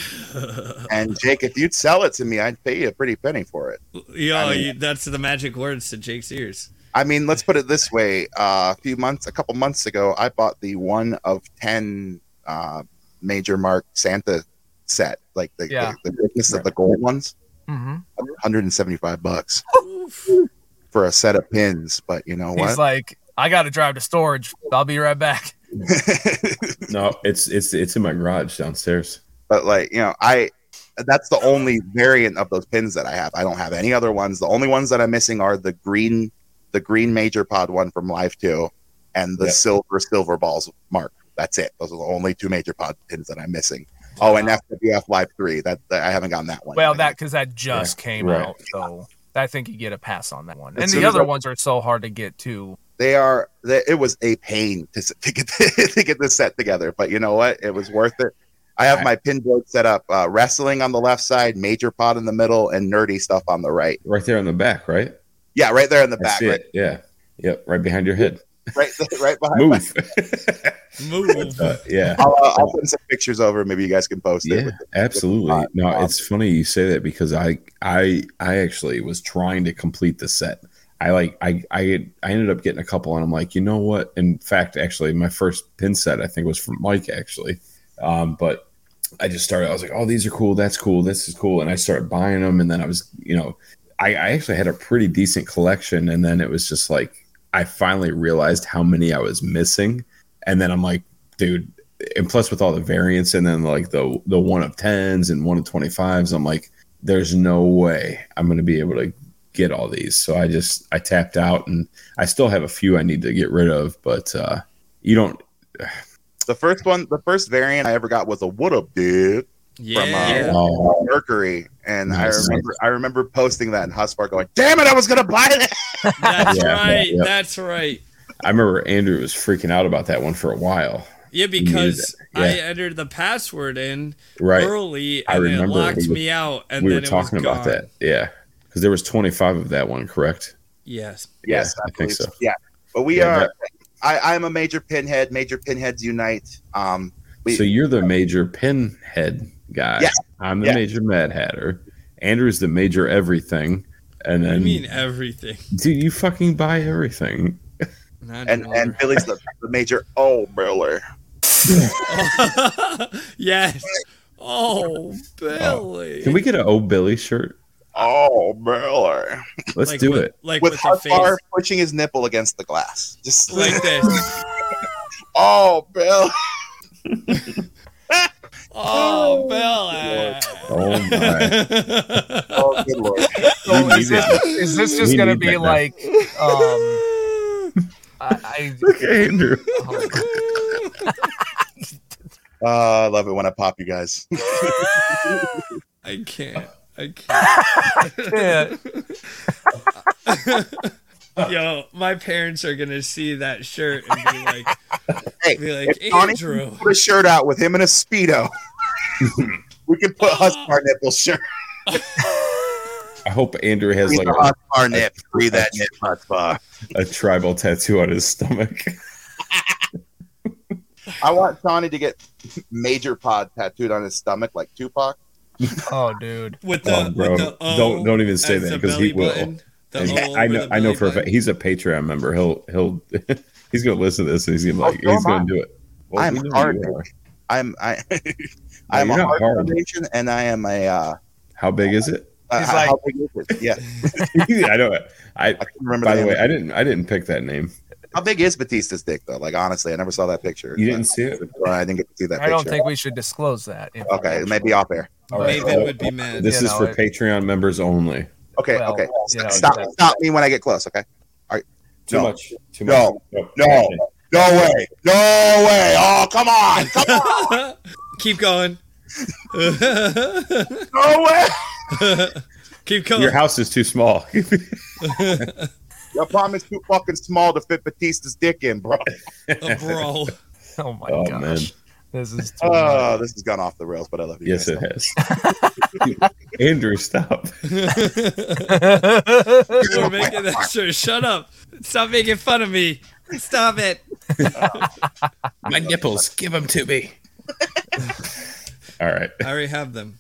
Speaker 10: and Jake, if you'd sell it to me, I'd pay you a pretty penny for it.
Speaker 5: Yo, you, that's the magic words to Jake's ears.
Speaker 10: I mean, let's put
Speaker 4: [laughs]
Speaker 10: it this way: uh, a few months, a couple months ago, I bought the one of ten uh, major mark Santa set, like the
Speaker 4: Yeah.
Speaker 10: the, the thickness of the gold ones,
Speaker 4: hmm
Speaker 10: one hundred and seventy five bucks for a set of pins. But you know
Speaker 4: He's
Speaker 10: what?
Speaker 4: like, I got to drive to storage. I'll be right back.
Speaker 10: [laughs]
Speaker 6: No, it's it's it's in my garage downstairs.
Speaker 10: but like you know, I that's the only variant of those pins that I have. I don't have any other ones. The only ones that I'm missing are the green, the green major pod one from Live Two, and the
Speaker 6: Yep.
Speaker 10: silver silver balls mark. That's it. Those are the only two major pod pins that I'm missing. Oh, and FWF Live Three. That, that- I haven't gotten that one.
Speaker 4: Well,
Speaker 10: yet.
Speaker 4: that because that just came
Speaker 6: right.
Speaker 4: out, so I think you get a pass on that one. And
Speaker 10: As soon
Speaker 4: the
Speaker 10: as
Speaker 4: other
Speaker 10: I-
Speaker 4: ones are so hard to get too.
Speaker 10: they are. They, it was a pain to, s- to get [laughs] to get this set together, but you know what? It was worth it. I have my pin board set up: uh, wrestling on the left side, major pod in the middle, and nerdy stuff on the right.
Speaker 6: Right there on the back, right?
Speaker 10: Yeah, right there in the
Speaker 6: I
Speaker 10: back.
Speaker 6: see
Speaker 10: Right
Speaker 6: it. Yeah. Yep. Right behind your head.
Speaker 10: right, right behind. My,
Speaker 6: Move.
Speaker 5: Move.
Speaker 6: [laughs] Uh, yeah.
Speaker 10: [laughs] I'll, uh, I'll send some pictures over. Maybe you guys can post it.
Speaker 6: Yeah,
Speaker 10: with the-
Speaker 6: absolutely.
Speaker 10: with the
Speaker 6: No,
Speaker 10: pod.
Speaker 6: it's funny you say that because I, I, I actually was trying to complete the set. I like, I, I, I ended up getting a couple, and I'm like, you know what? In fact, actually, my first pin set I think was from Mike actually, um, but I just started. I was like, oh, these are cool. That's cool. This is cool, and I started buying them, and then I was, you know, I, I actually had a pretty decent collection, and then it was just like I finally realized how many I was missing, and then I'm like, dude, and plus with all the variants and then like the the one of tens and one of twenty fives, I'm like, there's no way I'm gonna be able to get all these. So I just I tapped out and I still have a few I need to get rid of, but uh you don't
Speaker 10: the first one, the first variant I ever got was a wood up dude
Speaker 5: Yeah.
Speaker 6: oh,
Speaker 10: Mercury, and
Speaker 6: Nice.
Speaker 10: I remember I remember posting that in Huspark going, "Damn it, I was gonna buy
Speaker 6: [laughs]
Speaker 10: that."
Speaker 5: That's
Speaker 6: Yeah,
Speaker 5: right.
Speaker 6: yeah, yeah.
Speaker 5: That's right.
Speaker 6: I remember Andrew was freaking out about that one for a while.
Speaker 5: Yeah, because
Speaker 6: Yeah.
Speaker 5: I entered the password in
Speaker 6: Right.
Speaker 5: early
Speaker 6: I
Speaker 5: and it
Speaker 6: remember
Speaker 5: locked
Speaker 6: we were-
Speaker 5: me out and
Speaker 6: we
Speaker 5: then
Speaker 6: were
Speaker 5: it
Speaker 6: talking
Speaker 5: was
Speaker 6: about
Speaker 5: gone.
Speaker 6: that. Yeah. Because there was twenty five of that one, correct?
Speaker 5: Yes.
Speaker 10: Yes,
Speaker 6: I think
Speaker 10: believe
Speaker 6: so.
Speaker 10: Yeah, but we
Speaker 6: Yeah,
Speaker 10: are.
Speaker 6: that-
Speaker 10: I, I'm a major pinhead. Major pinheads unite. Um, we,
Speaker 6: so you're the major pinhead guy.
Speaker 10: Yes.
Speaker 6: I'm the
Speaker 10: Yes.
Speaker 6: major Mad Hatter. Andrew's the major everything. And
Speaker 5: I
Speaker 6: then,
Speaker 5: mean everything. [laughs]
Speaker 6: dude, you fucking buy everything.
Speaker 5: Not
Speaker 10: and
Speaker 5: an
Speaker 10: and Billy's
Speaker 5: [laughs]
Speaker 10: the, the major O briller.
Speaker 5: order. yes. Oh, Billy.
Speaker 6: Can we get an old Billy shirt?
Speaker 10: Oh briller.
Speaker 6: Let's
Speaker 5: Like
Speaker 6: do
Speaker 5: with-
Speaker 6: it.
Speaker 5: Like
Speaker 10: With,
Speaker 5: with, the
Speaker 10: Husbar
Speaker 5: face.
Speaker 10: pushing [laughs] his nipple against the glass, just
Speaker 5: Like this.
Speaker 10: oh Bill.
Speaker 5: Oh, Bella.
Speaker 6: Oh
Speaker 5: [laughs]
Speaker 6: my!
Speaker 10: [laughs] Oh, good lord.
Speaker 4: So is,
Speaker 6: need
Speaker 4: this, is this just
Speaker 6: We
Speaker 4: going to
Speaker 6: need
Speaker 4: be
Speaker 6: that now.
Speaker 4: like. Um, I,
Speaker 6: Look at Andrew.
Speaker 4: I,
Speaker 10: Uh, I love it when I pop you [laughs] guys.
Speaker 5: I can't. I can't.
Speaker 4: yeah.
Speaker 5: [laughs] Yo, my parents are gonna see that shirt and be like,
Speaker 10: Hey,
Speaker 5: be like,
Speaker 10: if Donnie- [laughs]
Speaker 5: Andrew.
Speaker 10: put a shirt out with him in a speedo. we can put Husqvarna nipple shirt.
Speaker 6: I hope Andrew has
Speaker 10: Breathe
Speaker 6: like
Speaker 10: the
Speaker 6: a, [laughs]
Speaker 10: Husqvarna nip. Breathe that nip, Husqvarna.
Speaker 6: a tribal tattoo on his stomach.
Speaker 10: I want Sonny to get Major Pod tattooed on his stomach like Tupac.
Speaker 4: Oh, dude.
Speaker 5: With
Speaker 6: [laughs]
Speaker 5: the,
Speaker 6: Oh, bro.
Speaker 5: with the O
Speaker 6: Don't- don't even say
Speaker 5: as
Speaker 6: that,
Speaker 5: the
Speaker 6: 'cause he
Speaker 5: belly
Speaker 6: will.
Speaker 5: button. The
Speaker 6: And
Speaker 5: O
Speaker 6: I
Speaker 5: with
Speaker 6: know.
Speaker 5: the
Speaker 6: I know
Speaker 5: belly
Speaker 6: for a fact
Speaker 5: button.
Speaker 6: he's a Patreon member. He'll he'll he's gonna listen to this and he's gonna be like
Speaker 10: Oh, so
Speaker 6: he's
Speaker 10: am
Speaker 6: gonna
Speaker 10: I.
Speaker 6: do it.
Speaker 10: I am
Speaker 6: we know you
Speaker 10: hard.
Speaker 6: are.
Speaker 10: I'm I. [laughs] I'm
Speaker 6: you're
Speaker 10: a
Speaker 6: not
Speaker 10: hard
Speaker 6: hard.
Speaker 10: foundation, and I am a. Uh,
Speaker 6: How big is
Speaker 10: [laughs]
Speaker 6: it? [laughs]
Speaker 10: uh,
Speaker 4: He's
Speaker 10: how-
Speaker 4: like-
Speaker 10: how big is it? Yeah,
Speaker 6: I know it. I
Speaker 10: I can remember.
Speaker 6: by
Speaker 10: the
Speaker 6: the
Speaker 10: name.
Speaker 6: way, I didn't I didn't pick that name.
Speaker 10: how big is Batista's dick though? Like honestly, I never saw that picture.
Speaker 6: You didn't see it.
Speaker 10: I didn't get to see that.
Speaker 4: I don't
Speaker 10: picture.
Speaker 4: think we should disclose that. If
Speaker 10: Okay, it may be off air.
Speaker 4: But-
Speaker 6: right.
Speaker 5: Maven would be mad.
Speaker 6: This
Speaker 4: You
Speaker 6: is
Speaker 4: know,
Speaker 6: for
Speaker 4: it-
Speaker 6: Patreon members only.
Speaker 10: Okay,
Speaker 4: Well,
Speaker 10: okay.
Speaker 4: you know,
Speaker 10: stop,
Speaker 4: that-
Speaker 10: stop me when I get close. Okay.
Speaker 6: Too
Speaker 10: No.
Speaker 6: much. Too
Speaker 10: No.
Speaker 6: much.
Speaker 10: No. No way. No way. Oh, come on. Come on.
Speaker 5: Keep going.
Speaker 6: [laughs]
Speaker 10: No way.
Speaker 5: [laughs] Keep going.
Speaker 6: Your house is too small. [laughs]
Speaker 10: Your apartment's too fucking small to fit Batista's dick in, bro.
Speaker 5: Uh, bro.
Speaker 6: [laughs]
Speaker 4: Oh my
Speaker 6: oh
Speaker 4: gosh.
Speaker 6: man.
Speaker 4: This is too
Speaker 10: Oh, this has gone off the rails, but I love you.
Speaker 6: Yes,
Speaker 10: guys.
Speaker 6: it
Speaker 4: [laughs]
Speaker 6: has. Andrew, stop. [laughs]
Speaker 4: much.
Speaker 5: We're making that shirt. Shut up. Stop making fun of me. Stop it.
Speaker 6: My nipples. Give them to me. All right.
Speaker 5: I already have them.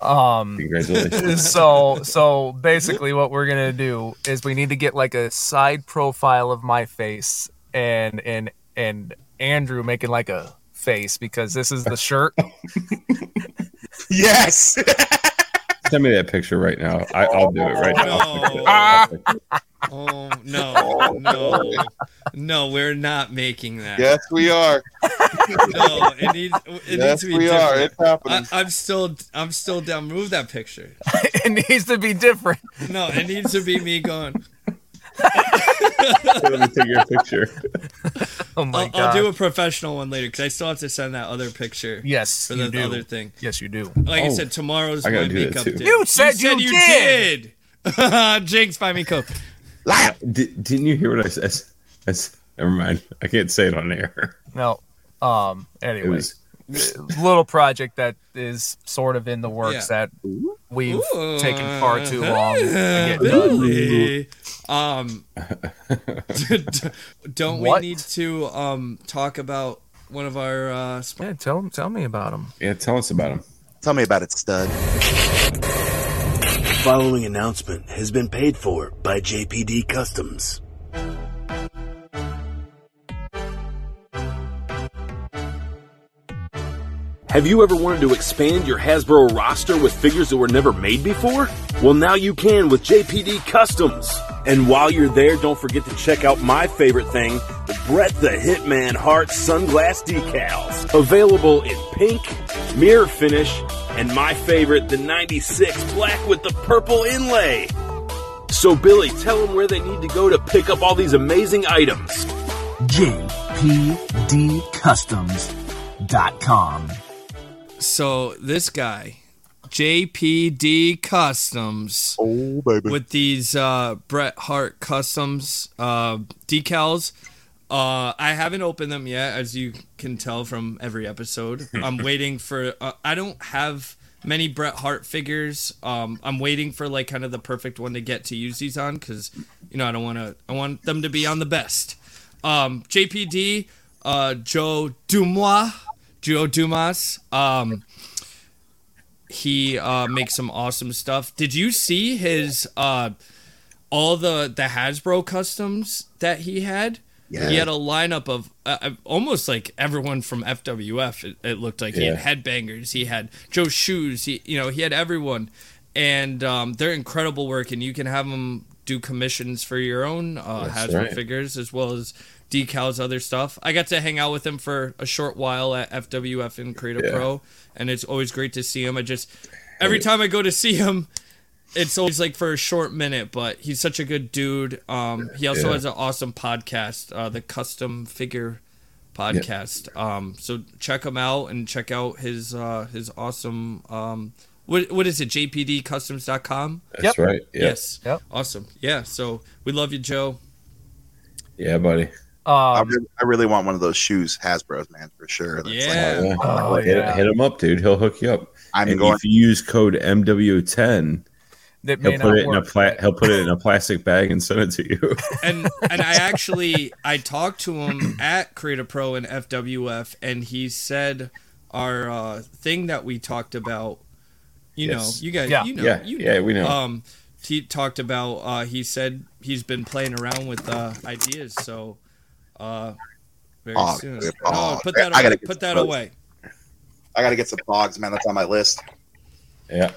Speaker 4: um
Speaker 6: Congratulations.
Speaker 4: so so basically what we're gonna do is we need to get like a side profile of my face and and and andrew making like a face because this is the shirt [laughs]
Speaker 10: Yes.
Speaker 6: Send me that picture right now. I, I'll do it right now.
Speaker 5: No.
Speaker 6: I'll fix
Speaker 4: [laughs]
Speaker 6: it.
Speaker 5: Oh, no. No. No, we're not making that.
Speaker 10: yes, we are.
Speaker 5: No, [laughs] it needs, it needs
Speaker 10: yes,
Speaker 5: to be
Speaker 10: we are.
Speaker 5: different.
Speaker 10: It's happening.
Speaker 5: I, I'm still, I'm still down. Move that picture.
Speaker 4: it needs to be different
Speaker 5: No, it needs to be me going.
Speaker 6: Let me take your picture. [laughs]
Speaker 4: oh [laughs] my
Speaker 5: I'll,
Speaker 4: god
Speaker 5: I'll do a professional one later because I still have to send that other picture
Speaker 4: yes
Speaker 5: for
Speaker 4: you
Speaker 5: the
Speaker 4: do
Speaker 5: other thing.
Speaker 4: yes you do
Speaker 5: Like I
Speaker 6: Oh.
Speaker 5: said, tomorrow's
Speaker 6: I gotta
Speaker 5: my
Speaker 6: do that
Speaker 5: makeup
Speaker 6: too.
Speaker 5: day.
Speaker 4: You said you did.
Speaker 5: did. [laughs] Jinx, buy me coke.
Speaker 6: Did, didn't you hear what I said? I s- I s- never mind. I can't say it on air.
Speaker 4: no um
Speaker 6: It
Speaker 4: anyway
Speaker 6: was
Speaker 4: little project that is sort of in the works that we've
Speaker 5: Ooh.
Speaker 4: taken far too long to get done
Speaker 5: [sighs] Really?
Speaker 4: [laughs]
Speaker 5: Um, don't
Speaker 4: What?
Speaker 5: we need to um talk about one of our uh, sp-
Speaker 4: yeah tell tell me about them
Speaker 6: yeah. Tell us about him.
Speaker 10: Tell me about it, stud.
Speaker 2: The following announcement has been paid for by JPD Customs.
Speaker 7: Have you ever wanted to expand your Hasbro roster with figures that were never made before? Well, now you can with JPD Customs. And while you're there, don't forget to check out my favorite thing, the Brett the Hitman Heart Sunglass Decals. Available in pink, mirror finish, and my favorite, the 96 black with the purple inlay. So, Billy, tell them where they need to go to pick up all these amazing items.
Speaker 1: JPDCustoms.com.
Speaker 5: so this guy, JPD Customs.
Speaker 10: Oh, baby.
Speaker 5: with these uh, Bret Hart customs uh, decals. Uh, I haven't opened them yet, as you can tell from every episode. I'm waiting for. Uh, I don't have many Bret Hart figures. Um, I'm waiting for like kind of the perfect one to get to use these on because you know I don't want to. I want them to be on the best. Um, JPD, uh, Joe Dumois, Joe Dumas. Um, he uh, makes some awesome stuff. Did you see his uh, all the the Hasbro customs that he had? He had a lineup of uh, uh, almost like everyone from FWF. It, it looked like he had headbangers. He had Joe Shoes. He you know he had everyone, and um, they're incredible work. And you can have them do commissions for your own uh,
Speaker 6: That's
Speaker 5: Hasbro
Speaker 6: right.
Speaker 5: figures as well as decals, other stuff. I got to hang out with him for a short while at FWF and Creative
Speaker 6: Yeah.
Speaker 5: Pro, and it's always great to see him. I just every time I go to see him, it's always like for a short minute, but he's such a good dude. Um, he also
Speaker 6: Yeah.
Speaker 5: has an awesome podcast, uh, the Custom Figure podcast. Um, so check him out and check out his uh, his awesome um, what what is it jpdcustoms.com?
Speaker 6: That's
Speaker 4: Yep.
Speaker 6: right. Yeah.
Speaker 5: Yes.
Speaker 4: Yep.
Speaker 5: Awesome. Yeah. So we love you, Joe.
Speaker 6: Yeah, buddy.
Speaker 10: I,
Speaker 4: Um,
Speaker 10: really, I really want one of those shoes, Hasbro's, man, for sure. That's like-
Speaker 5: Yeah.
Speaker 6: Yeah.
Speaker 4: oh,
Speaker 6: hit,
Speaker 4: yeah.
Speaker 6: hit him up, dude. He'll hook you up.
Speaker 10: I'm
Speaker 6: and
Speaker 10: going.
Speaker 6: if you use code MW10,
Speaker 4: that
Speaker 6: he'll
Speaker 4: may
Speaker 6: put
Speaker 4: not
Speaker 6: it in a
Speaker 4: work.
Speaker 6: pla- he'll put it in a plastic bag and send
Speaker 4: [laughs]
Speaker 6: it to you.
Speaker 5: and and I actually [laughs] I talked to him at Creative Pro and FWF, and he said our uh, thing that we talked about. You
Speaker 6: Yes.
Speaker 5: know, you guys,
Speaker 4: Yeah.
Speaker 5: you know,
Speaker 6: yeah,
Speaker 5: you
Speaker 6: yeah, we know.
Speaker 5: Um, he talked about. Uh, he said he's been playing around with uh, ideas, so uh, very
Speaker 10: Oh,
Speaker 5: soon.
Speaker 10: dude.
Speaker 5: No,
Speaker 10: Oh,
Speaker 5: put that
Speaker 10: I
Speaker 5: away.
Speaker 10: gotta get
Speaker 5: Put
Speaker 10: some
Speaker 5: that
Speaker 10: clothes.
Speaker 5: away.
Speaker 10: I got to get some pogs, man. That's on my list.
Speaker 6: yeah.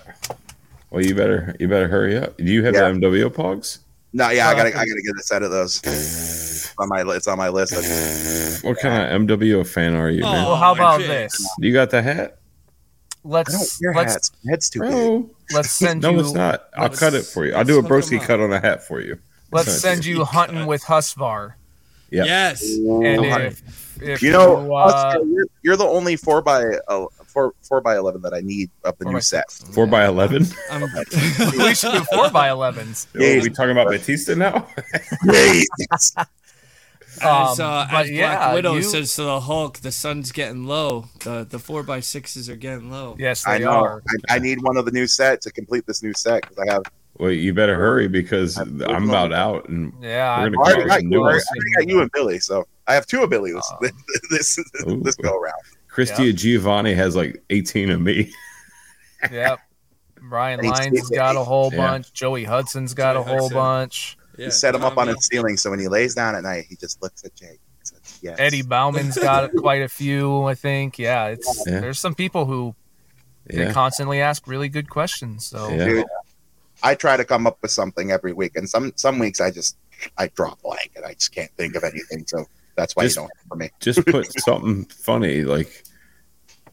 Speaker 6: Well, you better you better hurry up. Do you have
Speaker 10: Yeah.
Speaker 6: MWO pogs?
Speaker 10: No, yeah, I
Speaker 4: Uh,
Speaker 10: gotta, I gotta get a set of those. It's on my, li- it's on my list.
Speaker 6: What kind of MWO fan are you, man?
Speaker 4: Well, how
Speaker 5: Oh,
Speaker 4: about
Speaker 5: shit.
Speaker 4: this?
Speaker 6: You got the hat,
Speaker 10: I don't
Speaker 4: Let's
Speaker 10: wear
Speaker 4: let's
Speaker 10: hats. My head's too big.
Speaker 6: bro?
Speaker 4: let's send
Speaker 6: [laughs] No,
Speaker 4: you.
Speaker 6: it's not. I'll
Speaker 5: let's-
Speaker 6: cut it for you. I'll
Speaker 5: let's
Speaker 6: do a
Speaker 5: hook 'em
Speaker 6: broski
Speaker 5: up.
Speaker 6: cut on a hat for you.
Speaker 4: Let's
Speaker 6: It's
Speaker 4: send
Speaker 6: not-
Speaker 4: you hunting with Husvar.
Speaker 6: Yeah.
Speaker 5: Yes.
Speaker 4: And
Speaker 10: Ooh.
Speaker 4: if, if
Speaker 10: you know,
Speaker 4: you, uh,
Speaker 10: Oscar, you're, you're the only four by uh, four four by eleven that I need of the
Speaker 4: Four
Speaker 10: new
Speaker 4: by
Speaker 10: set.
Speaker 6: four
Speaker 5: [laughs]
Speaker 6: by eleven.
Speaker 10: [laughs]
Speaker 5: I'm,
Speaker 4: we should do four by elevens.
Speaker 6: Are we talking about Batista now?
Speaker 5: [laughs]
Speaker 4: [laughs]
Speaker 6: [laughs]
Speaker 5: as
Speaker 4: Um,
Speaker 5: uh,
Speaker 4: but
Speaker 5: as
Speaker 4: yeah,
Speaker 5: Black Widow
Speaker 4: you-
Speaker 5: says to the Hulk, the sun's getting low. The the four by sixes are getting low.
Speaker 4: Yes, they
Speaker 10: I know.
Speaker 4: are.
Speaker 10: I, I need one of the new set to complete this new set because I have.
Speaker 6: well, you better hurry because
Speaker 10: I'm-
Speaker 6: I'm about out and
Speaker 4: Yeah,
Speaker 6: We're
Speaker 4: I'm-
Speaker 6: gonna
Speaker 10: I
Speaker 6: Well,
Speaker 10: already got
Speaker 6: new
Speaker 10: you. I
Speaker 6: one.
Speaker 10: already got you and Billy, so I have two of Billy [laughs] this
Speaker 4: Oh.
Speaker 10: this,
Speaker 6: Ooh.
Speaker 10: this go around.
Speaker 6: Christia Giovanni has like 18 of me. [laughs]
Speaker 4: Uh, Yep. Brian
Speaker 10: Hey,
Speaker 4: Lyons
Speaker 10: Steve.
Speaker 4: got a whole
Speaker 6: Yeah.
Speaker 4: bunch. Joey Hudson's got a
Speaker 5: Joey
Speaker 4: whole
Speaker 5: Hudson.
Speaker 4: bunch.
Speaker 5: Yeah,
Speaker 10: You set him up on
Speaker 5: Tommy-
Speaker 10: his ceiling, so when he lays down at night, he just looks at Jake. and says, Yes.
Speaker 4: Eddie Bauman's got
Speaker 6: [laughs]
Speaker 4: quite a few, I think. Yeah, it's
Speaker 6: Yeah.
Speaker 4: there's some people who they
Speaker 6: Yeah.
Speaker 4: constantly ask really good questions. So
Speaker 6: Yeah.
Speaker 10: Dude, I try to come up with something every week, and some some weeks I just I draw blank and I just can't think of anything. So that's why
Speaker 6: Just-
Speaker 10: you don't have it for me. [laughs]
Speaker 6: Just put something funny like,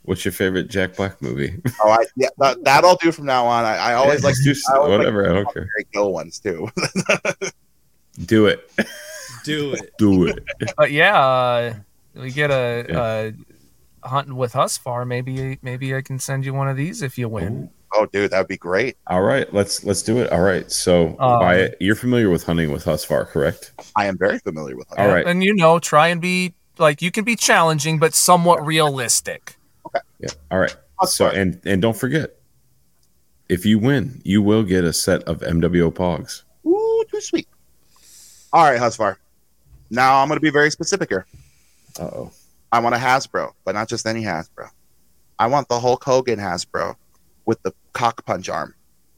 Speaker 6: what's your favorite Jack Black movie?
Speaker 10: Oh, I, yeah, that, that I'll do from now on. I, I
Speaker 6: [laughs]
Speaker 10: always like
Speaker 6: Just do s-
Speaker 10: I always like-
Speaker 6: whatever. I don't care.
Speaker 10: Terry Gill ones too. [laughs]
Speaker 6: Do it. [laughs]
Speaker 5: Do it.
Speaker 6: Do it.
Speaker 4: but yeah, uh, we get a,
Speaker 6: Yeah.
Speaker 4: a hunting with Husfar. Maybe maybe I can send you one of these if you win.
Speaker 10: oh, dude, that'd be great.
Speaker 6: All right. Let's let's do it. All right. So
Speaker 4: Um,
Speaker 6: Wyatt, you're familiar with hunting with Husfar, correct?
Speaker 10: I am very familiar with.
Speaker 6: All right.
Speaker 4: And you know, try and be like you can be challenging but somewhat realistic.
Speaker 6: Yeah. All right. So and and don't forget, if you win, you will get a set of MWO Pogs.
Speaker 10: Ooh, too sweet. All right, Husfar. Now I'm going to be very specific here.
Speaker 6: Uh oh.
Speaker 10: I want a Hasbro, but not just any Hasbro. I want the Hulk Hogan Hasbro with the cock punch arm,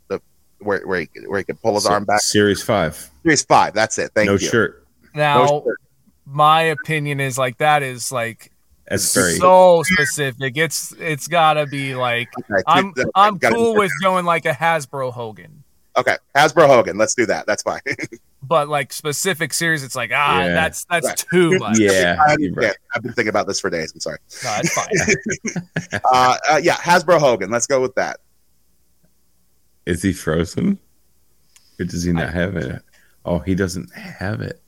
Speaker 10: the where where he, where he could pull his arm back.
Speaker 6: Series five.
Speaker 10: Series five. That's it. Thank
Speaker 6: no
Speaker 10: you.
Speaker 6: shirt.
Speaker 4: Now,
Speaker 6: Oh,
Speaker 10: No shirt.
Speaker 4: my opinion is like that is like
Speaker 6: That's very
Speaker 4: so specific. It's it's gotta be like
Speaker 10: Okay,
Speaker 6: [laughs]
Speaker 4: I'm
Speaker 10: keep-
Speaker 4: I'm
Speaker 10: gotta-
Speaker 4: cool with going like a Hasbro Hogan,
Speaker 10: Okay, Hasbro Hogan. Let's do that. That's fine. [laughs]
Speaker 4: but like specific series, it's like ah,
Speaker 6: Yeah.
Speaker 4: that's that's
Speaker 10: Right.
Speaker 4: too much.
Speaker 6: [laughs] yeah.
Speaker 10: I
Speaker 6: you're
Speaker 10: understand.
Speaker 6: right.
Speaker 10: I've been thinking about this for days. I'm sorry.
Speaker 4: No, it's fine.
Speaker 10: Uh, uh, yeah, Hasbro Hogan. Let's go with that.
Speaker 6: Is he frozen? Or does he not have it? Oh, he doesn't have it.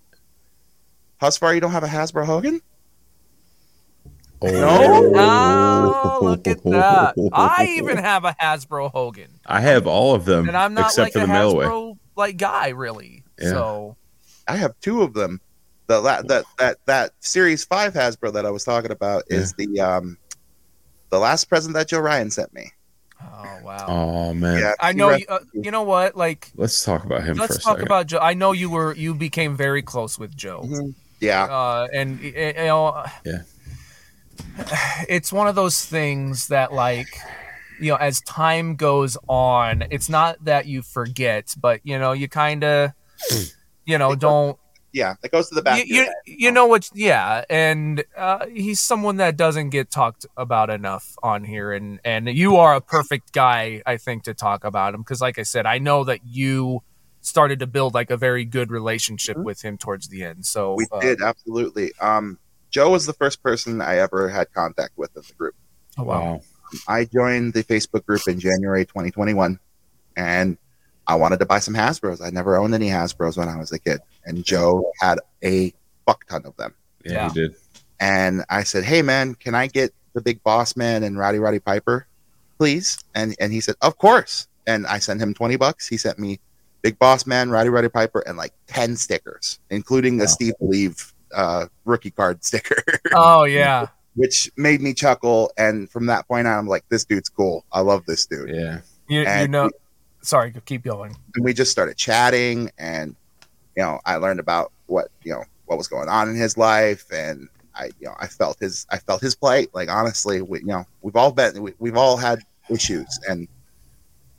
Speaker 10: Husfar, you don't have a Hasbro Hogan?
Speaker 6: Oh,
Speaker 4: oh, look at that! I
Speaker 6: [laughs]
Speaker 4: even have a Hasbro Hogan,
Speaker 6: I have all of them
Speaker 4: and I'm not
Speaker 6: Um, except
Speaker 4: like a
Speaker 6: for the mailway.
Speaker 4: Hasbro like guy really.
Speaker 6: Yeah.
Speaker 4: So
Speaker 10: I have two of them. The la- that that that Series Five Hasbro that I was talking about is the um the last present that Joe Ryan sent me.
Speaker 4: oh wow,
Speaker 6: Oh man,
Speaker 10: Yeah,
Speaker 4: I
Speaker 10: he
Speaker 4: know
Speaker 10: re-
Speaker 4: you. Uh, you know what? Like
Speaker 6: let's talk about him for
Speaker 4: let's
Speaker 6: a
Speaker 4: talk
Speaker 6: second.
Speaker 4: about Joe. I know you were you became very close with Joe.
Speaker 10: yeah,
Speaker 4: uh, and y- y- you know,
Speaker 6: Ah. Yeah.
Speaker 4: [sighs] it's one of those things that like you know as time goes on it's not that you forget but you know you kind of
Speaker 6: [sniffs]
Speaker 4: you know don't
Speaker 10: yeah. It goes to the back.
Speaker 4: you,
Speaker 10: of your
Speaker 4: you,
Speaker 10: head.
Speaker 4: you know what yeah and uh, he's someone that doesn't get talked about enough on here and and you are a perfect guy i think to talk about him because like i said i know that you started to build like a very good relationship with him towards the end. So
Speaker 10: Mm-hmm. We
Speaker 4: uh,
Speaker 10: did absolutely. Um, Joe was the first person I ever had contact with in the group.
Speaker 4: Oh,
Speaker 6: [laughs]
Speaker 4: wow.
Speaker 10: I joined the Facebook group in January 2021, and I wanted to buy some Hasbro's. I never owned any Hasbro's when I was a kid, and Joe had a fuck ton of them.
Speaker 6: Yeah, he did.
Speaker 10: And I said, "Hey, man, can I get the Big Boss Man and Rowdy Roddy Piper, please?" And and he said, "Of course." And I sent him 20 bucks. He sent me Big Boss Man, Rowdy Roddy Piper, and like 10 stickers, including a Steve Believe uh, rookie card sticker. [laughs]
Speaker 4: Oh yeah.
Speaker 10: which made me chuckle. And from that point on, I'm like, this dude's cool. I love this dude.
Speaker 6: Yeah.
Speaker 4: You, you
Speaker 10: And
Speaker 4: know
Speaker 10: we-
Speaker 4: sorry, keep going.
Speaker 10: And we just started chatting, and you know, I learned about what you know what was going on in his life, and I you know I felt his I felt his plight. Like honestly, we you know we've all been we, we've all had issues, and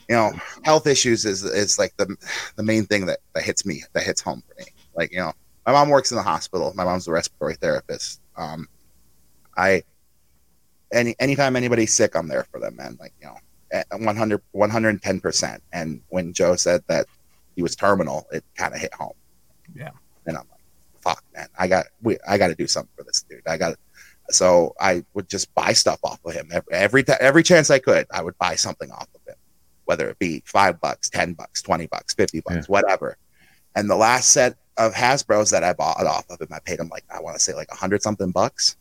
Speaker 10: you know, health issues is is like the the main thing that that hits me that hits home for me. Like you know, my mom works in the hospital. My mom's a respiratory therapist. Um, I any anytime anybody's sick, I'm there for them, man. Like you know, at 100 110 percent. And when Joe said that he was terminal, it kind of hit home.
Speaker 4: Yeah.
Speaker 10: And I'm like, fuck, man, I got we I got to do something for this dude. I got. So I would just buy stuff off of him every every, ti- every chance I could. I would buy something off of him, whether it be five bucks, ten bucks, twenty bucks, fifty bucks,
Speaker 6: Yeah.
Speaker 10: whatever. And the last set of Hasbro's that I bought off of him, I paid him like I want to say like a hundred something bucks,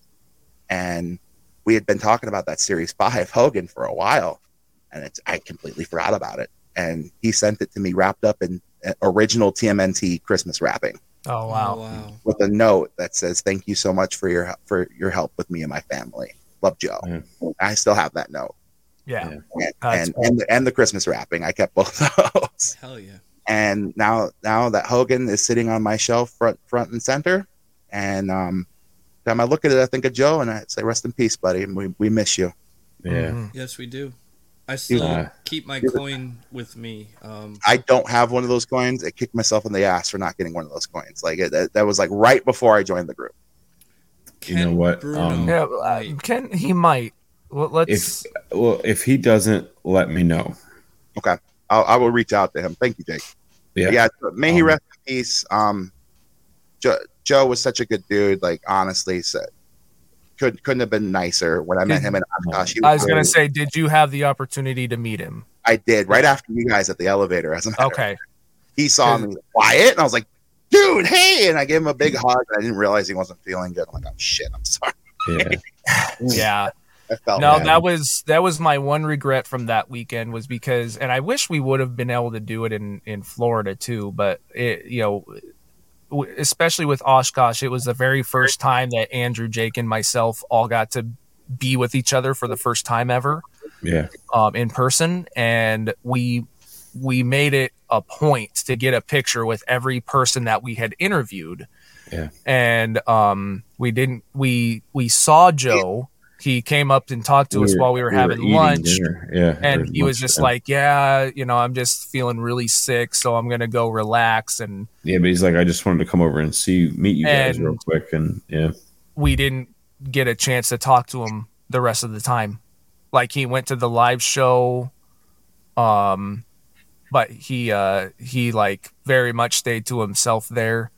Speaker 10: and we had been talking about that Series Five [laughs] Hogan for a while, and it's, I completely forgot about it. And he sent it to me wrapped up in uh, original TMNT Christmas wrapping
Speaker 4: Oh [laughs]
Speaker 5: Oh,
Speaker 4: wow.
Speaker 5: wow.
Speaker 10: with a note that says, "Thank you so much for your for your help with me and my family. Love Joe."
Speaker 6: Yeah.
Speaker 10: I still have that note
Speaker 4: Yeah.
Speaker 6: Yeah.
Speaker 10: and
Speaker 4: That's
Speaker 10: and, and, the, and the Christmas wrapping. I kept both [laughs] those,
Speaker 5: Hell yeah.
Speaker 10: and now now that Hogan is sitting on my shelf front front and center, and um, time I look at it, I think of Joe and I say, "Rest in peace, buddy. and We we miss you."
Speaker 6: Yeah.
Speaker 4: Mhm.
Speaker 5: Yes, we do. I still
Speaker 6: Yeah.
Speaker 5: keep my coin with me. Um,
Speaker 10: I don't have one of those coins. I kicked myself in the ass for not getting one of those coins. Like it, that, that was like right before I joined the group.
Speaker 6: You know what, um,
Speaker 4: Yeah,
Speaker 5: might-
Speaker 4: uh, Ken he might. Well, let's
Speaker 6: Well, if he doesn't, let me know.
Speaker 10: I'll, I will reach out to him. Thank you, Jake.
Speaker 6: Yeah.
Speaker 10: Yeah. may he
Speaker 6: Um,
Speaker 10: rest in peace. Um, Joe, Joe was such a good dude. Like honestly, so, could couldn't have been nicer when I met him in Oshkosh. he
Speaker 4: I was going
Speaker 10: great.
Speaker 4: to say did you have the opportunity to meet him?
Speaker 10: I did right after you guys at the elevator. As a matter of fact.
Speaker 4: Okay.
Speaker 10: he saw me quiet, and I was like, "Dude, hey!" And I gave him a big hug. And I didn't realize he wasn't feeling good. I'm like, "Oh shit, I'm sorry."
Speaker 4: [laughs]
Speaker 6: Yeah.
Speaker 10: Mm.
Speaker 4: Yeah.
Speaker 10: I felt
Speaker 4: no,
Speaker 10: bad.
Speaker 4: that was that was my one regret from that weekend was because, and I wish we would have been able to do it in in Florida too, but it you know, w- especially with Oshkosh, it was the very first time that Andrew, Jake, and myself all got to be with each other for the first time ever
Speaker 6: Yeah.
Speaker 4: um, in person, and we we made it a point to get a picture with every person that we had interviewed.
Speaker 6: Yeah.
Speaker 4: And um, we didn't we we saw Joe. He came up and talked to us while we were having
Speaker 6: eating
Speaker 4: lunch.
Speaker 6: dinner. Yeah.
Speaker 4: And
Speaker 6: or
Speaker 4: he was
Speaker 6: lunch,
Speaker 4: just
Speaker 6: yeah.
Speaker 4: like, Yeah, you know, I'm just feeling really sick, so I'm gonna go relax and
Speaker 6: Yeah, but he's like, I just wanted to come over and see you, meet you guys
Speaker 4: And-
Speaker 6: real quick. And yeah.
Speaker 4: we didn't get a chance to talk to him the rest of the time. Like he went to the live show, um, but he uh he like very much stayed to himself there,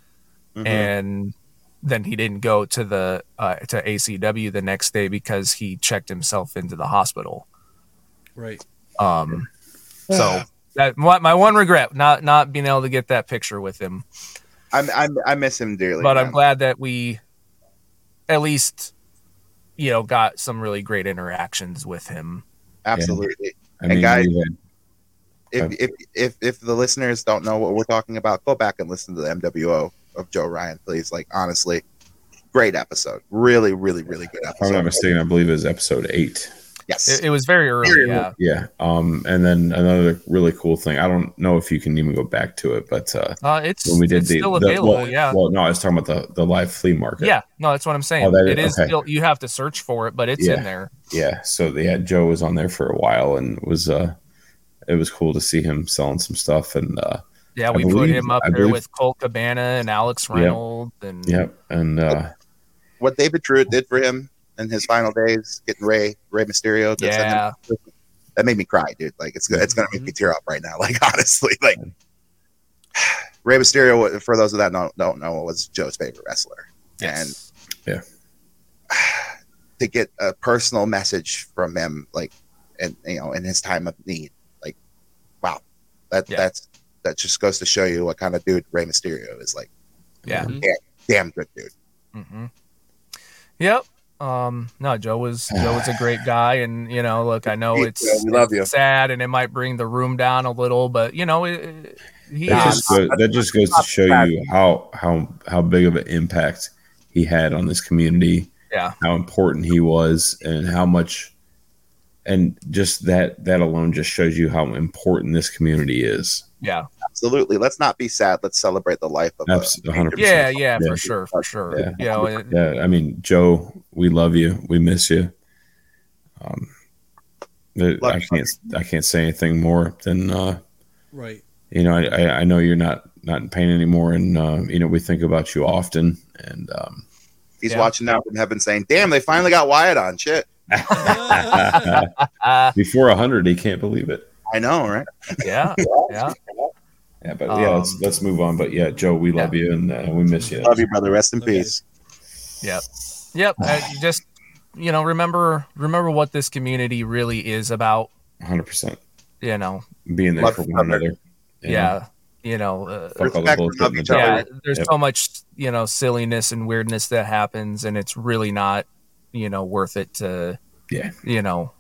Speaker 4: Mm-hmm.
Speaker 10: Mhm.
Speaker 4: and then he didn't go to the uh, to ACW the next day because he checked himself into the hospital.
Speaker 5: right.
Speaker 4: Um, [sighs] so that my, my one regret not not being able to get that picture with him
Speaker 10: I'm, I'm, I miss him dearly.
Speaker 4: but I'm
Speaker 10: man.
Speaker 4: glad that we at least you know got some really great interactions with him.
Speaker 10: Absolutely.
Speaker 6: I
Speaker 10: And guys-
Speaker 6: we had-
Speaker 10: if,
Speaker 6: Okay.
Speaker 10: if if if the listeners don't know what we're talking about, go back and listen to the MWO of Joe Ryan, please. Like honestly, great episode. Really, really, really good
Speaker 6: if I'm not
Speaker 10: episode.
Speaker 6: mistaken, I believe it was episode eight.
Speaker 10: Yes.
Speaker 4: It, it was very early, yeah.
Speaker 6: Yeah. Um, and then another really cool thing. I don't know if you can even go back to it, but uh,
Speaker 4: Uh, it's
Speaker 6: when we did
Speaker 4: it's
Speaker 6: the,
Speaker 4: still
Speaker 6: the-
Speaker 4: available,
Speaker 6: well,
Speaker 4: yeah.
Speaker 6: Well, no, I was talking about the, the live flea market.
Speaker 4: Yeah, no, that's what I'm saying.
Speaker 6: Oh, that is-
Speaker 4: it is
Speaker 6: okay.
Speaker 4: still you have to search for it, but it's
Speaker 6: Yeah.
Speaker 4: in there.
Speaker 6: Yeah. So yeah, Joe was on there for a while and was uh it was cool to see him selling some stuff and uh
Speaker 4: Yeah, we put
Speaker 6: believe-
Speaker 4: him up
Speaker 6: I
Speaker 4: there
Speaker 6: believe-
Speaker 4: with Colt Cabana and Alex Reynolds
Speaker 10: Mm-hmm.
Speaker 4: and
Speaker 6: yep and uh
Speaker 10: what David Truitt did for him in his final days, getting Ray Ray Mysterio. to send him-
Speaker 4: yeah, Mm-hmm.
Speaker 10: [laughs] that made me cry, dude. Like it's good. It's gonna make me tear up right now. Like honestly, like [sighs] Rey Mysterio, wa- for those of that don't, don't know, was Joe's favorite wrestler.
Speaker 5: Yes.
Speaker 10: To get a personal message from him, like, and you know, in his time of need, like, wow, that
Speaker 4: Yeah.
Speaker 10: that's that just goes to show you what kind of dude Rey Mysterio is. Like,
Speaker 4: Yeah.
Speaker 5: Mm-hmm.
Speaker 10: damn good dude.
Speaker 4: hmm Yep. Um, no, Joe was Joe was a great guy, and you know, look, I know
Speaker 10: Yeah,
Speaker 4: it's
Speaker 10: we love you.
Speaker 4: sad, and it might bring the room down a little, but you know, it, it- he
Speaker 10: Yeah.
Speaker 6: That
Speaker 4: is
Speaker 6: just, goes, that just goes to show you how how how big of an impact he had on this community.
Speaker 4: Yeah.
Speaker 6: How important he was, and how much, and just that that alone just shows you how important this community is.
Speaker 10: Absolutely. Let's not be sad. Let's celebrate the life of
Speaker 6: Abs-
Speaker 10: a
Speaker 6: 100%.
Speaker 4: yeah, yeah,
Speaker 6: Yeah.
Speaker 4: for sure, for sure.
Speaker 6: Yeah.
Speaker 4: You know, it-
Speaker 10: Mm-hmm.
Speaker 6: Yeah, I mean, Joe, we love you. We miss you. Um, the-
Speaker 10: Love
Speaker 6: I
Speaker 10: you.
Speaker 6: can't I can't say anything more than uh,
Speaker 5: Right.
Speaker 6: you know. I, I, I know you're not not in pain anymore, and uh, you know we think about you often. And um,
Speaker 10: He's
Speaker 4: Yeah.
Speaker 10: watching now from heaven, saying, "Damn, they finally got Wyatt on." Shit,
Speaker 4: uh,
Speaker 6: before hundred, he can't believe it.
Speaker 10: I know, right?
Speaker 4: yeah, yeah.
Speaker 6: Yeah, but yeah, let's
Speaker 4: Um,
Speaker 6: let's move on. But yeah, Joe, we love you and uh, we miss you.
Speaker 10: Love you, brother. Rest in
Speaker 5: Okay.
Speaker 10: peace.
Speaker 4: Yep. uh, you just you know, remember remember what this community really is about.
Speaker 6: Hundred percent
Speaker 4: You know,
Speaker 6: being there
Speaker 10: Love
Speaker 6: for
Speaker 10: you,
Speaker 6: one
Speaker 10: brother.
Speaker 6: another.
Speaker 4: yeah, you know, uh,
Speaker 6: Fuck all the
Speaker 10: Respect and
Speaker 6: bullshit
Speaker 10: love
Speaker 6: in the
Speaker 10: each
Speaker 6: back.
Speaker 4: yeah.
Speaker 10: other.
Speaker 4: There's
Speaker 6: Yep.
Speaker 4: so much you know silliness and weirdness that happens, and it's really not you know worth it to
Speaker 6: Yeah.
Speaker 4: you know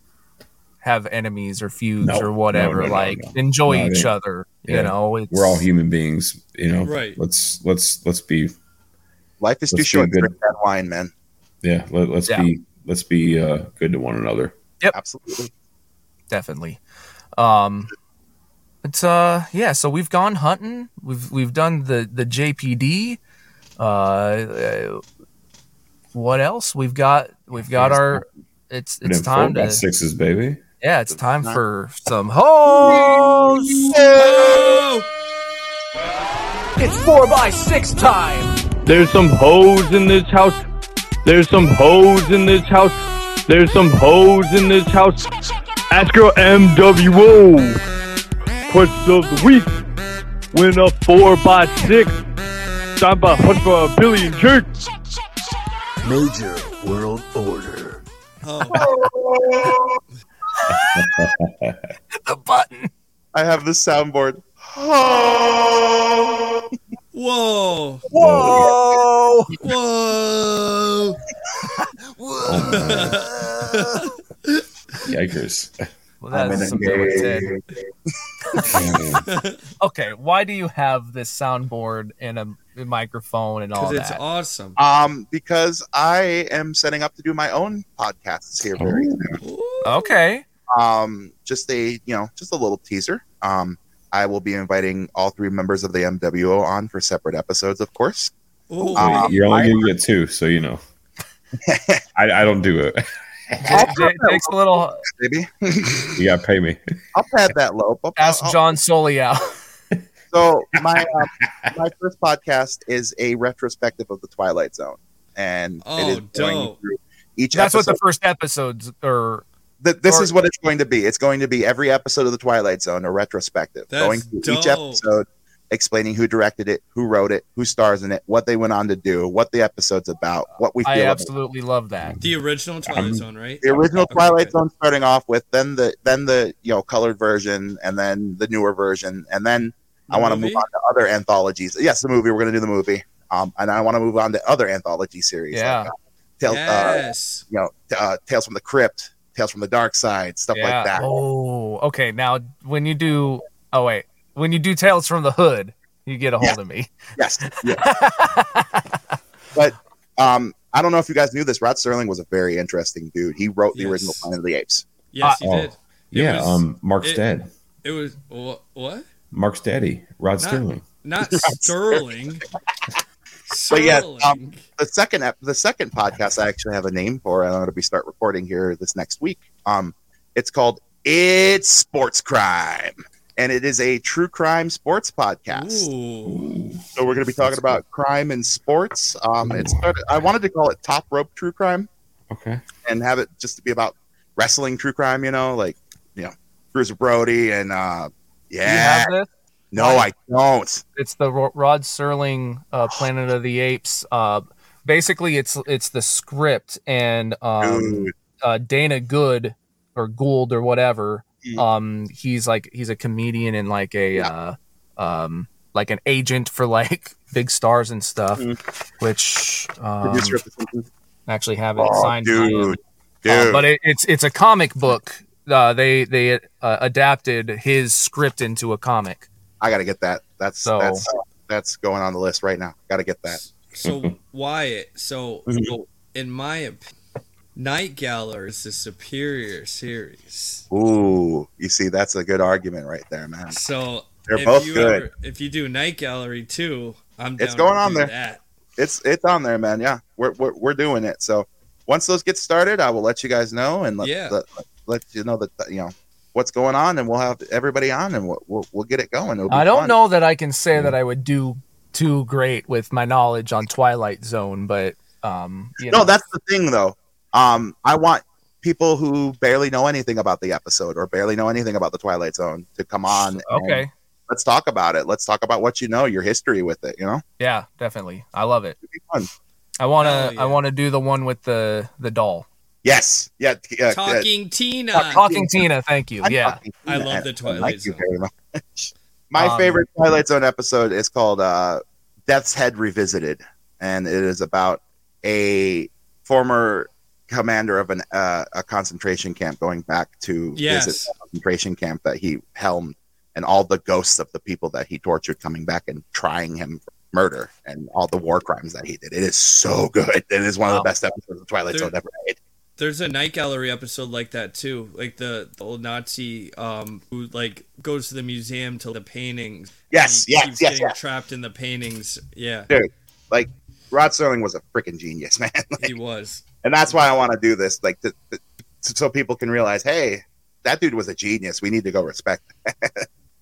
Speaker 4: have enemies or feuds
Speaker 6: No,
Speaker 4: or whatever.
Speaker 6: no, no, no,
Speaker 4: like
Speaker 6: no.
Speaker 4: enjoy
Speaker 6: No, I
Speaker 4: each
Speaker 6: mean,
Speaker 4: other.
Speaker 6: yeah,
Speaker 4: You know, it's,
Speaker 6: We're all human beings, you know.
Speaker 5: Right.
Speaker 6: Let's let's let's be
Speaker 10: Life
Speaker 6: Let's
Speaker 10: is too
Speaker 6: be
Speaker 10: short. to
Speaker 6: good.
Speaker 10: Drink that wine, man.
Speaker 6: yeah. Let, let's
Speaker 4: Yeah.
Speaker 6: be let's be uh, good to one another.
Speaker 10: Absolutely.
Speaker 4: definitely. Um, it's uh yeah. So we've gone hunting. We've we've done the the JPD. Uh, Uh, what else? We've got we've got our. It's
Speaker 6: Put in
Speaker 4: it's
Speaker 6: four
Speaker 4: time
Speaker 6: by
Speaker 4: to
Speaker 6: sixes, baby.
Speaker 4: yeah. It's time for some hoes.
Speaker 5: Oh!
Speaker 8: It's four by six time.
Speaker 7: There's some hoes in this house. There's some hoes in this house. There's some hoes in this house. Ask girl MWO. Question of the week. Win a four by six. Time by hunt for a billion jerks.
Speaker 2: Major World Order.
Speaker 5: Oh.
Speaker 4: The button.
Speaker 10: I have the soundboard.
Speaker 5: [laughs] Whoa.
Speaker 4: Whoa!
Speaker 5: Whoa. [laughs]
Speaker 6: Yikers! [laughs]
Speaker 4: Well, that's something we said. Okay, why do you have this soundboard and a, a microphone and all
Speaker 5: Because it's
Speaker 4: that?
Speaker 5: awesome.
Speaker 10: Um, because I am setting up to do my own podcasts
Speaker 6: Oh,
Speaker 10: here very soon.
Speaker 5: Ooh.
Speaker 4: okay.
Speaker 10: Um, just a you know, just a little teaser. Um, I will be inviting all three members of the MWO on for separate episodes, of course.
Speaker 5: Ooh.
Speaker 10: Um,
Speaker 6: You're
Speaker 10: I-
Speaker 6: only gonna get two, so you know. I, I don't do it.
Speaker 4: It, it takes a little.
Speaker 10: Maybe
Speaker 6: You gotta pay me.
Speaker 10: [laughs] I'll pad that low. I'll-
Speaker 4: Ask
Speaker 10: I'll-
Speaker 4: John Soli out.
Speaker 10: So my um, my first podcast is a retrospective of the Twilight Zone, and
Speaker 5: Oh,
Speaker 10: it is going
Speaker 5: dope.
Speaker 10: through
Speaker 4: [laughs]
Speaker 10: each
Speaker 4: That's what
Speaker 10: episode.
Speaker 4: the first episodes are.
Speaker 10: Th- this
Speaker 4: or-
Speaker 10: is what it's going to be. It's going to be every episode of the Twilight Zone a retrospective,
Speaker 5: That's
Speaker 10: going through each
Speaker 5: dope.
Speaker 10: episode, explaining who directed it, who wrote it, who stars in it, what they went on to do, what the episode's about, what we feel
Speaker 4: I
Speaker 10: about
Speaker 4: absolutely love that.
Speaker 5: The original Twilight
Speaker 6: I'm-
Speaker 5: Zone, right?
Speaker 10: um, the original
Speaker 5: Okay,
Speaker 10: Twilight
Speaker 5: good.
Speaker 10: Zone starting off with, then the then the you know colored version, and then the newer version, and then I want to
Speaker 5: Movie?
Speaker 10: move on to other anthologies. Yes, the movie. We're going to do the movie, um, and I want to move on to other anthology series.
Speaker 4: Yeah.
Speaker 10: like, uh, Tales, uh,
Speaker 5: Yes.
Speaker 10: you know, t- uh, Tales from the Crypt, Tales from the Dark Side, stuff
Speaker 4: Yeah.
Speaker 10: like that.
Speaker 4: Oh, okay. Now, when you do, oh wait, when you do Tales from the Hood, you get a hold of me.
Speaker 10: Yes, Um, I don't know if you guys knew this. Rod Sterling was a very interesting dude. He wrote the
Speaker 5: Yes.
Speaker 10: original Planet of the Apes.
Speaker 5: Yes, he
Speaker 6: Oh.
Speaker 5: did.
Speaker 6: Yeah,
Speaker 5: was-
Speaker 6: um, Mark's
Speaker 5: it-
Speaker 6: dad,
Speaker 5: It was wha- what?
Speaker 6: Mark's daddy, Rod Sterling.
Speaker 10: [laughs]
Speaker 5: Not Sterling.
Speaker 10: But yeah,
Speaker 5: Sterling.
Speaker 10: um, The second ep- the second podcast I actually have a name for, and I'm going to be start recording here this next week. Um, it's called It's Sports Crime, and it is a true crime sports podcast.
Speaker 5: Ooh.
Speaker 10: So we're going to be talking about crime in sports. Um, it started, I wanted to call it Top Rope True Crime
Speaker 6: Okay.
Speaker 10: and have it just to be about wrestling true crime. You know, like you know, Bruce Brody and uh,
Speaker 4: Do you
Speaker 10: yeah,
Speaker 4: have this?
Speaker 10: No, I don't.
Speaker 4: it's the Ro- Rod Serling uh, Planet of the Apes. Uh, basically, it's it's the script and um,
Speaker 10: Dude.
Speaker 4: uh, Dana Good or Gould or whatever.
Speaker 10: Mm.
Speaker 4: Um, he's like he's a comedian and like a
Speaker 10: Yeah.
Speaker 4: uh, um, like an agent for like [laughs] big stars and stuff,
Speaker 10: Mm.
Speaker 4: which um,
Speaker 6: Producer of the-
Speaker 4: actually have it
Speaker 10: Oh,
Speaker 4: signed. by him.
Speaker 10: dude, dude.
Speaker 4: Uh, but it, it's it's a comic book. Uh, they they uh, adapted his script into a comic.
Speaker 10: I gotta get that. That's
Speaker 4: So-
Speaker 10: that's that's going on the list right now. Gotta get that. [laughs] Mm-hmm.
Speaker 5: So Wyatt, so so in my opinion, Night Gallery is the superior series.
Speaker 10: Ooh, you see, that's a good argument right there, man.
Speaker 5: So
Speaker 10: They're
Speaker 5: if
Speaker 10: both
Speaker 5: you
Speaker 10: good.
Speaker 5: Ever, if you do Night Gallery too, I'm down
Speaker 10: It's going
Speaker 5: to
Speaker 10: on
Speaker 5: do
Speaker 10: there.
Speaker 5: That.
Speaker 10: It's it's on there, man. Yeah, we're we're, we're doing it. So once those get started, I will let you guys know and let
Speaker 5: Yeah.
Speaker 10: let, let you know that you know what's going on, and we'll have everybody on, and we'll we'll, we'll get it going. It'll be
Speaker 4: I don't
Speaker 10: fun. Mm.
Speaker 4: know that I can say that I would do too great with my knowledge on Twilight Zone, but um, you
Speaker 10: No,
Speaker 4: know,
Speaker 10: that's the thing though. Um, I want people who barely know anything about the episode or barely know anything about the Twilight Zone to come on. and
Speaker 4: okay.
Speaker 10: let's talk about it. Let's talk about what you know, your history with it. You know,
Speaker 4: Yeah, definitely. I love it.
Speaker 10: it'd be fun.
Speaker 4: I wanna
Speaker 5: Hell yeah.
Speaker 4: I wanna do the one with the the doll.
Speaker 10: Yes. Yeah. t- yeah, yeah.
Speaker 5: Talking Tina.
Speaker 4: Uh, Talking Tina, thank you.
Speaker 10: I'm
Speaker 4: Yeah.
Speaker 10: talking
Speaker 5: I love
Speaker 10: Tina,
Speaker 5: the
Speaker 10: and
Speaker 5: Twilight
Speaker 10: Thank you
Speaker 5: Zone.
Speaker 10: very much. [laughs] My
Speaker 4: Um,
Speaker 10: favorite Twilight Zone episode is called uh, "Death's Head Revisited," and it is about a former commander of an uh, a concentration camp going back to
Speaker 5: Yes.
Speaker 10: visit a concentration camp that he helmed, and all the ghosts of the people that he tortured coming back and trying him for murder and all the war crimes that he did. It is so good. It is one of
Speaker 4: Wow.
Speaker 10: the best episodes of Twilight
Speaker 5: There-
Speaker 10: Zone ever made.
Speaker 5: There's a Night Gallery episode like that too, like the, the old Nazi um who like goes to the museum to the paintings. and
Speaker 10: Yes,
Speaker 5: he
Speaker 10: yes,
Speaker 5: keeps
Speaker 10: yes,
Speaker 5: getting
Speaker 10: yes.
Speaker 5: Trapped in the paintings. Yeah,
Speaker 10: Like Rod Serling was a freaking genius, man.
Speaker 5: he was.
Speaker 10: and that's why I want to do this, like, to, to, so people can realize, hey, that dude was a genius. We need to go respect. him.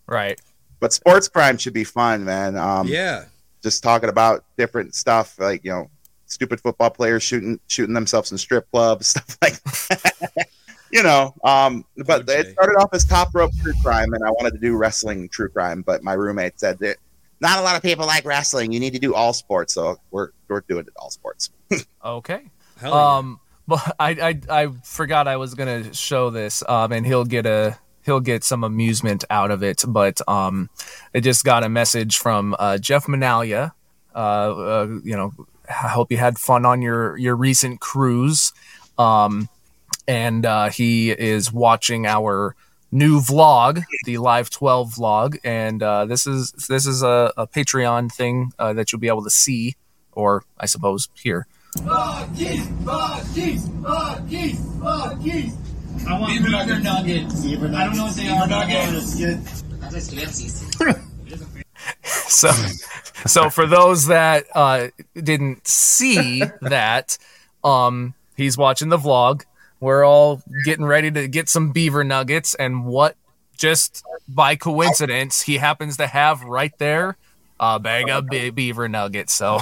Speaker 4: Right.
Speaker 10: But sports crime should be fun, man. Um,
Speaker 5: yeah,
Speaker 10: Just talking about different stuff, like you know, stupid football players shooting shooting themselves in strip clubs, [laughs] stuff like that. you know. Um, but
Speaker 5: Okay.
Speaker 10: it started off as top rope true crime, and I wanted to do wrestling true crime, but my roommate said that not a lot of people like wrestling. You need to do all sports, so we're we're doing it all sports.
Speaker 4: Okay.
Speaker 5: hell yeah.
Speaker 4: Um but I, I I forgot I was gonna show this, um, and he'll get a he'll get some amusement out of it. But um, I just got a message from uh, Jeff Manalia. Uh, uh, you know, I hope you had fun on your your recent cruise. Um, and uh, he is watching our new vlog, the Live 12 vlog, and uh, this is this is a, a Patreon thing uh, that you'll be able to see, or I suppose hear.
Speaker 11: I want burger nuggets. I don't know what they are. Nuggets.
Speaker 4: so so for those that uh didn't see that um he's watching the vlog we're all getting ready to get some beaver nuggets and what just by coincidence he happens to have right there a bag of be- beaver nuggets so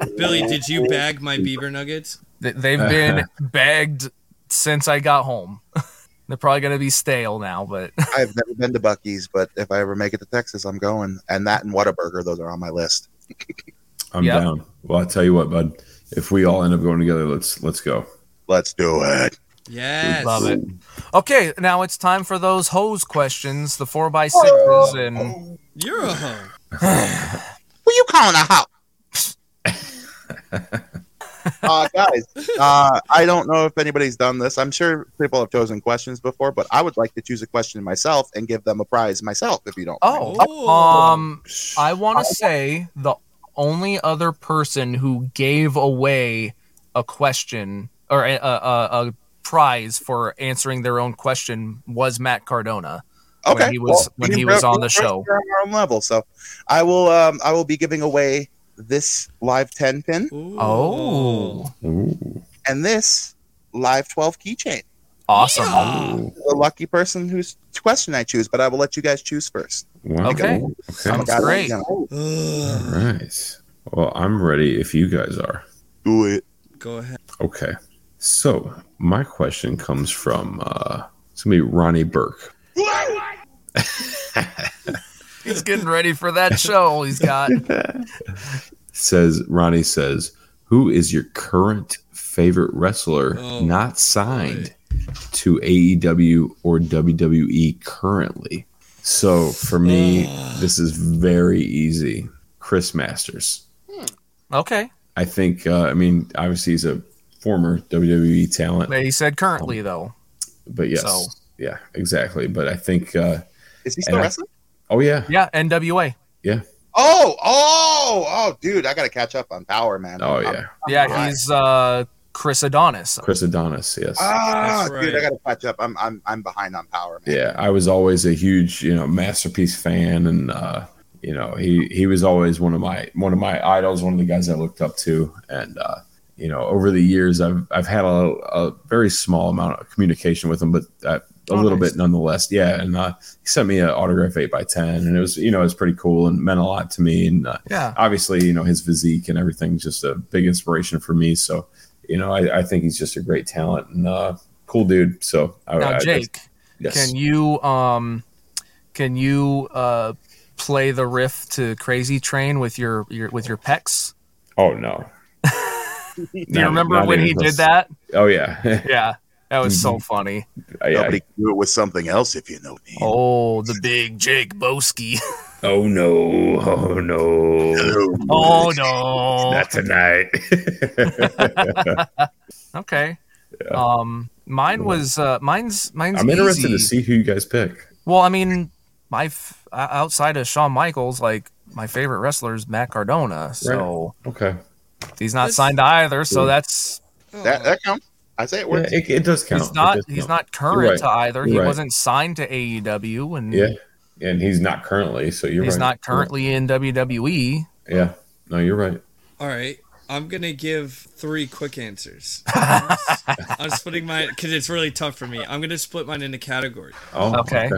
Speaker 4: um,
Speaker 5: Billy, did you bag my beaver nuggets?
Speaker 4: th- they've been bagged since i got home [laughs] they're probably going to be stale now but [laughs]
Speaker 10: I've never been to Bucky's, but if I ever make it to Texas, I'm going. And that and Whataburger, those are on my list.
Speaker 6: I'm
Speaker 4: Yeah.
Speaker 6: down. Well, I tell you what, bud. If we all end up going together, let's let's go.
Speaker 10: Let's do it.
Speaker 5: Yes,
Speaker 4: Love it. Okay, now it's time for those hose questions, the four by sixes, and
Speaker 5: You're a hoe.
Speaker 10: Who you calling a house?
Speaker 4: [laughs]
Speaker 10: uh, guys, uh, I don't know if anybody's done this. I'm sure people have chosen questions before, but I would like to choose a question myself and give them a prize myself if you don't. mind.
Speaker 4: oh, Um, I want to say the only other person who gave away a question or a, a, a, a prize for answering their own question was Matt Cardona.
Speaker 10: okay.
Speaker 4: when he was- when he was
Speaker 10: wrote-
Speaker 4: on the show.
Speaker 10: we're on our own level, so I will. Um, I will be giving away this live ten pin
Speaker 5: Ooh.
Speaker 4: Oh,
Speaker 6: Ooh.
Speaker 10: and this live twelve keychain.
Speaker 4: awesome!
Speaker 10: the lucky person whose question I choose, but I will let you guys choose first.
Speaker 6: Wow.
Speaker 4: Okay.
Speaker 6: Okay.
Speaker 4: Sounds great.
Speaker 5: Ugh.
Speaker 6: All right. Well, I'm ready if you guys are.
Speaker 10: Do it.
Speaker 5: Go ahead.
Speaker 6: Okay. So my question comes from uh, it's gonna be Ronnie Burke.
Speaker 4: He's getting ready for that show he's got.
Speaker 6: says Ronnie says, "Who is your current favorite wrestler
Speaker 5: Oh,
Speaker 6: not signed to AEW or WWE currently?" So for me, this is very easy. Chris Masters.
Speaker 4: Okay.
Speaker 6: I think. Uh, I mean, obviously he's a former WWE talent,
Speaker 4: He said currently, though.
Speaker 6: but yes,
Speaker 4: So-
Speaker 6: yeah, exactly. But I think. Uh,
Speaker 10: Is he still
Speaker 6: Yeah.
Speaker 10: wrestling?
Speaker 6: oh yeah,
Speaker 4: Yeah, NWA.
Speaker 10: Oh, oh, oh, dude, I got to catch up on Power, man.
Speaker 6: oh
Speaker 10: I'm-
Speaker 6: yeah,
Speaker 4: Yeah,
Speaker 10: Right.
Speaker 4: he's uh, Chris Adonis.
Speaker 6: Chris Adonis. Yes.
Speaker 10: Ah,
Speaker 5: That's
Speaker 10: dude,
Speaker 5: right.
Speaker 10: I got to catch up. I'm, I'm, I'm behind on Power, man.
Speaker 6: yeah i was always a huge you know masterpiece fan and uh you know he he was always one of my one of my idols one of the guys i looked up to and uh you know over the years i've i've had a, a very small amount of communication with him but uh, a
Speaker 4: Oh,
Speaker 6: little
Speaker 4: nice.
Speaker 6: bit nonetheless yeah and uh he sent me an autograph 8 by 10 and it was you know it was pretty cool and meant a lot to me and uh,
Speaker 4: Yeah.
Speaker 6: obviously you know his physique and everything's just a big inspiration for me so you know i, I think he's just a great talent and uh cool dude so I, I-
Speaker 4: Now,
Speaker 6: I-
Speaker 4: Jake,
Speaker 6: yes.
Speaker 4: can you um, can you uh, play the riff to Crazy Train with your, your with your pecs?
Speaker 6: Oh no.
Speaker 4: [laughs] Do you remember when he did that?
Speaker 6: Oh yeah, [laughs]
Speaker 4: Yeah, that was so
Speaker 6: Mm-hmm.
Speaker 4: funny.
Speaker 6: yeah.
Speaker 10: Nobody can do it with something else if you know me.
Speaker 4: Oh, the big Jake Boski.
Speaker 6: [laughs] Oh no! Oh no!
Speaker 4: [laughs] Oh no.
Speaker 6: Not tonight. [laughs]
Speaker 4: Okay. Um, mine was uh, mine's mine's.
Speaker 6: I'm interested
Speaker 4: easy.
Speaker 6: to see who you guys pick.
Speaker 4: Well, I mean, my f- o- outside of Shawn Michaels, like my favorite wrestler is Matt Cardona. So
Speaker 6: Okay.
Speaker 4: he's not
Speaker 5: That's-
Speaker 4: signed to either. So
Speaker 6: Ooh.
Speaker 4: that's
Speaker 10: That, that counts. I say it
Speaker 6: Yeah,
Speaker 10: works.
Speaker 6: it, it does count.
Speaker 4: he's
Speaker 6: It
Speaker 4: not
Speaker 6: does
Speaker 4: he's
Speaker 6: count.
Speaker 4: not current
Speaker 6: right.
Speaker 4: to either. he
Speaker 6: You're right.
Speaker 4: wasn't signed to AEW, and
Speaker 6: Yeah, and he's not currently. So you're
Speaker 4: he's
Speaker 6: right.
Speaker 4: not currently in E. WWE.
Speaker 6: Yeah. No, you're right.
Speaker 5: All right. I'm going to give three
Speaker 4: [laughs]
Speaker 5: quick answers. I'm splitting mine because it's really tough for me. I'm going to split mine into categories.
Speaker 6: Oh.
Speaker 4: Okay.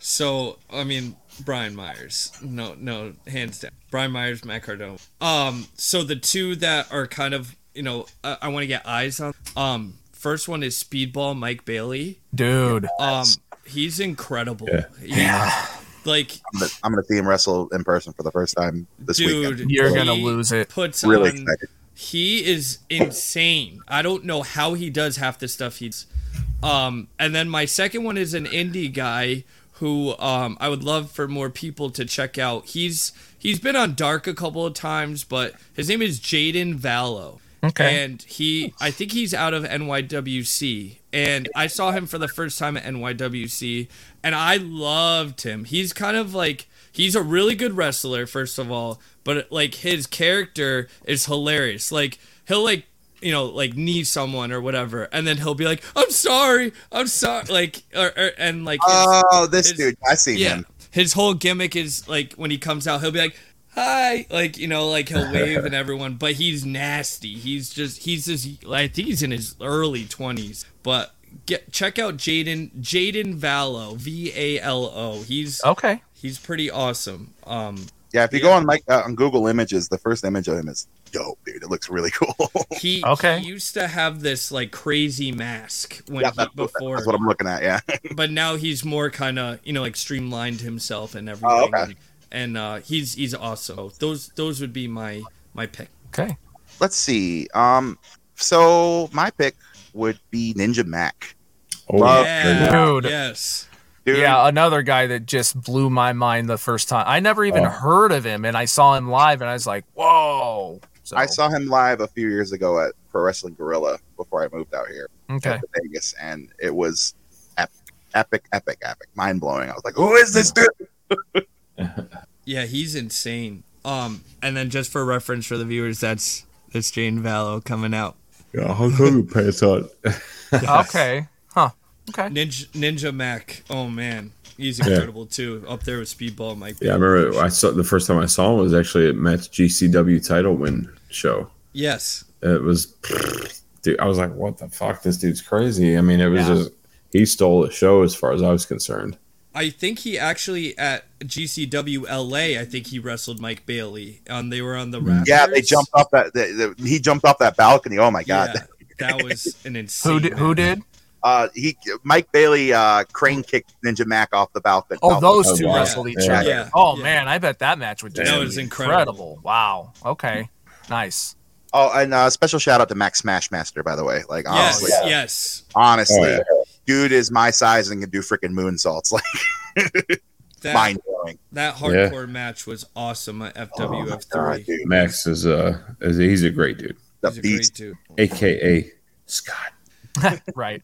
Speaker 5: So, I mean, Brian Myers. No, no, hands down. Brian Myers, Matt Cardona. Um, so the two that are kind of, you know, I, I want to get eyes on. Um, first one is Speedball Mike Bailey.
Speaker 4: Dude,
Speaker 5: Um, he's incredible.
Speaker 6: Yeah.
Speaker 5: yeah. Like
Speaker 10: I'm gonna, I'm gonna see him wrestle in person for the first time this
Speaker 5: dude, um,
Speaker 10: weekend.
Speaker 4: You're
Speaker 5: he
Speaker 4: gonna lose it.
Speaker 5: Puts
Speaker 10: Really
Speaker 5: on,
Speaker 10: excited.
Speaker 5: he is insane. I don't know how he does half the stuff he's. Um, and then my second one is an indie guy who um, I would love for more people to check out. He's he's been on Dark a couple of times, but his name is Jaden Vallow.
Speaker 4: Okay.
Speaker 5: And he, I think he's out of NYWC. And I saw him for the first time at NYWC, and I loved him. He's kind of like, he's a really good wrestler, first of all, but like his character is hilarious. Like, he'll like, you know, like knee someone or whatever, and then he'll be like, I'm sorry, I'm sorry. Like, or, or, and like, his-
Speaker 10: Oh, this
Speaker 5: It's-
Speaker 10: dude, I see
Speaker 5: yeah.
Speaker 10: him.
Speaker 5: His whole gimmick is like when he comes out, he'll be like, "Hi," like you know, like he'll wave
Speaker 10: [laughs]
Speaker 5: and everyone. But he's nasty. He's just he's just. I think he's in his early twenties. But get check out Jaden Jaden Vallo V A L O. He's
Speaker 10: Oh.
Speaker 4: okay.
Speaker 5: he's pretty awesome. Um,
Speaker 10: Yeah, if you go on like uh, on Google Images, the first image of him is dope, dude. It looks really [laughs] cool.
Speaker 5: he
Speaker 4: Okay.
Speaker 5: he used to have this like crazy mask when
Speaker 10: yeah,
Speaker 5: he,
Speaker 10: that's, what-
Speaker 5: before.
Speaker 10: that's what I'm looking at. Yeah, [laughs]
Speaker 5: but now he's more kind of you know like streamlined himself and everything.
Speaker 10: Oh, okay.
Speaker 5: And uh, he's he's awesome. Those those would be my my pick.
Speaker 4: Okay.
Speaker 10: let's see. Um, so my pick would be Ninja Mac.
Speaker 6: Oh,
Speaker 10: Love-
Speaker 5: Yeah.
Speaker 4: Dude.
Speaker 5: Yes.
Speaker 10: Dude,
Speaker 4: Yeah, another guy that just blew my mind the first time. I never even heard of him, and I saw him live, and I was like, "Whoa!" So,
Speaker 10: I saw him live a few years ago at Pro Wrestling Gorilla before I moved out here
Speaker 4: Okay.
Speaker 10: to Vegas, and it was epic, epic, epic, epic, mind blowing. I was like, "Who is this dude?"
Speaker 5: Yeah, he's insane. Um, and then just for reference for the viewers, that's that's Jane Vallow coming out.
Speaker 6: yeah, how come you pass out?
Speaker 4: Okay. Huh. Okay.
Speaker 5: Ninja Ninja Mac. Oh man, he's incredible too. Up there with Speedball Mike.
Speaker 6: Yeah, I remember. I saw the first time I saw him was actually at Matt's GCW title win show.
Speaker 5: Yes.
Speaker 6: it was dude i was like what the fuck this dude's crazy i mean it was just he stole the show as far as i was concerned
Speaker 5: I think he actually at GCW LA. I think he wrestled Mike Bailey. Um, they were on the
Speaker 6: Mm-hmm.
Speaker 5: rafters.
Speaker 10: Yeah, they jumped off that. They, they, he jumped off that balcony. Oh my god!
Speaker 5: Yeah, that was an insane.
Speaker 4: Who did? Who
Speaker 5: match.
Speaker 4: did?
Speaker 10: Uh, he Mike Bailey uh, crane kicked Ninja Mac off the balcony.
Speaker 4: Oh, those
Speaker 10: two
Speaker 4: two wrestled each other.
Speaker 5: Yeah.
Speaker 4: Oh man, I bet that match would just
Speaker 5: That
Speaker 4: be
Speaker 5: was incredible.
Speaker 4: Wow. Okay. Nice.
Speaker 10: Oh, and uh, special shout out to Max Smashmaster, by the way. Like
Speaker 5: Yes,
Speaker 10: honestly,
Speaker 5: yes.
Speaker 10: honestly,
Speaker 6: Oh, yeah.
Speaker 10: dude is my size and can do freaking moonsaults. Like
Speaker 5: That,
Speaker 10: mind blowing.
Speaker 5: that hardcore match was awesome at FWF3.
Speaker 10: Oh, dude.
Speaker 6: Max is uh is he's a great dude,
Speaker 10: The
Speaker 5: He's a great
Speaker 10: beast.
Speaker 5: dude.
Speaker 6: aka Scott.
Speaker 4: Right.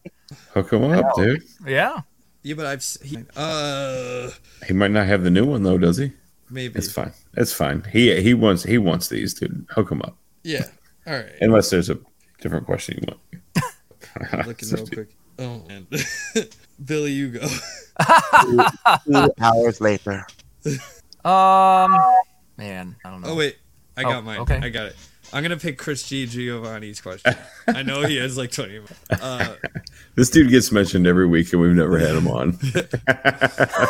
Speaker 6: Hook him up, dude.
Speaker 4: Yeah.
Speaker 5: Yeah, but I've s- he, uh
Speaker 6: He might not have the new one though, does he?
Speaker 5: maybe.
Speaker 6: It's fine. It's fine. He he wants he wants these, dude. Hook him up.
Speaker 5: Yeah. All right.
Speaker 6: Unless there's a different question you
Speaker 5: [laughs]
Speaker 6: want.
Speaker 5: Looking
Speaker 6: [laughs]
Speaker 5: real quick. Oh man. [laughs] Billy, you go.
Speaker 10: Two hours later.
Speaker 4: Um. Man, I don't know.
Speaker 5: Oh wait, I
Speaker 4: Oh,
Speaker 5: got mine.
Speaker 4: okay.
Speaker 5: I got it. I'm gonna pick Chris G Giovanni's question. I know he has like 20. of them. Uh,
Speaker 6: This dude gets mentioned every week, and we've never had him on.
Speaker 5: um,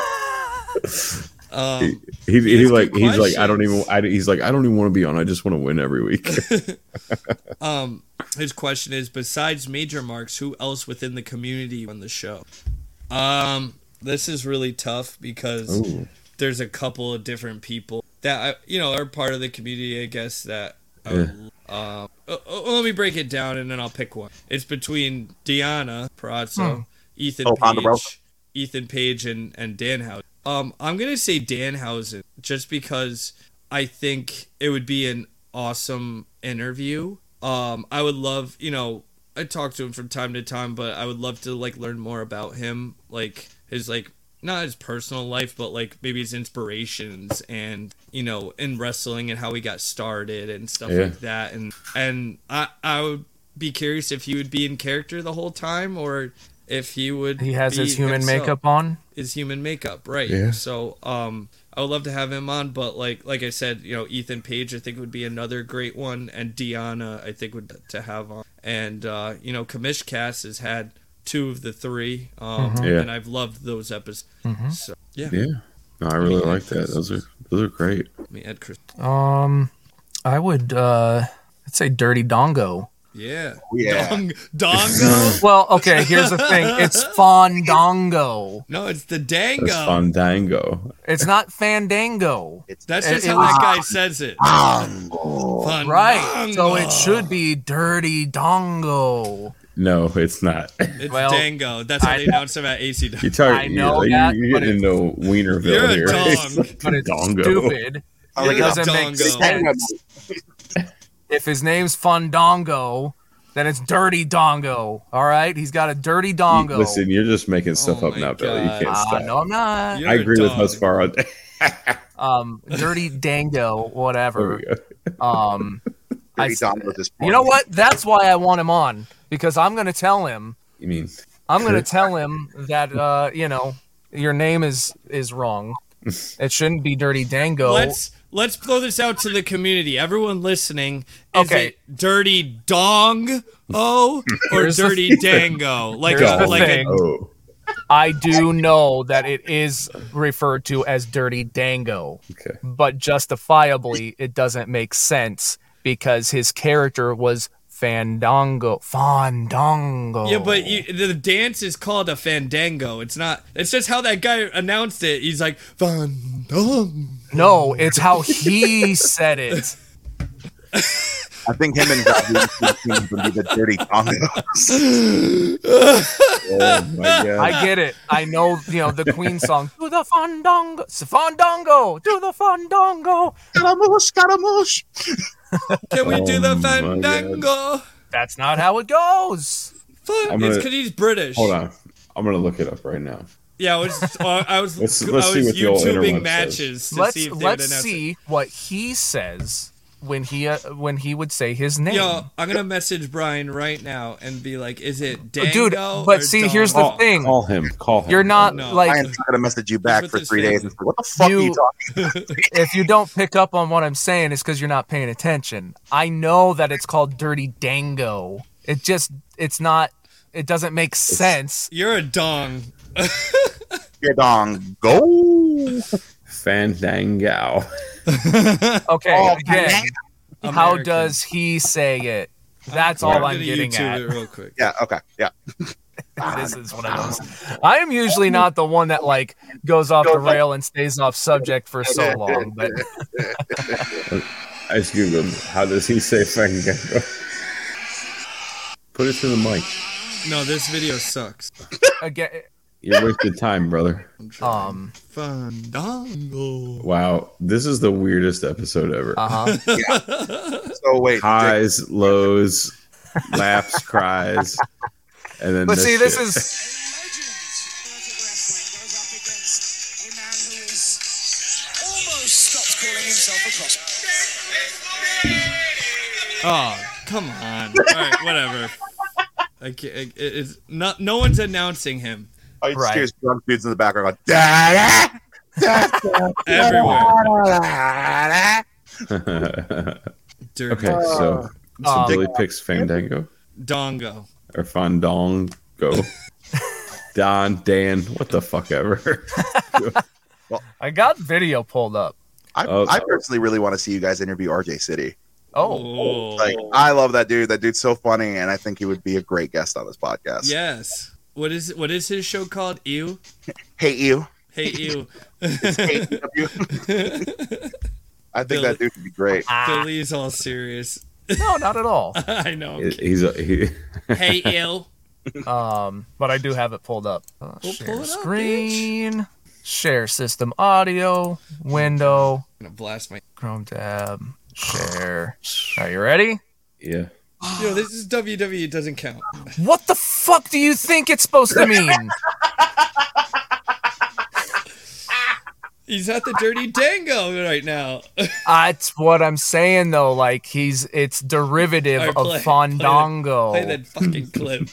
Speaker 6: [laughs] He, he,
Speaker 5: That's
Speaker 6: like
Speaker 5: good
Speaker 6: he's like I don't
Speaker 5: questions.
Speaker 6: even I, he's like I don't even want to be on. I just want to win every week.
Speaker 5: um, his question is: Besides major marks, who else within the community on the show? Um, this is really tough because
Speaker 6: Ooh.
Speaker 5: there's a couple of different people that I, you know are part of the community. I guess that. I would- um, uh, uh, let me break it down and then I'll pick one. It's between Diana Perazzo, Ethan
Speaker 10: Oh, Ponderosa.
Speaker 5: Page, Ethan Page, and and Danhausen. Um, I'm gonna say Danhausen just because I think it would be an awesome interview. Um, I would love, you know, I talk to him from time to time, but I would love to like learn more about him, like his like not his personal life, but like maybe his inspirations and you know in wrestling and how he got started and stuff
Speaker 6: Yeah.
Speaker 5: like that. And and I I would be curious if he would be in character the whole time or if he would
Speaker 4: He has
Speaker 5: be
Speaker 4: his human
Speaker 5: himself
Speaker 4: makeup on.
Speaker 5: is human makeup, right?
Speaker 6: Yeah.
Speaker 5: So, um, I would love to have him on, but like, like I said, you know, Ethan Page, I think would be another great one, and Deanna, I think would to have on, and uh, you know, Kamish Cass has had two of the three, um,
Speaker 4: Mm-hmm.
Speaker 6: Yeah.
Speaker 5: and I've loved those episodes. So, yeah,
Speaker 6: yeah, no, I really like that. Those are those are great.
Speaker 5: let me add Chris.
Speaker 4: Um, I would uh, I'd say Dirty Dongo.
Speaker 5: Yeah,
Speaker 10: Yeah.
Speaker 5: Dong, Dongo.
Speaker 4: Well, okay. Here's the thing. It's Fondongo.
Speaker 5: no, it's the
Speaker 6: That's
Speaker 5: Dango.
Speaker 6: Fandango.
Speaker 4: It's not Fandango.
Speaker 5: That's just
Speaker 4: It-
Speaker 5: how
Speaker 4: it
Speaker 5: that
Speaker 4: was-
Speaker 5: guy says it. Fun
Speaker 4: Right. So
Speaker 5: Dongo.
Speaker 4: it should be Dirty Dongo.
Speaker 6: No, it's not.
Speaker 5: It's
Speaker 4: Well,
Speaker 5: Dango. That's how they announce him at ACW.
Speaker 6: You talking?
Speaker 4: I know
Speaker 6: you,
Speaker 4: that,
Speaker 6: you
Speaker 4: but
Speaker 6: getting into Wienerville
Speaker 5: You're a
Speaker 6: here? [laughs]
Speaker 5: dong,
Speaker 4: But it's
Speaker 6: Dongo.
Speaker 4: stupid.
Speaker 10: Oh, my
Speaker 5: You're
Speaker 10: God.
Speaker 5: a
Speaker 4: doesn't make
Speaker 5: Dongo.
Speaker 4: sense. If his name's Fundongo, then it's Dirty Dongo. All right, he's got a dirty
Speaker 6: You-
Speaker 4: dongo.
Speaker 6: Listen, you're just making stuff
Speaker 5: Oh
Speaker 6: up
Speaker 5: my
Speaker 6: now, Billy. You
Speaker 5: God.
Speaker 6: can't
Speaker 4: Ah,
Speaker 6: stop.
Speaker 4: no, I'm not.
Speaker 5: You're
Speaker 6: I
Speaker 5: a
Speaker 6: agree with
Speaker 5: dong.
Speaker 6: Husfar on that.
Speaker 4: Um, dirty Dango,
Speaker 6: There
Speaker 4: whatever.
Speaker 6: we go.
Speaker 4: Um, I,
Speaker 10: Dirty Don with his
Speaker 4: you know what? That's why I want him on because I'm going to tell him.
Speaker 6: You mean
Speaker 4: I'm going to tell him that uh, you know your name is is wrong. It shouldn't be Dirty Dango.
Speaker 5: Let's let's blow this out to the community. Everyone listening, is
Speaker 4: Okay.
Speaker 5: it dirty dong o
Speaker 6: [laughs]
Speaker 5: or
Speaker 4: Here's the-
Speaker 5: dirty dango? Like
Speaker 4: Here's
Speaker 5: a,
Speaker 4: the
Speaker 5: like a,
Speaker 4: thing.
Speaker 6: oh
Speaker 4: I do know that it is referred to as Dirty Dango.
Speaker 6: okay
Speaker 4: but justifiably it doesn't make sense because his character was Fandango. Fandango.
Speaker 5: yeah, but you, the dance is called a fandango. It's not. It's just how that guy announced it. He's like fandom.
Speaker 4: No, it's how he said it.
Speaker 10: I think him and Valverde would be the dirty Dongos.
Speaker 6: oh my god
Speaker 4: I get it. I know, you know, the Queen song. Do the Fandango. s- Fandango. Do the Fandango.
Speaker 10: Scaramouche, Scaramouche.
Speaker 5: Can we do the
Speaker 6: Oh my
Speaker 5: fandango?
Speaker 4: That's not how it goes.
Speaker 5: Fuck,
Speaker 6: I'm
Speaker 5: it's
Speaker 6: gonna-
Speaker 5: because he's British.
Speaker 6: hold on I'm gonna look it up right now
Speaker 5: Yeah, I was uh, I was
Speaker 6: Let's-
Speaker 5: I
Speaker 6: let's
Speaker 5: was
Speaker 6: see what the old interweb
Speaker 5: YouTubing
Speaker 6: says.
Speaker 5: matches to
Speaker 4: let's
Speaker 5: see if they would
Speaker 4: let's
Speaker 5: announce it.
Speaker 4: see what he says when he uh, when he would say his name.
Speaker 5: Yo, I'm gonna message Brian right now and be like, "Is it Dango?"
Speaker 4: Dude,
Speaker 5: or
Speaker 4: but see, here's the
Speaker 5: Dong?
Speaker 6: call,
Speaker 4: thing.
Speaker 6: call him call him
Speaker 4: You're not
Speaker 5: No.
Speaker 4: like
Speaker 10: Ryan's not gonna message you back
Speaker 5: with
Speaker 10: for
Speaker 5: his
Speaker 10: three days.
Speaker 5: family.
Speaker 10: And say, what the fuck are
Speaker 4: You-
Speaker 10: you talking?
Speaker 4: if you don't pick up on what I'm saying, it's because you're not paying attention. I know that it's called Dirty Dango. It just, it's not, it doesn't make sense.
Speaker 5: You're
Speaker 4: [laughs]
Speaker 5: a dong.
Speaker 10: Your dong go.
Speaker 6: Fandango
Speaker 4: Okay, again, how
Speaker 5: American.
Speaker 4: does he say it? That's
Speaker 5: I'm
Speaker 4: all I'm
Speaker 5: gonna
Speaker 4: getting
Speaker 5: YouTube
Speaker 4: at.
Speaker 5: it real quick.
Speaker 10: Yeah. Okay. Yeah.
Speaker 4: this is one of those. [laughs] I am usually not the one that like goes off the rail and stays off subject for so long, [laughs] but
Speaker 6: I just googled how does he say Fandango? [laughs] Put it to the mic.
Speaker 5: No, this video sucks.
Speaker 4: again,
Speaker 6: You wasted time, brother.
Speaker 4: um,
Speaker 5: Fandango.
Speaker 6: Wow, this is the weirdest episode ever.
Speaker 4: uh huh.
Speaker 10: So wait,
Speaker 4: [laughs]
Speaker 6: Highs, lows, laughs, cries, and then.
Speaker 4: But see, this
Speaker 6: shit.
Speaker 4: is
Speaker 5: Oh, come on. All right, whatever. I can't, it- it's not, no one's announcing him
Speaker 10: I just
Speaker 4: Right.
Speaker 10: hear drunk dudes in the background going, da
Speaker 5: everywhere. Dirty
Speaker 6: [laughs] okay,
Speaker 4: Uh,
Speaker 6: so, so
Speaker 4: Um,
Speaker 6: Billy picks Fandango
Speaker 5: Dongo.
Speaker 6: or
Speaker 4: [laughs]
Speaker 6: Fandango. Don, Dan, what the fuck
Speaker 4: [laughs]
Speaker 6: ever.
Speaker 4: I got video pulled up.
Speaker 10: I,
Speaker 6: Oh.
Speaker 10: I personally really want to see you guys interview RJ City.
Speaker 4: Oh,
Speaker 5: Oh.
Speaker 10: Like, I love that dude. That dude's so funny, and I think he would be a great guest on this podcast.
Speaker 5: yes. What is what is his show called? Ew.
Speaker 10: Hate you.
Speaker 5: Hey, ew.
Speaker 10: Hate you. I think that dude would be great.
Speaker 5: Billy's all serious. [laughs]
Speaker 4: no, not at all.
Speaker 5: I know.
Speaker 6: [laughs] He's a, he,
Speaker 5: hey, ew.
Speaker 4: Um, but I do have it pulled up. Uh,
Speaker 5: Well,
Speaker 4: share
Speaker 5: pull it up,
Speaker 4: screen, share system audio, window,
Speaker 5: I'm gonna blast my.
Speaker 4: Chrome tab, share. Are you ready?
Speaker 6: yeah.
Speaker 5: Yo, this is WWE. It doesn't count.
Speaker 4: What the fuck do you think it's supposed to mean?
Speaker 5: He's at the Dirty Dango right now.
Speaker 4: That's what I'm saying though. Like he's it's derivative
Speaker 5: All right,
Speaker 4: of
Speaker 5: play-
Speaker 4: Fandango.
Speaker 5: Play that fucking clip.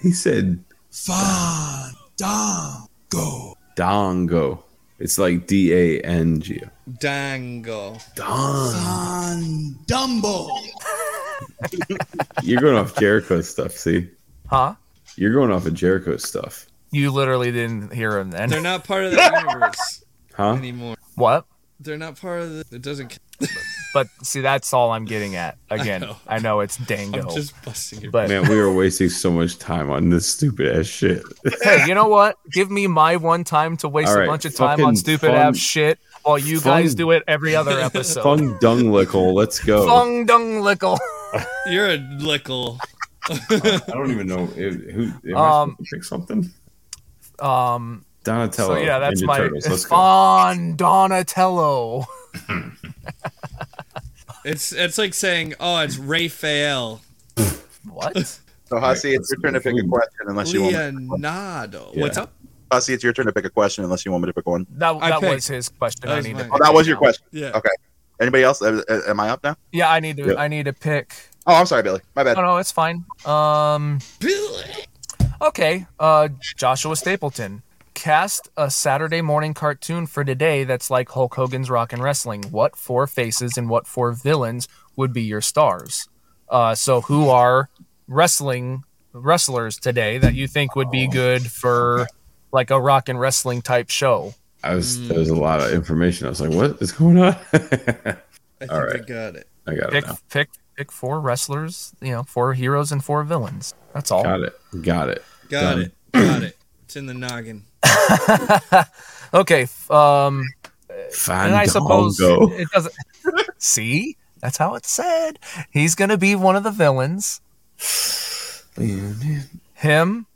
Speaker 6: He said Dongo. It's like D A N G O.
Speaker 5: Dango.
Speaker 6: You're going off Jericho stuff, see?
Speaker 4: huh?
Speaker 6: You're going off of Jericho stuff.
Speaker 4: You literally didn't hear him then.
Speaker 5: They're not part of the universe
Speaker 6: Huh?
Speaker 5: anymore.
Speaker 4: What?
Speaker 5: They're not part of the. It doesn't. count.
Speaker 4: But see, that's all I'm getting
Speaker 5: [laughs]
Speaker 4: at. Again, I know,
Speaker 5: know.
Speaker 4: it's Dango,
Speaker 5: I'm just busting your.
Speaker 4: but
Speaker 6: Man, we are wasting so much time on this stupid
Speaker 4: [laughs]
Speaker 6: ass shit.
Speaker 4: hey, you know what? Give me my one time to waste
Speaker 6: All
Speaker 4: a
Speaker 6: right,
Speaker 4: bunch of time on
Speaker 6: fucking
Speaker 4: stupid
Speaker 6: fun-
Speaker 4: ass shit while you
Speaker 6: fun-
Speaker 4: guys do it every
Speaker 5: [laughs]
Speaker 4: other episode.
Speaker 6: Fung dung lickle, let's go.
Speaker 4: Fung dung lickle.
Speaker 5: You're a lickle.
Speaker 6: I don't even know if, who
Speaker 4: Um,
Speaker 6: am I supposed to pick something.
Speaker 4: Um.
Speaker 6: Donatello.
Speaker 4: So yeah, that's
Speaker 6: uh, Ninja
Speaker 4: my
Speaker 6: Turtles. Let's go.
Speaker 4: Fun Donatello.
Speaker 5: It's it's like saying, oh, it's Raphael.
Speaker 4: What?
Speaker 10: So, Hussy, it's your turn to pick a question unless you want me.
Speaker 5: Leonardo.
Speaker 6: Yeah.
Speaker 5: What's up?
Speaker 10: Hussy, it's your turn to pick a question unless you want me to pick one.
Speaker 4: That,
Speaker 5: I
Speaker 4: that
Speaker 5: picked.
Speaker 4: was his question.
Speaker 5: That
Speaker 4: I
Speaker 5: was
Speaker 4: need
Speaker 5: mine.
Speaker 4: to.
Speaker 10: Oh, that was your
Speaker 4: now.
Speaker 10: question.
Speaker 5: Yeah.
Speaker 10: Okay. Anybody else? Uh, uh, Am I up now?
Speaker 4: Yeah, I need to.
Speaker 6: Yeah.
Speaker 4: I need to pick.
Speaker 10: Oh, I'm sorry, Billy. My bad.
Speaker 4: No, no, it's fine. Um, okay. Uh, Joshua Stapleton cast a Saturday morning cartoon for today that's like Hulk Hogan's Rock and Wrestling. What four faces and what four villains would be your stars? Uh, so who are wrestling wrestlers today that you think would be good for like a rock and wrestling type show?
Speaker 6: I was there was a lot of information. I was like, what is going on? [laughs]
Speaker 5: I think
Speaker 6: All
Speaker 5: I
Speaker 6: right.
Speaker 5: got it.
Speaker 6: I got
Speaker 4: Pick,
Speaker 6: it now.
Speaker 4: pick, pick four wrestlers. You know, four heroes and four villains. That's all.
Speaker 6: Got it. Got it.
Speaker 5: Got
Speaker 6: Done.
Speaker 5: it. Got it. It's in the noggin.
Speaker 4: [laughs] Okay. f- Um.
Speaker 6: Fandango.
Speaker 4: and I suppose it doesn't. [laughs] See, that's how it's said. He's gonna be one of the villains. Him,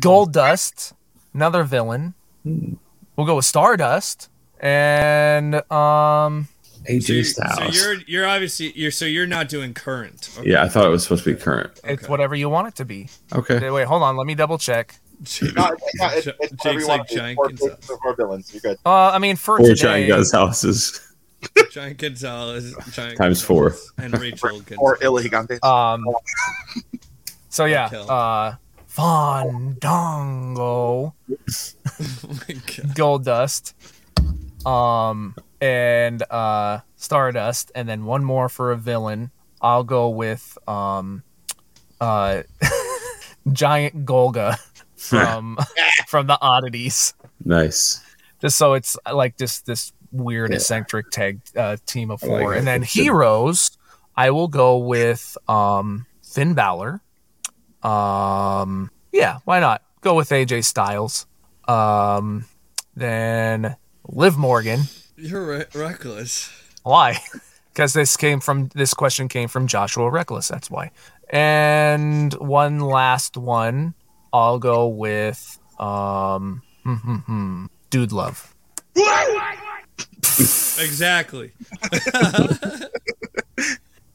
Speaker 4: Gold Dust, another villain. We'll go with Stardust, and um,
Speaker 5: So
Speaker 6: AJ
Speaker 5: you're,
Speaker 6: Styles.
Speaker 5: so you're you're obviously you're so you're not doing current.
Speaker 6: [laughs]
Speaker 5: Okay.
Speaker 6: yeah, I thought it was supposed to be current.
Speaker 4: it's whatever you want it to be.
Speaker 6: Okay.
Speaker 4: Wait, hold on. Let me double check.
Speaker 10: No, it's- it's- it's- it's
Speaker 5: Jake's
Speaker 10: whatever you
Speaker 5: like
Speaker 10: want. It's
Speaker 5: Giant
Speaker 10: four
Speaker 5: Gonzalez.
Speaker 10: faces or four villains. You're good.
Speaker 4: Uh, I mean, for
Speaker 6: Four
Speaker 4: today,
Speaker 6: giant guys' houses. [laughs]
Speaker 5: Giant Gonzalez. Giant
Speaker 6: Times four.
Speaker 5: Gonzalez, And
Speaker 6: [laughs]
Speaker 5: Rachel
Speaker 10: Or
Speaker 5: Gonzalez. [laughs]
Speaker 10: Il Gigante.
Speaker 4: um, so yeah,
Speaker 5: Raquel.
Speaker 4: uh, Fandango.
Speaker 5: Oh my God.
Speaker 4: Gold Dust, um, and uh, Stardust, and then one more for a villain. I'll go with um, uh, [laughs] Giant Golga from [laughs] from the Oddities,
Speaker 6: Nice.
Speaker 4: just so it's uh, like just this weird eccentric tag uh, team of
Speaker 6: I like
Speaker 4: four,
Speaker 6: it.
Speaker 4: and then
Speaker 6: It's good.
Speaker 4: heroes. I will go with um, Finn Balor, Um, yeah, why not? Go with AJ Styles. Um, then Liv Morgan.
Speaker 5: You're reckless.
Speaker 4: Why? [laughs] Because this came from this question came from Joshua Reckless. That's why. And one last one. I'll go with um, [laughs] dude love.
Speaker 5: Exactly.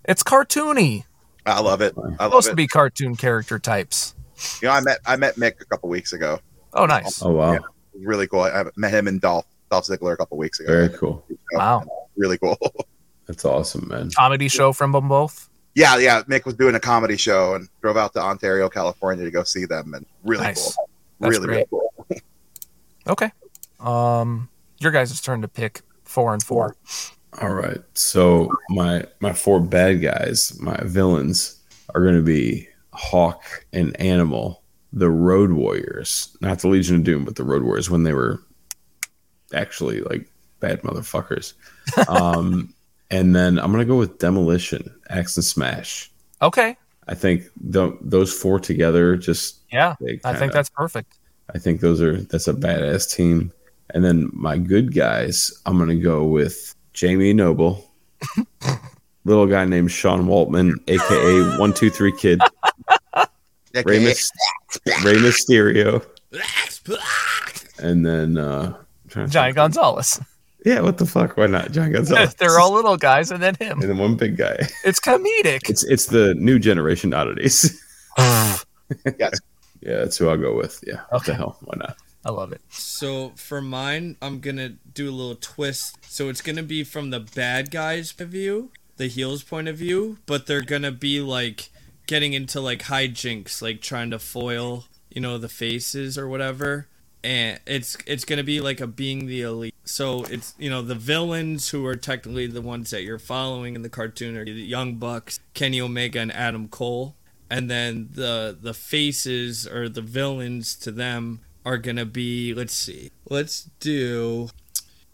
Speaker 4: It's cartoony.
Speaker 10: I love it. I love
Speaker 4: Supposed to
Speaker 10: it.
Speaker 4: be cartoon character types.
Speaker 10: You know, I met I met Mick a couple weeks ago.
Speaker 4: Oh, nice.
Speaker 6: Oh wow,
Speaker 10: Yeah. Really cool. I met him and Dolph Dolph Ziggler a couple weeks ago.
Speaker 6: very cool.
Speaker 4: Wow.
Speaker 10: Really cool. [laughs]
Speaker 6: That's awesome, man.
Speaker 4: Comedy show from them both.
Speaker 10: yeah, yeah. Mick was doing a comedy show and drove out to Ontario, California to go see them, and really
Speaker 4: Nice.
Speaker 10: cool.
Speaker 4: That's
Speaker 10: really, really
Speaker 4: great.
Speaker 10: cool.
Speaker 4: Okay. Um, your guys' turn to pick four and four.
Speaker 6: All right. So my my four bad guys, my villains, are going to be Hawk and Animal, the Road Warriors, not the Legion of Doom, but the Road Warriors when they were actually like bad
Speaker 4: [laughs]
Speaker 6: motherfuckers. um, and then I'm going to go with Demolition, Axe and Smash.
Speaker 4: Okay.
Speaker 6: I think th- those four together just
Speaker 4: Yeah.
Speaker 6: They
Speaker 4: I think
Speaker 6: kinda-
Speaker 4: that's perfect.
Speaker 6: I think those are that's a badass team. And then my good guys, I'm gonna go with Jamie Noble, little guy named Sean Waltman, aka One Two Three Kid,
Speaker 10: Yeah,
Speaker 6: Rey,
Speaker 10: okay.
Speaker 6: Mys- Rey Mysterio, and then uh, I'm trying to
Speaker 4: Johnny
Speaker 6: think-
Speaker 4: Gonzalez. [laughs]
Speaker 6: Yeah, what the fuck? Why not John Gonzalez?
Speaker 4: They're all little guys and then him.
Speaker 6: [laughs] and then one big guy.
Speaker 4: It's comedic.
Speaker 6: It's it's the new generation oddities.
Speaker 4: I
Speaker 6: [laughs] yeah, that's who I'll go with. Yeah, what
Speaker 4: Okay.
Speaker 6: the hell? Why not?
Speaker 4: love it.
Speaker 5: So for mine, I'm gonna do a little twist. So it's gonna be from the bad guys' point of view, the heels' point of view, but they're gonna be like getting into like hijinks, like trying to foil, you know, the faces or whatever. And it's it's gonna be like a being the elite. So it's you know the villains who are technically the ones that you're following in the cartoon are the Young Bucks, Kenny Omega, and Adam Cole and then the the faces or the villains to them are gonna be let's see let's do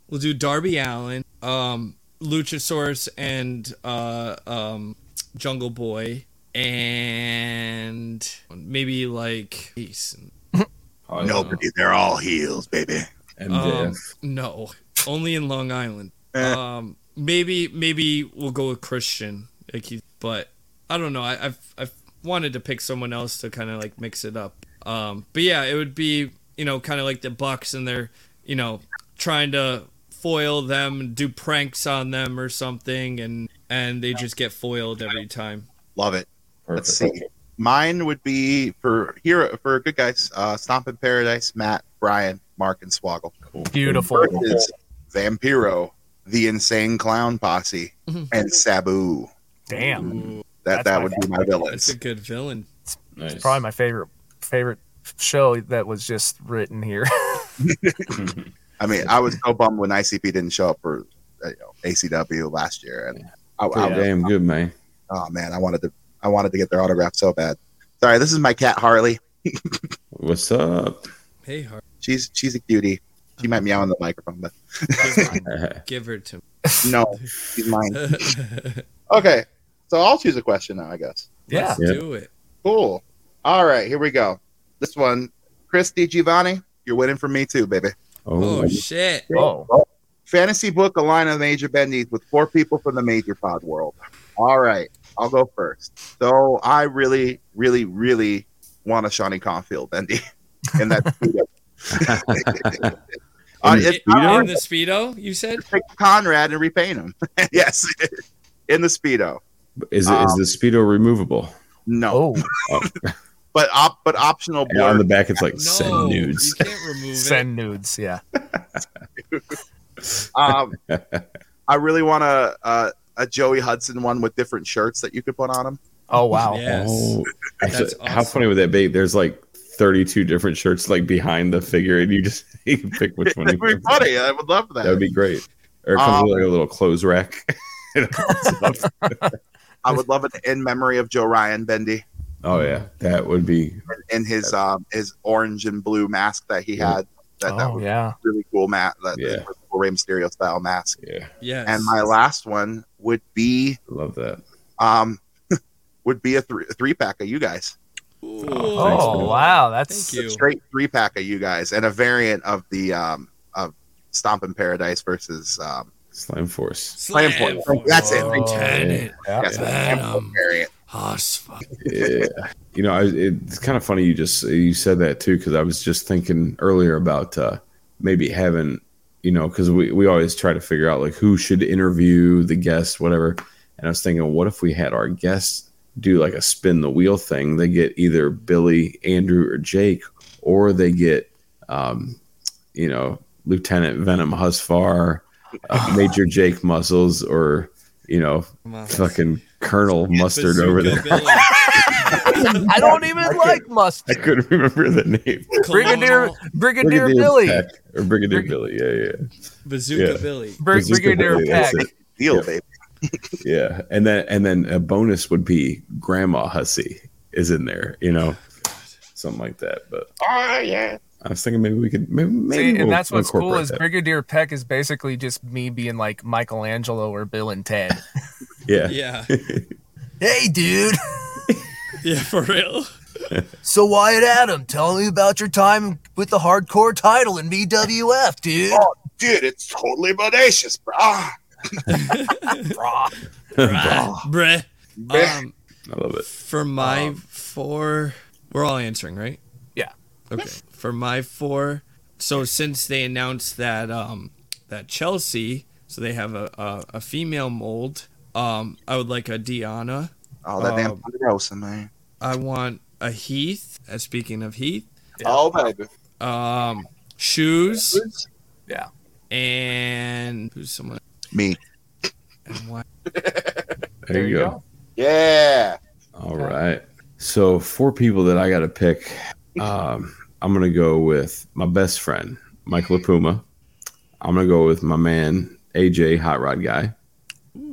Speaker 5: we'll do darby allen um luchasaurus and uh um jungle boy and maybe like Jason.
Speaker 6: Oh,
Speaker 10: Nobody. They're all heels, baby.
Speaker 4: Oh,
Speaker 6: MJF.
Speaker 5: no only in long island
Speaker 10: Eh.
Speaker 5: um maybe maybe we'll go with christian like he, but i don't know I, i've i've wanted to pick someone else to kind of like mix it up um but yeah it would be you know kind of like the bucks and they're you know trying to foil them and do pranks on them or something and and they just get foiled every time
Speaker 10: Love it.
Speaker 6: Perfect.
Speaker 10: Let's see. Mine would be for hero for good guys. Uh, Stomp in Paradise, Matt, Brian, Mark, and Swoggle
Speaker 6: Cool.
Speaker 4: Beautiful.
Speaker 10: versus Vampiro, the Insane Clown Posse, and Sabu.
Speaker 4: Damn.
Speaker 10: That
Speaker 4: Mm-hmm. That's
Speaker 10: that
Speaker 4: my
Speaker 10: would be my villains.
Speaker 5: that's a good villain
Speaker 6: Nice.
Speaker 4: Probably my favorite favorite show that was just written here. [laughs]
Speaker 6: [laughs]
Speaker 10: I mean, I was so bummed when ICP didn't show up for uh, you know, ACW last year, and I, I,
Speaker 6: Pretty damn good, man.
Speaker 10: oh man, I wanted to I wanted to get their autograph so bad. Sorry, this is my cat Harley.
Speaker 5: [laughs]
Speaker 6: What's up?
Speaker 5: hey
Speaker 4: [laughs]
Speaker 5: Hart,
Speaker 10: She's she's a cutie. She might meow in the microphone, but
Speaker 6: Oh,
Speaker 5: give her [laughs] to
Speaker 10: no, she's mine.
Speaker 5: me
Speaker 10: Okay, so I'll choose a question now, I guess.
Speaker 4: yeah.
Speaker 6: Yeah.
Speaker 5: do it
Speaker 10: Cool. All right, here we go. This one, Christy Giovanni, you're winning for me too, baby.
Speaker 5: oh
Speaker 6: Oh,
Speaker 5: shit
Speaker 4: Oh.
Speaker 10: Fantasy book, a line of major bendies with four people from the major pod world. All right, I'll go first. So I really, really, really want a Shawnee Confield bendy. [laughs] And
Speaker 6: [laughs]
Speaker 10: that's uh,
Speaker 6: In the
Speaker 10: it's
Speaker 5: In-
Speaker 10: not-
Speaker 5: in the speedo you said
Speaker 10: pick Conrad and repaint him. [laughs] yes, in the speedo.
Speaker 6: is it,
Speaker 10: Um,
Speaker 6: is the speedo removable?
Speaker 10: No,
Speaker 4: Oh.
Speaker 10: but op- but optional
Speaker 6: And on
Speaker 10: blur.
Speaker 6: the back, it's like
Speaker 5: no
Speaker 6: send nudes.
Speaker 5: you can't remove it
Speaker 4: Send nudes. Yeah.
Speaker 10: um,
Speaker 6: [laughs]
Speaker 10: I really want a, a a Joey Hudson one with different shirts that you could put on him. [laughs]
Speaker 4: Oh wow.
Speaker 5: Yes.
Speaker 6: Oh, actually,
Speaker 5: That's
Speaker 6: how
Speaker 5: awesome.
Speaker 6: funny would that be? There's like 32 different shirts like behind the figure, and you just [laughs] you can pick which one. you
Speaker 10: That'd be
Speaker 6: pick.
Speaker 10: funny. I would love that.
Speaker 6: That would be great. Or it comes with like
Speaker 5: Um,
Speaker 6: a little
Speaker 5: [laughs]
Speaker 6: clothes rack. [laughs]
Speaker 10: I would love an in memory of Joe Ryan Bendy
Speaker 6: oh yeah, that would be
Speaker 10: in his um his orange and blue mask that he had. That that
Speaker 4: Oh
Speaker 10: was
Speaker 4: yeah.
Speaker 10: really cool, Matt. That
Speaker 6: Yeah.
Speaker 10: was a cool Rey Mysterio style mask.
Speaker 6: yeah.
Speaker 5: Yes.
Speaker 10: And my last one would be
Speaker 6: Love that.
Speaker 10: [laughs] um would be a three three pack of you guys.
Speaker 5: Thanks,
Speaker 4: Oh
Speaker 5: man.
Speaker 4: wow, that's
Speaker 5: Thank you.
Speaker 10: Straight three pack of you guys and a variant of the um of Stompin' Paradise versus um
Speaker 6: Slime Force.
Speaker 10: Slam Force. That's it.
Speaker 5: Slam Tenet.
Speaker 4: Yeah.
Speaker 10: yes,
Speaker 5: Venom.
Speaker 10: variant.
Speaker 5: Hoss fuck.
Speaker 6: Yeah. you know, I, it's kind of funny you just you said that too because I was just thinking earlier about uh, maybe having you know because we we always try to figure out like who should interview the guest, whatever. And I was thinking, what if we had our guests do like a spin the wheel thing? They get either Billy, Andrew, or Jake, or they get um, you know Lieutenant Venom Husfar, uh, Major Jake Muscles, or you know
Speaker 5: Oh,
Speaker 6: fucking Colonel Mustard over there.
Speaker 5: Bazooka [laughs] Billy.
Speaker 4: I don't even like
Speaker 6: I
Speaker 4: mustard.
Speaker 6: couldn't remember the name.
Speaker 4: Brigadier,
Speaker 5: Colonel
Speaker 4: Brigadier Billy,
Speaker 6: Peck, or Brigadier
Speaker 4: Brig-
Speaker 6: Billy. Yeah,
Speaker 5: Bazooka
Speaker 6: Yeah.
Speaker 5: Billy.
Speaker 4: Brig-
Speaker 6: Bazooka
Speaker 4: Brigadier
Speaker 6: Billy,
Speaker 4: Peck.
Speaker 6: that's it.
Speaker 10: Deal,
Speaker 6: Yeah.
Speaker 10: baby.
Speaker 6: yeah, yeah. And then and then a bonus would be Grandma Hussy is in there. You know, something like that. But oh yeah, I was thinking maybe we could maybe, maybe
Speaker 4: See, and
Speaker 6: we'll
Speaker 4: that's what's cool
Speaker 6: incorporate
Speaker 4: is
Speaker 6: that.
Speaker 4: Brigadier Peck is basically just me being like Michelangelo or Bill and Ted.
Speaker 6: yeah.
Speaker 5: Yeah.
Speaker 4: [laughs]
Speaker 5: [laughs]
Speaker 4: hey, dude.
Speaker 5: Yeah, for real.
Speaker 4: So Wyatt Adam, tell me about your time with the hardcore title in BWF, dude.
Speaker 10: Dude, it's totally bodacious, bro. I
Speaker 5: Bruh.
Speaker 10: Bruh.
Speaker 5: Um,
Speaker 6: I love it.
Speaker 5: for my four, we're all answering, right?
Speaker 4: Um, Yeah.
Speaker 5: Okay. For my four, so since they announced that um that Chelsea, so they have a a, a female mold. Um, I would like a Diana.
Speaker 10: Oh, that damn
Speaker 5: Um,
Speaker 10: Ponderosa, man.
Speaker 5: I want a Heath. Uh, speaking of Heath,
Speaker 10: Oh, baby.
Speaker 5: um, shoes
Speaker 4: Yeah.
Speaker 5: and who's someone
Speaker 10: Me.
Speaker 5: and what?
Speaker 6: There, you go.
Speaker 10: Yeah.
Speaker 6: All right. So four people that I got to pick. Um, I'm gonna go with my best friend Michael
Speaker 5: Mm-hmm.
Speaker 6: Apuma. I'm gonna go with my man AJ Hot Rod guy.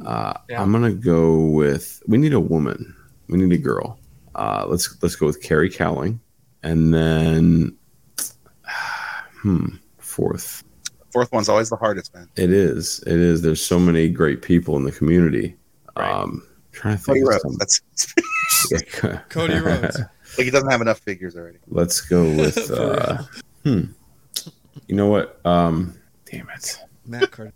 Speaker 6: Uh,
Speaker 4: Yeah.
Speaker 6: I'm gonna go with. We need a woman. We need a girl. Uh, let's let's go with Carrie Cowling, and then [sighs] hmm fourth.
Speaker 10: Fourth one's always the hardest, man.
Speaker 6: It is. It is. There's so many great people in the community. Um, trying to
Speaker 10: Cody
Speaker 6: think. of
Speaker 10: Rhodes.
Speaker 6: some-
Speaker 10: That's [laughs]
Speaker 6: [laughs] Yeah.
Speaker 5: Cody Rhodes.
Speaker 10: like he doesn't have enough figures already.
Speaker 6: Let's go with.
Speaker 5: For
Speaker 6: Uh, hmm. You know what? Um, damn it!
Speaker 5: Matt Card.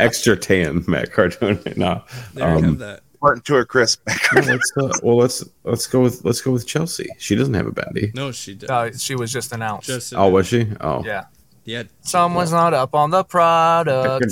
Speaker 6: Extra tan, [laughs] Matt Cardona. no.
Speaker 5: There you have
Speaker 6: Um,
Speaker 5: that.
Speaker 10: Martin to her crisp.
Speaker 6: no, let's, uh, well, let's let's go with let's go with Chelsea. She doesn't have a baddie.
Speaker 5: No, she did.
Speaker 4: Uh, she was just announced.
Speaker 5: Just
Speaker 6: Oh, was she? Oh,
Speaker 4: yeah.
Speaker 5: yeah.
Speaker 4: Someone's not up on the product.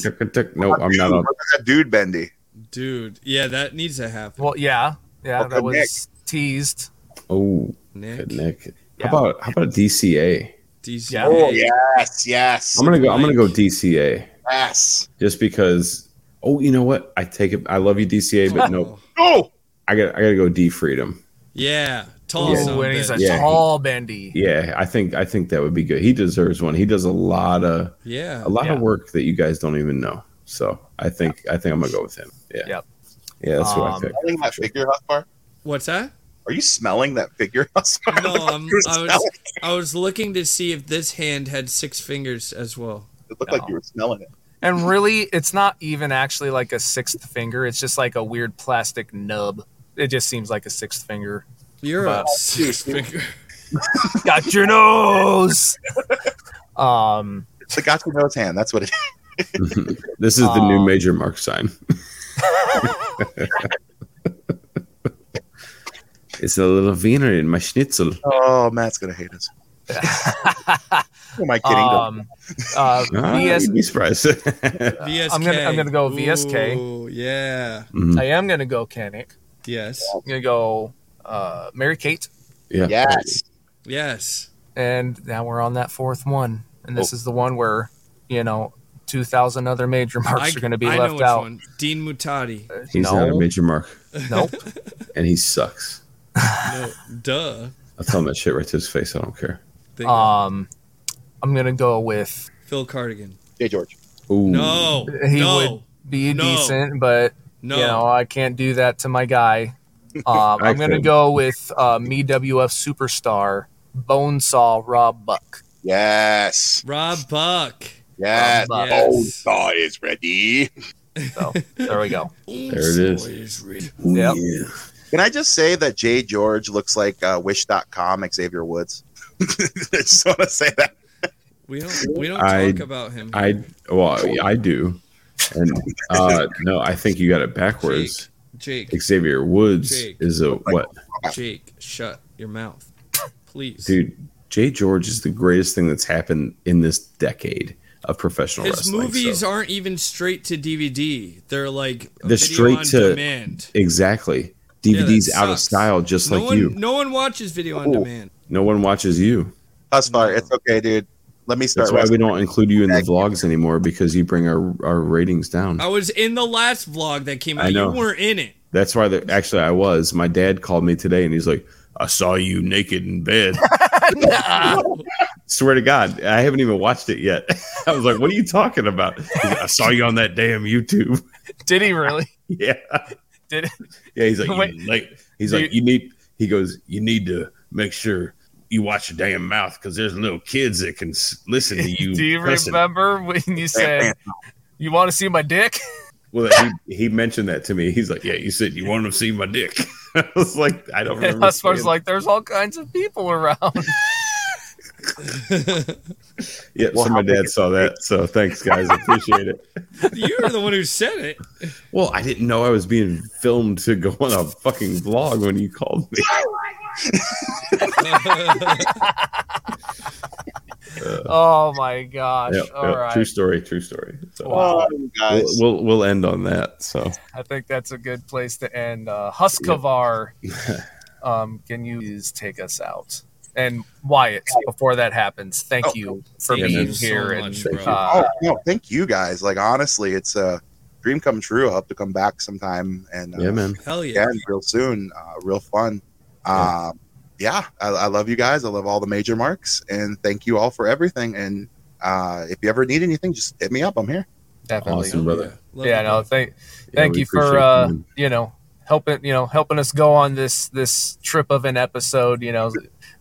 Speaker 6: [laughs] No, I'm not. On.
Speaker 10: that dude, Bendy.
Speaker 5: Dude, yeah, that needs to happen.
Speaker 4: Well, yeah, yeah,
Speaker 10: Well,
Speaker 4: that
Speaker 10: connect.
Speaker 4: was teased.
Speaker 6: Oh,
Speaker 5: Nick,
Speaker 6: good Nick.
Speaker 4: Yeah.
Speaker 6: How about how about DCA?
Speaker 5: DC.
Speaker 4: Yeah. Oh,
Speaker 10: Yes, yes,
Speaker 6: I'm gonna go. I'm gonna go DCA
Speaker 10: yes.
Speaker 6: just because. Oh, you know what? I take it. I love you, DCA,
Speaker 5: [laughs]
Speaker 6: but nope.
Speaker 10: Oh,
Speaker 6: I got. I got to go D Freedom.
Speaker 5: Yeah, tall. son
Speaker 4: Oh,
Speaker 5: of a
Speaker 4: and he's a
Speaker 5: bitch.
Speaker 6: Yeah.
Speaker 4: tall bendy.
Speaker 6: Yeah, I think I think that would be good. He deserves one. He does a lot of
Speaker 5: yeah.
Speaker 6: a lot
Speaker 4: Yeah.
Speaker 6: of work that you guys don't even know. So I think I think I'm gonna go with him. Yeah.
Speaker 4: Yep.
Speaker 6: Yeah, that's what I
Speaker 4: Um,
Speaker 6: think.
Speaker 10: smelling that figure Huffbar?
Speaker 5: What's that?
Speaker 10: Are you smelling that figure [laughs] Huffbar?
Speaker 5: No, I'm,
Speaker 10: You were
Speaker 5: I
Speaker 10: smelling
Speaker 5: was I was looking to see if this hand had six fingers as well.
Speaker 10: it. It looked like you were smelling it.
Speaker 4: And really, it's not even actually like a sixth finger. It's just like a weird plastic nub. It just seems like a sixth finger.
Speaker 5: You're
Speaker 4: Wow.
Speaker 5: a six finger.
Speaker 4: Got your
Speaker 6: [laughs]
Speaker 4: nose. um,
Speaker 10: It's the Gaku nose hand. That's what it is.
Speaker 6: This is the new
Speaker 4: Um,
Speaker 6: major mark sign. [laughs] it's a little wiener in my schnitzel.
Speaker 10: Oh, Matt's gonna hate
Speaker 5: [laughs]
Speaker 10: us. Who am I kidding?
Speaker 4: um, uh,
Speaker 6: Ah,
Speaker 4: VS
Speaker 6: you'd be surprised. [laughs]
Speaker 5: VSK.
Speaker 4: I'm gonna- I'm gonna go VSK.
Speaker 5: Ooh, yeah.
Speaker 6: Mm,
Speaker 4: I am gonna go Canic.
Speaker 5: Yes.
Speaker 4: I'm gonna go uh, Mary Kate,
Speaker 6: yeah.
Speaker 10: yes.
Speaker 5: Yes.
Speaker 4: and now we're on that fourth one, and
Speaker 6: Oh.
Speaker 4: this is the one where you know two thousand other major marks are gonna be
Speaker 5: I know
Speaker 4: left
Speaker 5: which
Speaker 4: out.
Speaker 5: One. Dean Mutati. [laughs]
Speaker 6: He's
Speaker 4: no,
Speaker 6: not a major mark,
Speaker 4: nope.
Speaker 6: and he sucks.
Speaker 5: No, duh.
Speaker 6: I'll tell him that shit right to his face. I don't care.
Speaker 5: Think-
Speaker 4: Um, I'm gonna go with
Speaker 5: Phil Cardigan.
Speaker 10: Jay George.
Speaker 6: Ooh.
Speaker 5: No.
Speaker 4: he
Speaker 5: no.
Speaker 4: would be
Speaker 5: No.
Speaker 4: decent, but
Speaker 5: no.
Speaker 4: you know I can't do that to my
Speaker 6: [laughs]
Speaker 4: guy. Um,
Speaker 6: I
Speaker 4: I'm gonna
Speaker 6: could.
Speaker 4: go with uh, me WF superstar Bonesaw Rob Buck.
Speaker 10: Yes.
Speaker 5: Rob Buck.
Speaker 10: Yes.
Speaker 4: Rob Buck.
Speaker 10: Oh,
Speaker 5: Um, uh, Yes.
Speaker 10: God is ready.
Speaker 4: So there we go.
Speaker 6: There it is.
Speaker 5: Boys, really.
Speaker 6: Ooh,
Speaker 4: Yep.
Speaker 6: yeah.
Speaker 10: Can I just say that Jay George looks like uh, Wish.com Xavier Woods? [laughs] I just want to say that.
Speaker 12: We don't we don't
Speaker 6: I-
Speaker 12: talk about him.
Speaker 6: I well, I do, and uh, no, I think you got it backwards.
Speaker 12: Jake,
Speaker 6: Xavier Woods
Speaker 12: Jake.
Speaker 6: is a what,
Speaker 12: Jake, shut your mouth, please.
Speaker 6: dude? Jay George is the greatest thing that's happened in this decade of professional
Speaker 12: His
Speaker 6: wrestling.
Speaker 12: movies
Speaker 6: so-
Speaker 12: aren't even straight to DVD. They're like video
Speaker 6: the straight
Speaker 12: on
Speaker 6: to
Speaker 12: demand.
Speaker 6: exactly
Speaker 12: that
Speaker 6: DVDs out of
Speaker 12: sucks.
Speaker 6: style, just
Speaker 12: no
Speaker 6: like
Speaker 12: one,
Speaker 6: you. Oh.
Speaker 12: No one watches video on
Speaker 6: Ooh.
Speaker 12: demand.
Speaker 6: No one watches you.
Speaker 10: That's fine. It's okay, dude. Let me start.
Speaker 6: That's why we
Speaker 10: wrestling.
Speaker 6: don't include you in the vlogs anymore because you bring our, our ratings down.
Speaker 12: I was in the last vlog that came
Speaker 6: I
Speaker 12: out. You
Speaker 6: know.
Speaker 12: weren't in it.
Speaker 6: That's why. the- Actually, I was. My dad called me today and he's like, "I saw you naked in bed." [laughs] Swear to God, I haven't even watched it yet. [laughs] I was like, "What are you talking about?" He's like, I saw you on that damn YouTube.
Speaker 4: Did he
Speaker 6: [laughs]
Speaker 4: really?
Speaker 6: yeah,
Speaker 4: Did
Speaker 6: yeah. He's like,
Speaker 4: [laughs] Wait.
Speaker 6: you, like he's
Speaker 4: Do
Speaker 6: like, you need. He goes, you need to make sure you watch your damn mouth because there's little kids that can s-
Speaker 4: [laughs]
Speaker 6: listen to you.
Speaker 4: Do you
Speaker 6: cussing."
Speaker 4: remember when
Speaker 6: [laughs]
Speaker 4: you said you want to see my dick?
Speaker 6: Well, he, he mentioned that to me. He's like, "Yeah, you said you want to see my dick." [laughs] I was like, "I don't remember."
Speaker 4: That's why [laughs] I was
Speaker 6: saying
Speaker 4: like, there's all kinds of people around.
Speaker 6: [laughs] Yeah,
Speaker 10: Well,
Speaker 6: so
Speaker 10: how
Speaker 6: my
Speaker 10: big
Speaker 6: dad
Speaker 10: is
Speaker 6: saw that. So thanks, guys. I
Speaker 4: [laughs]
Speaker 6: appreciate it.
Speaker 12: You were the one who said
Speaker 6: [laughs]
Speaker 12: it.
Speaker 6: Well, I didn't know I was being filmed to go on a fucking vlog when you called
Speaker 4: [laughs]
Speaker 6: me.
Speaker 4: Oh my gosh.
Speaker 6: Yeah,
Speaker 4: All
Speaker 6: yeah,
Speaker 4: right.
Speaker 6: True story. True story. So
Speaker 4: Wow.
Speaker 10: You
Speaker 6: we'll,
Speaker 10: guys.
Speaker 6: we'll we'll end on that. So
Speaker 4: I think that's a good place to end. Uh, Huskavar,
Speaker 6: [laughs]
Speaker 4: um, can you please take us out? And Wyatt, before that happens, thank
Speaker 10: Oh,
Speaker 4: you for
Speaker 12: Thank
Speaker 4: being
Speaker 12: you so
Speaker 4: here.
Speaker 12: much,
Speaker 4: and
Speaker 12: bro.
Speaker 4: uh,
Speaker 10: oh no, thank you guys. Like honestly, it's a dream come true. I hope to come back sometime and uh,
Speaker 6: yeah, man.
Speaker 12: Hell yeah.
Speaker 10: again real soon. Uh, real fun. Um, yeah, I, I love you guys. I love all the major marks, and thank you all for everything. And uh, if you ever need anything, just hit me up. I'm here.
Speaker 4: definitely,
Speaker 6: Awesome, brother.
Speaker 12: Love you,
Speaker 4: yeah. No,
Speaker 12: bro.
Speaker 4: thank,
Speaker 6: Yeah,
Speaker 4: thank
Speaker 6: we
Speaker 4: you for
Speaker 6: appreciate
Speaker 4: uh,
Speaker 6: you.
Speaker 4: you know helping you know helping us go on this this trip of an episode. You know,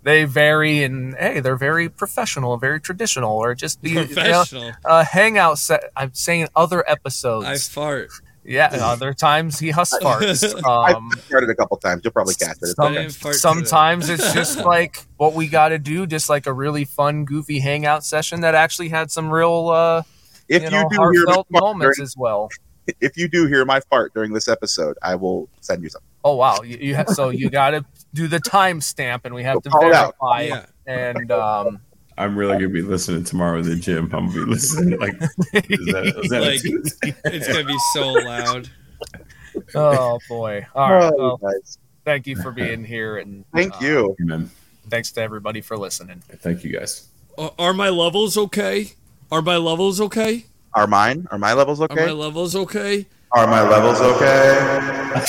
Speaker 4: they vary, and hey, they're very professional, very traditional, or just the you know,
Speaker 12: professional.
Speaker 4: uh, hangout set. I'm saying other episodes.
Speaker 12: I fart.
Speaker 4: Yeah, and other times he huss farts.
Speaker 12: [laughs]
Speaker 4: Um,
Speaker 10: I've started a couple times. You'll probably catch it. It's
Speaker 12: I
Speaker 4: some-
Speaker 10: okay.
Speaker 12: didn't fart [laughs]
Speaker 4: sometimes it's just like what we got to do, just like a really fun, goofy hangout session that actually had some real, uh,
Speaker 10: If
Speaker 4: you,
Speaker 10: you,
Speaker 4: know,
Speaker 10: do hear my
Speaker 4: heartfelt
Speaker 10: fart
Speaker 4: moments
Speaker 10: during,
Speaker 4: as well.
Speaker 10: [laughs] if you do hear my fart during this episode, I will send you something.
Speaker 4: Oh wow! You, you ha- so you got to do the timestamp, and we have to
Speaker 10: Call it out.
Speaker 4: verify.
Speaker 12: Yeah.
Speaker 4: And
Speaker 10: [laughs]
Speaker 4: um,
Speaker 6: I'm really gonna be listening tomorrow in the gym. I'm gonna be listening. Like, is
Speaker 4: [laughs]
Speaker 6: that, is that a
Speaker 12: Like-
Speaker 6: toot? [laughs]
Speaker 12: today. It's gonna be so loud.
Speaker 4: oh boy! All right.
Speaker 10: Oh,
Speaker 4: Well,
Speaker 10: you guys.
Speaker 4: thank you for being here, and
Speaker 10: Thank
Speaker 4: uh,
Speaker 10: you.
Speaker 6: man?
Speaker 4: Thanks to everybody for listening.
Speaker 6: Thank you guys.
Speaker 12: Are- Are my levels okay? Are my levels okay?
Speaker 10: Are mine? Are my levels
Speaker 12: Are
Speaker 10: okay?
Speaker 12: my levels okay?
Speaker 10: Are my levels okay?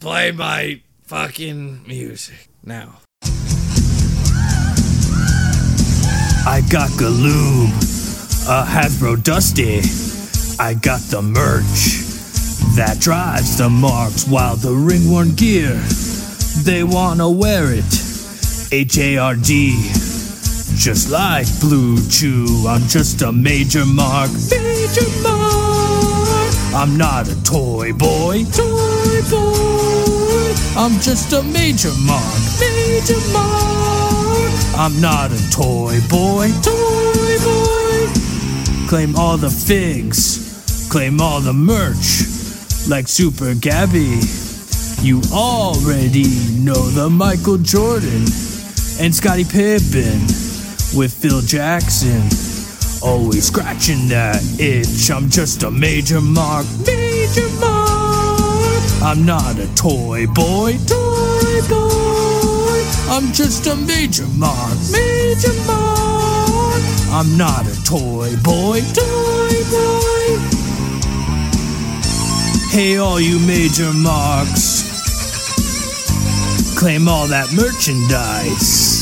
Speaker 12: Play my fucking music now.
Speaker 5: I got Galoom, a Hasbro Dusty. I got the merch that drives the marks while the ringworn gear, they wanna wear it. H A R D. Just like Blue Chew, I'm just a major mark. Major mark! I'm not a toy boy. Toy boy! I'm just a major mark. Major mark! I'm not a toy boy. Toy boy! Claim all the figs. Claim all the merch. Like Super Gabby. You already know the Michael Jordan and Scottie Pippen with Phil Jackson. Always scratching that itch. I'm just a major mark. Major mark. I'm not a toy boy. Toy boy. I'm just a major mark. Major mark. I'm not a toy boy. Toy boy. Hey, all you major marks. Claim all that merchandise.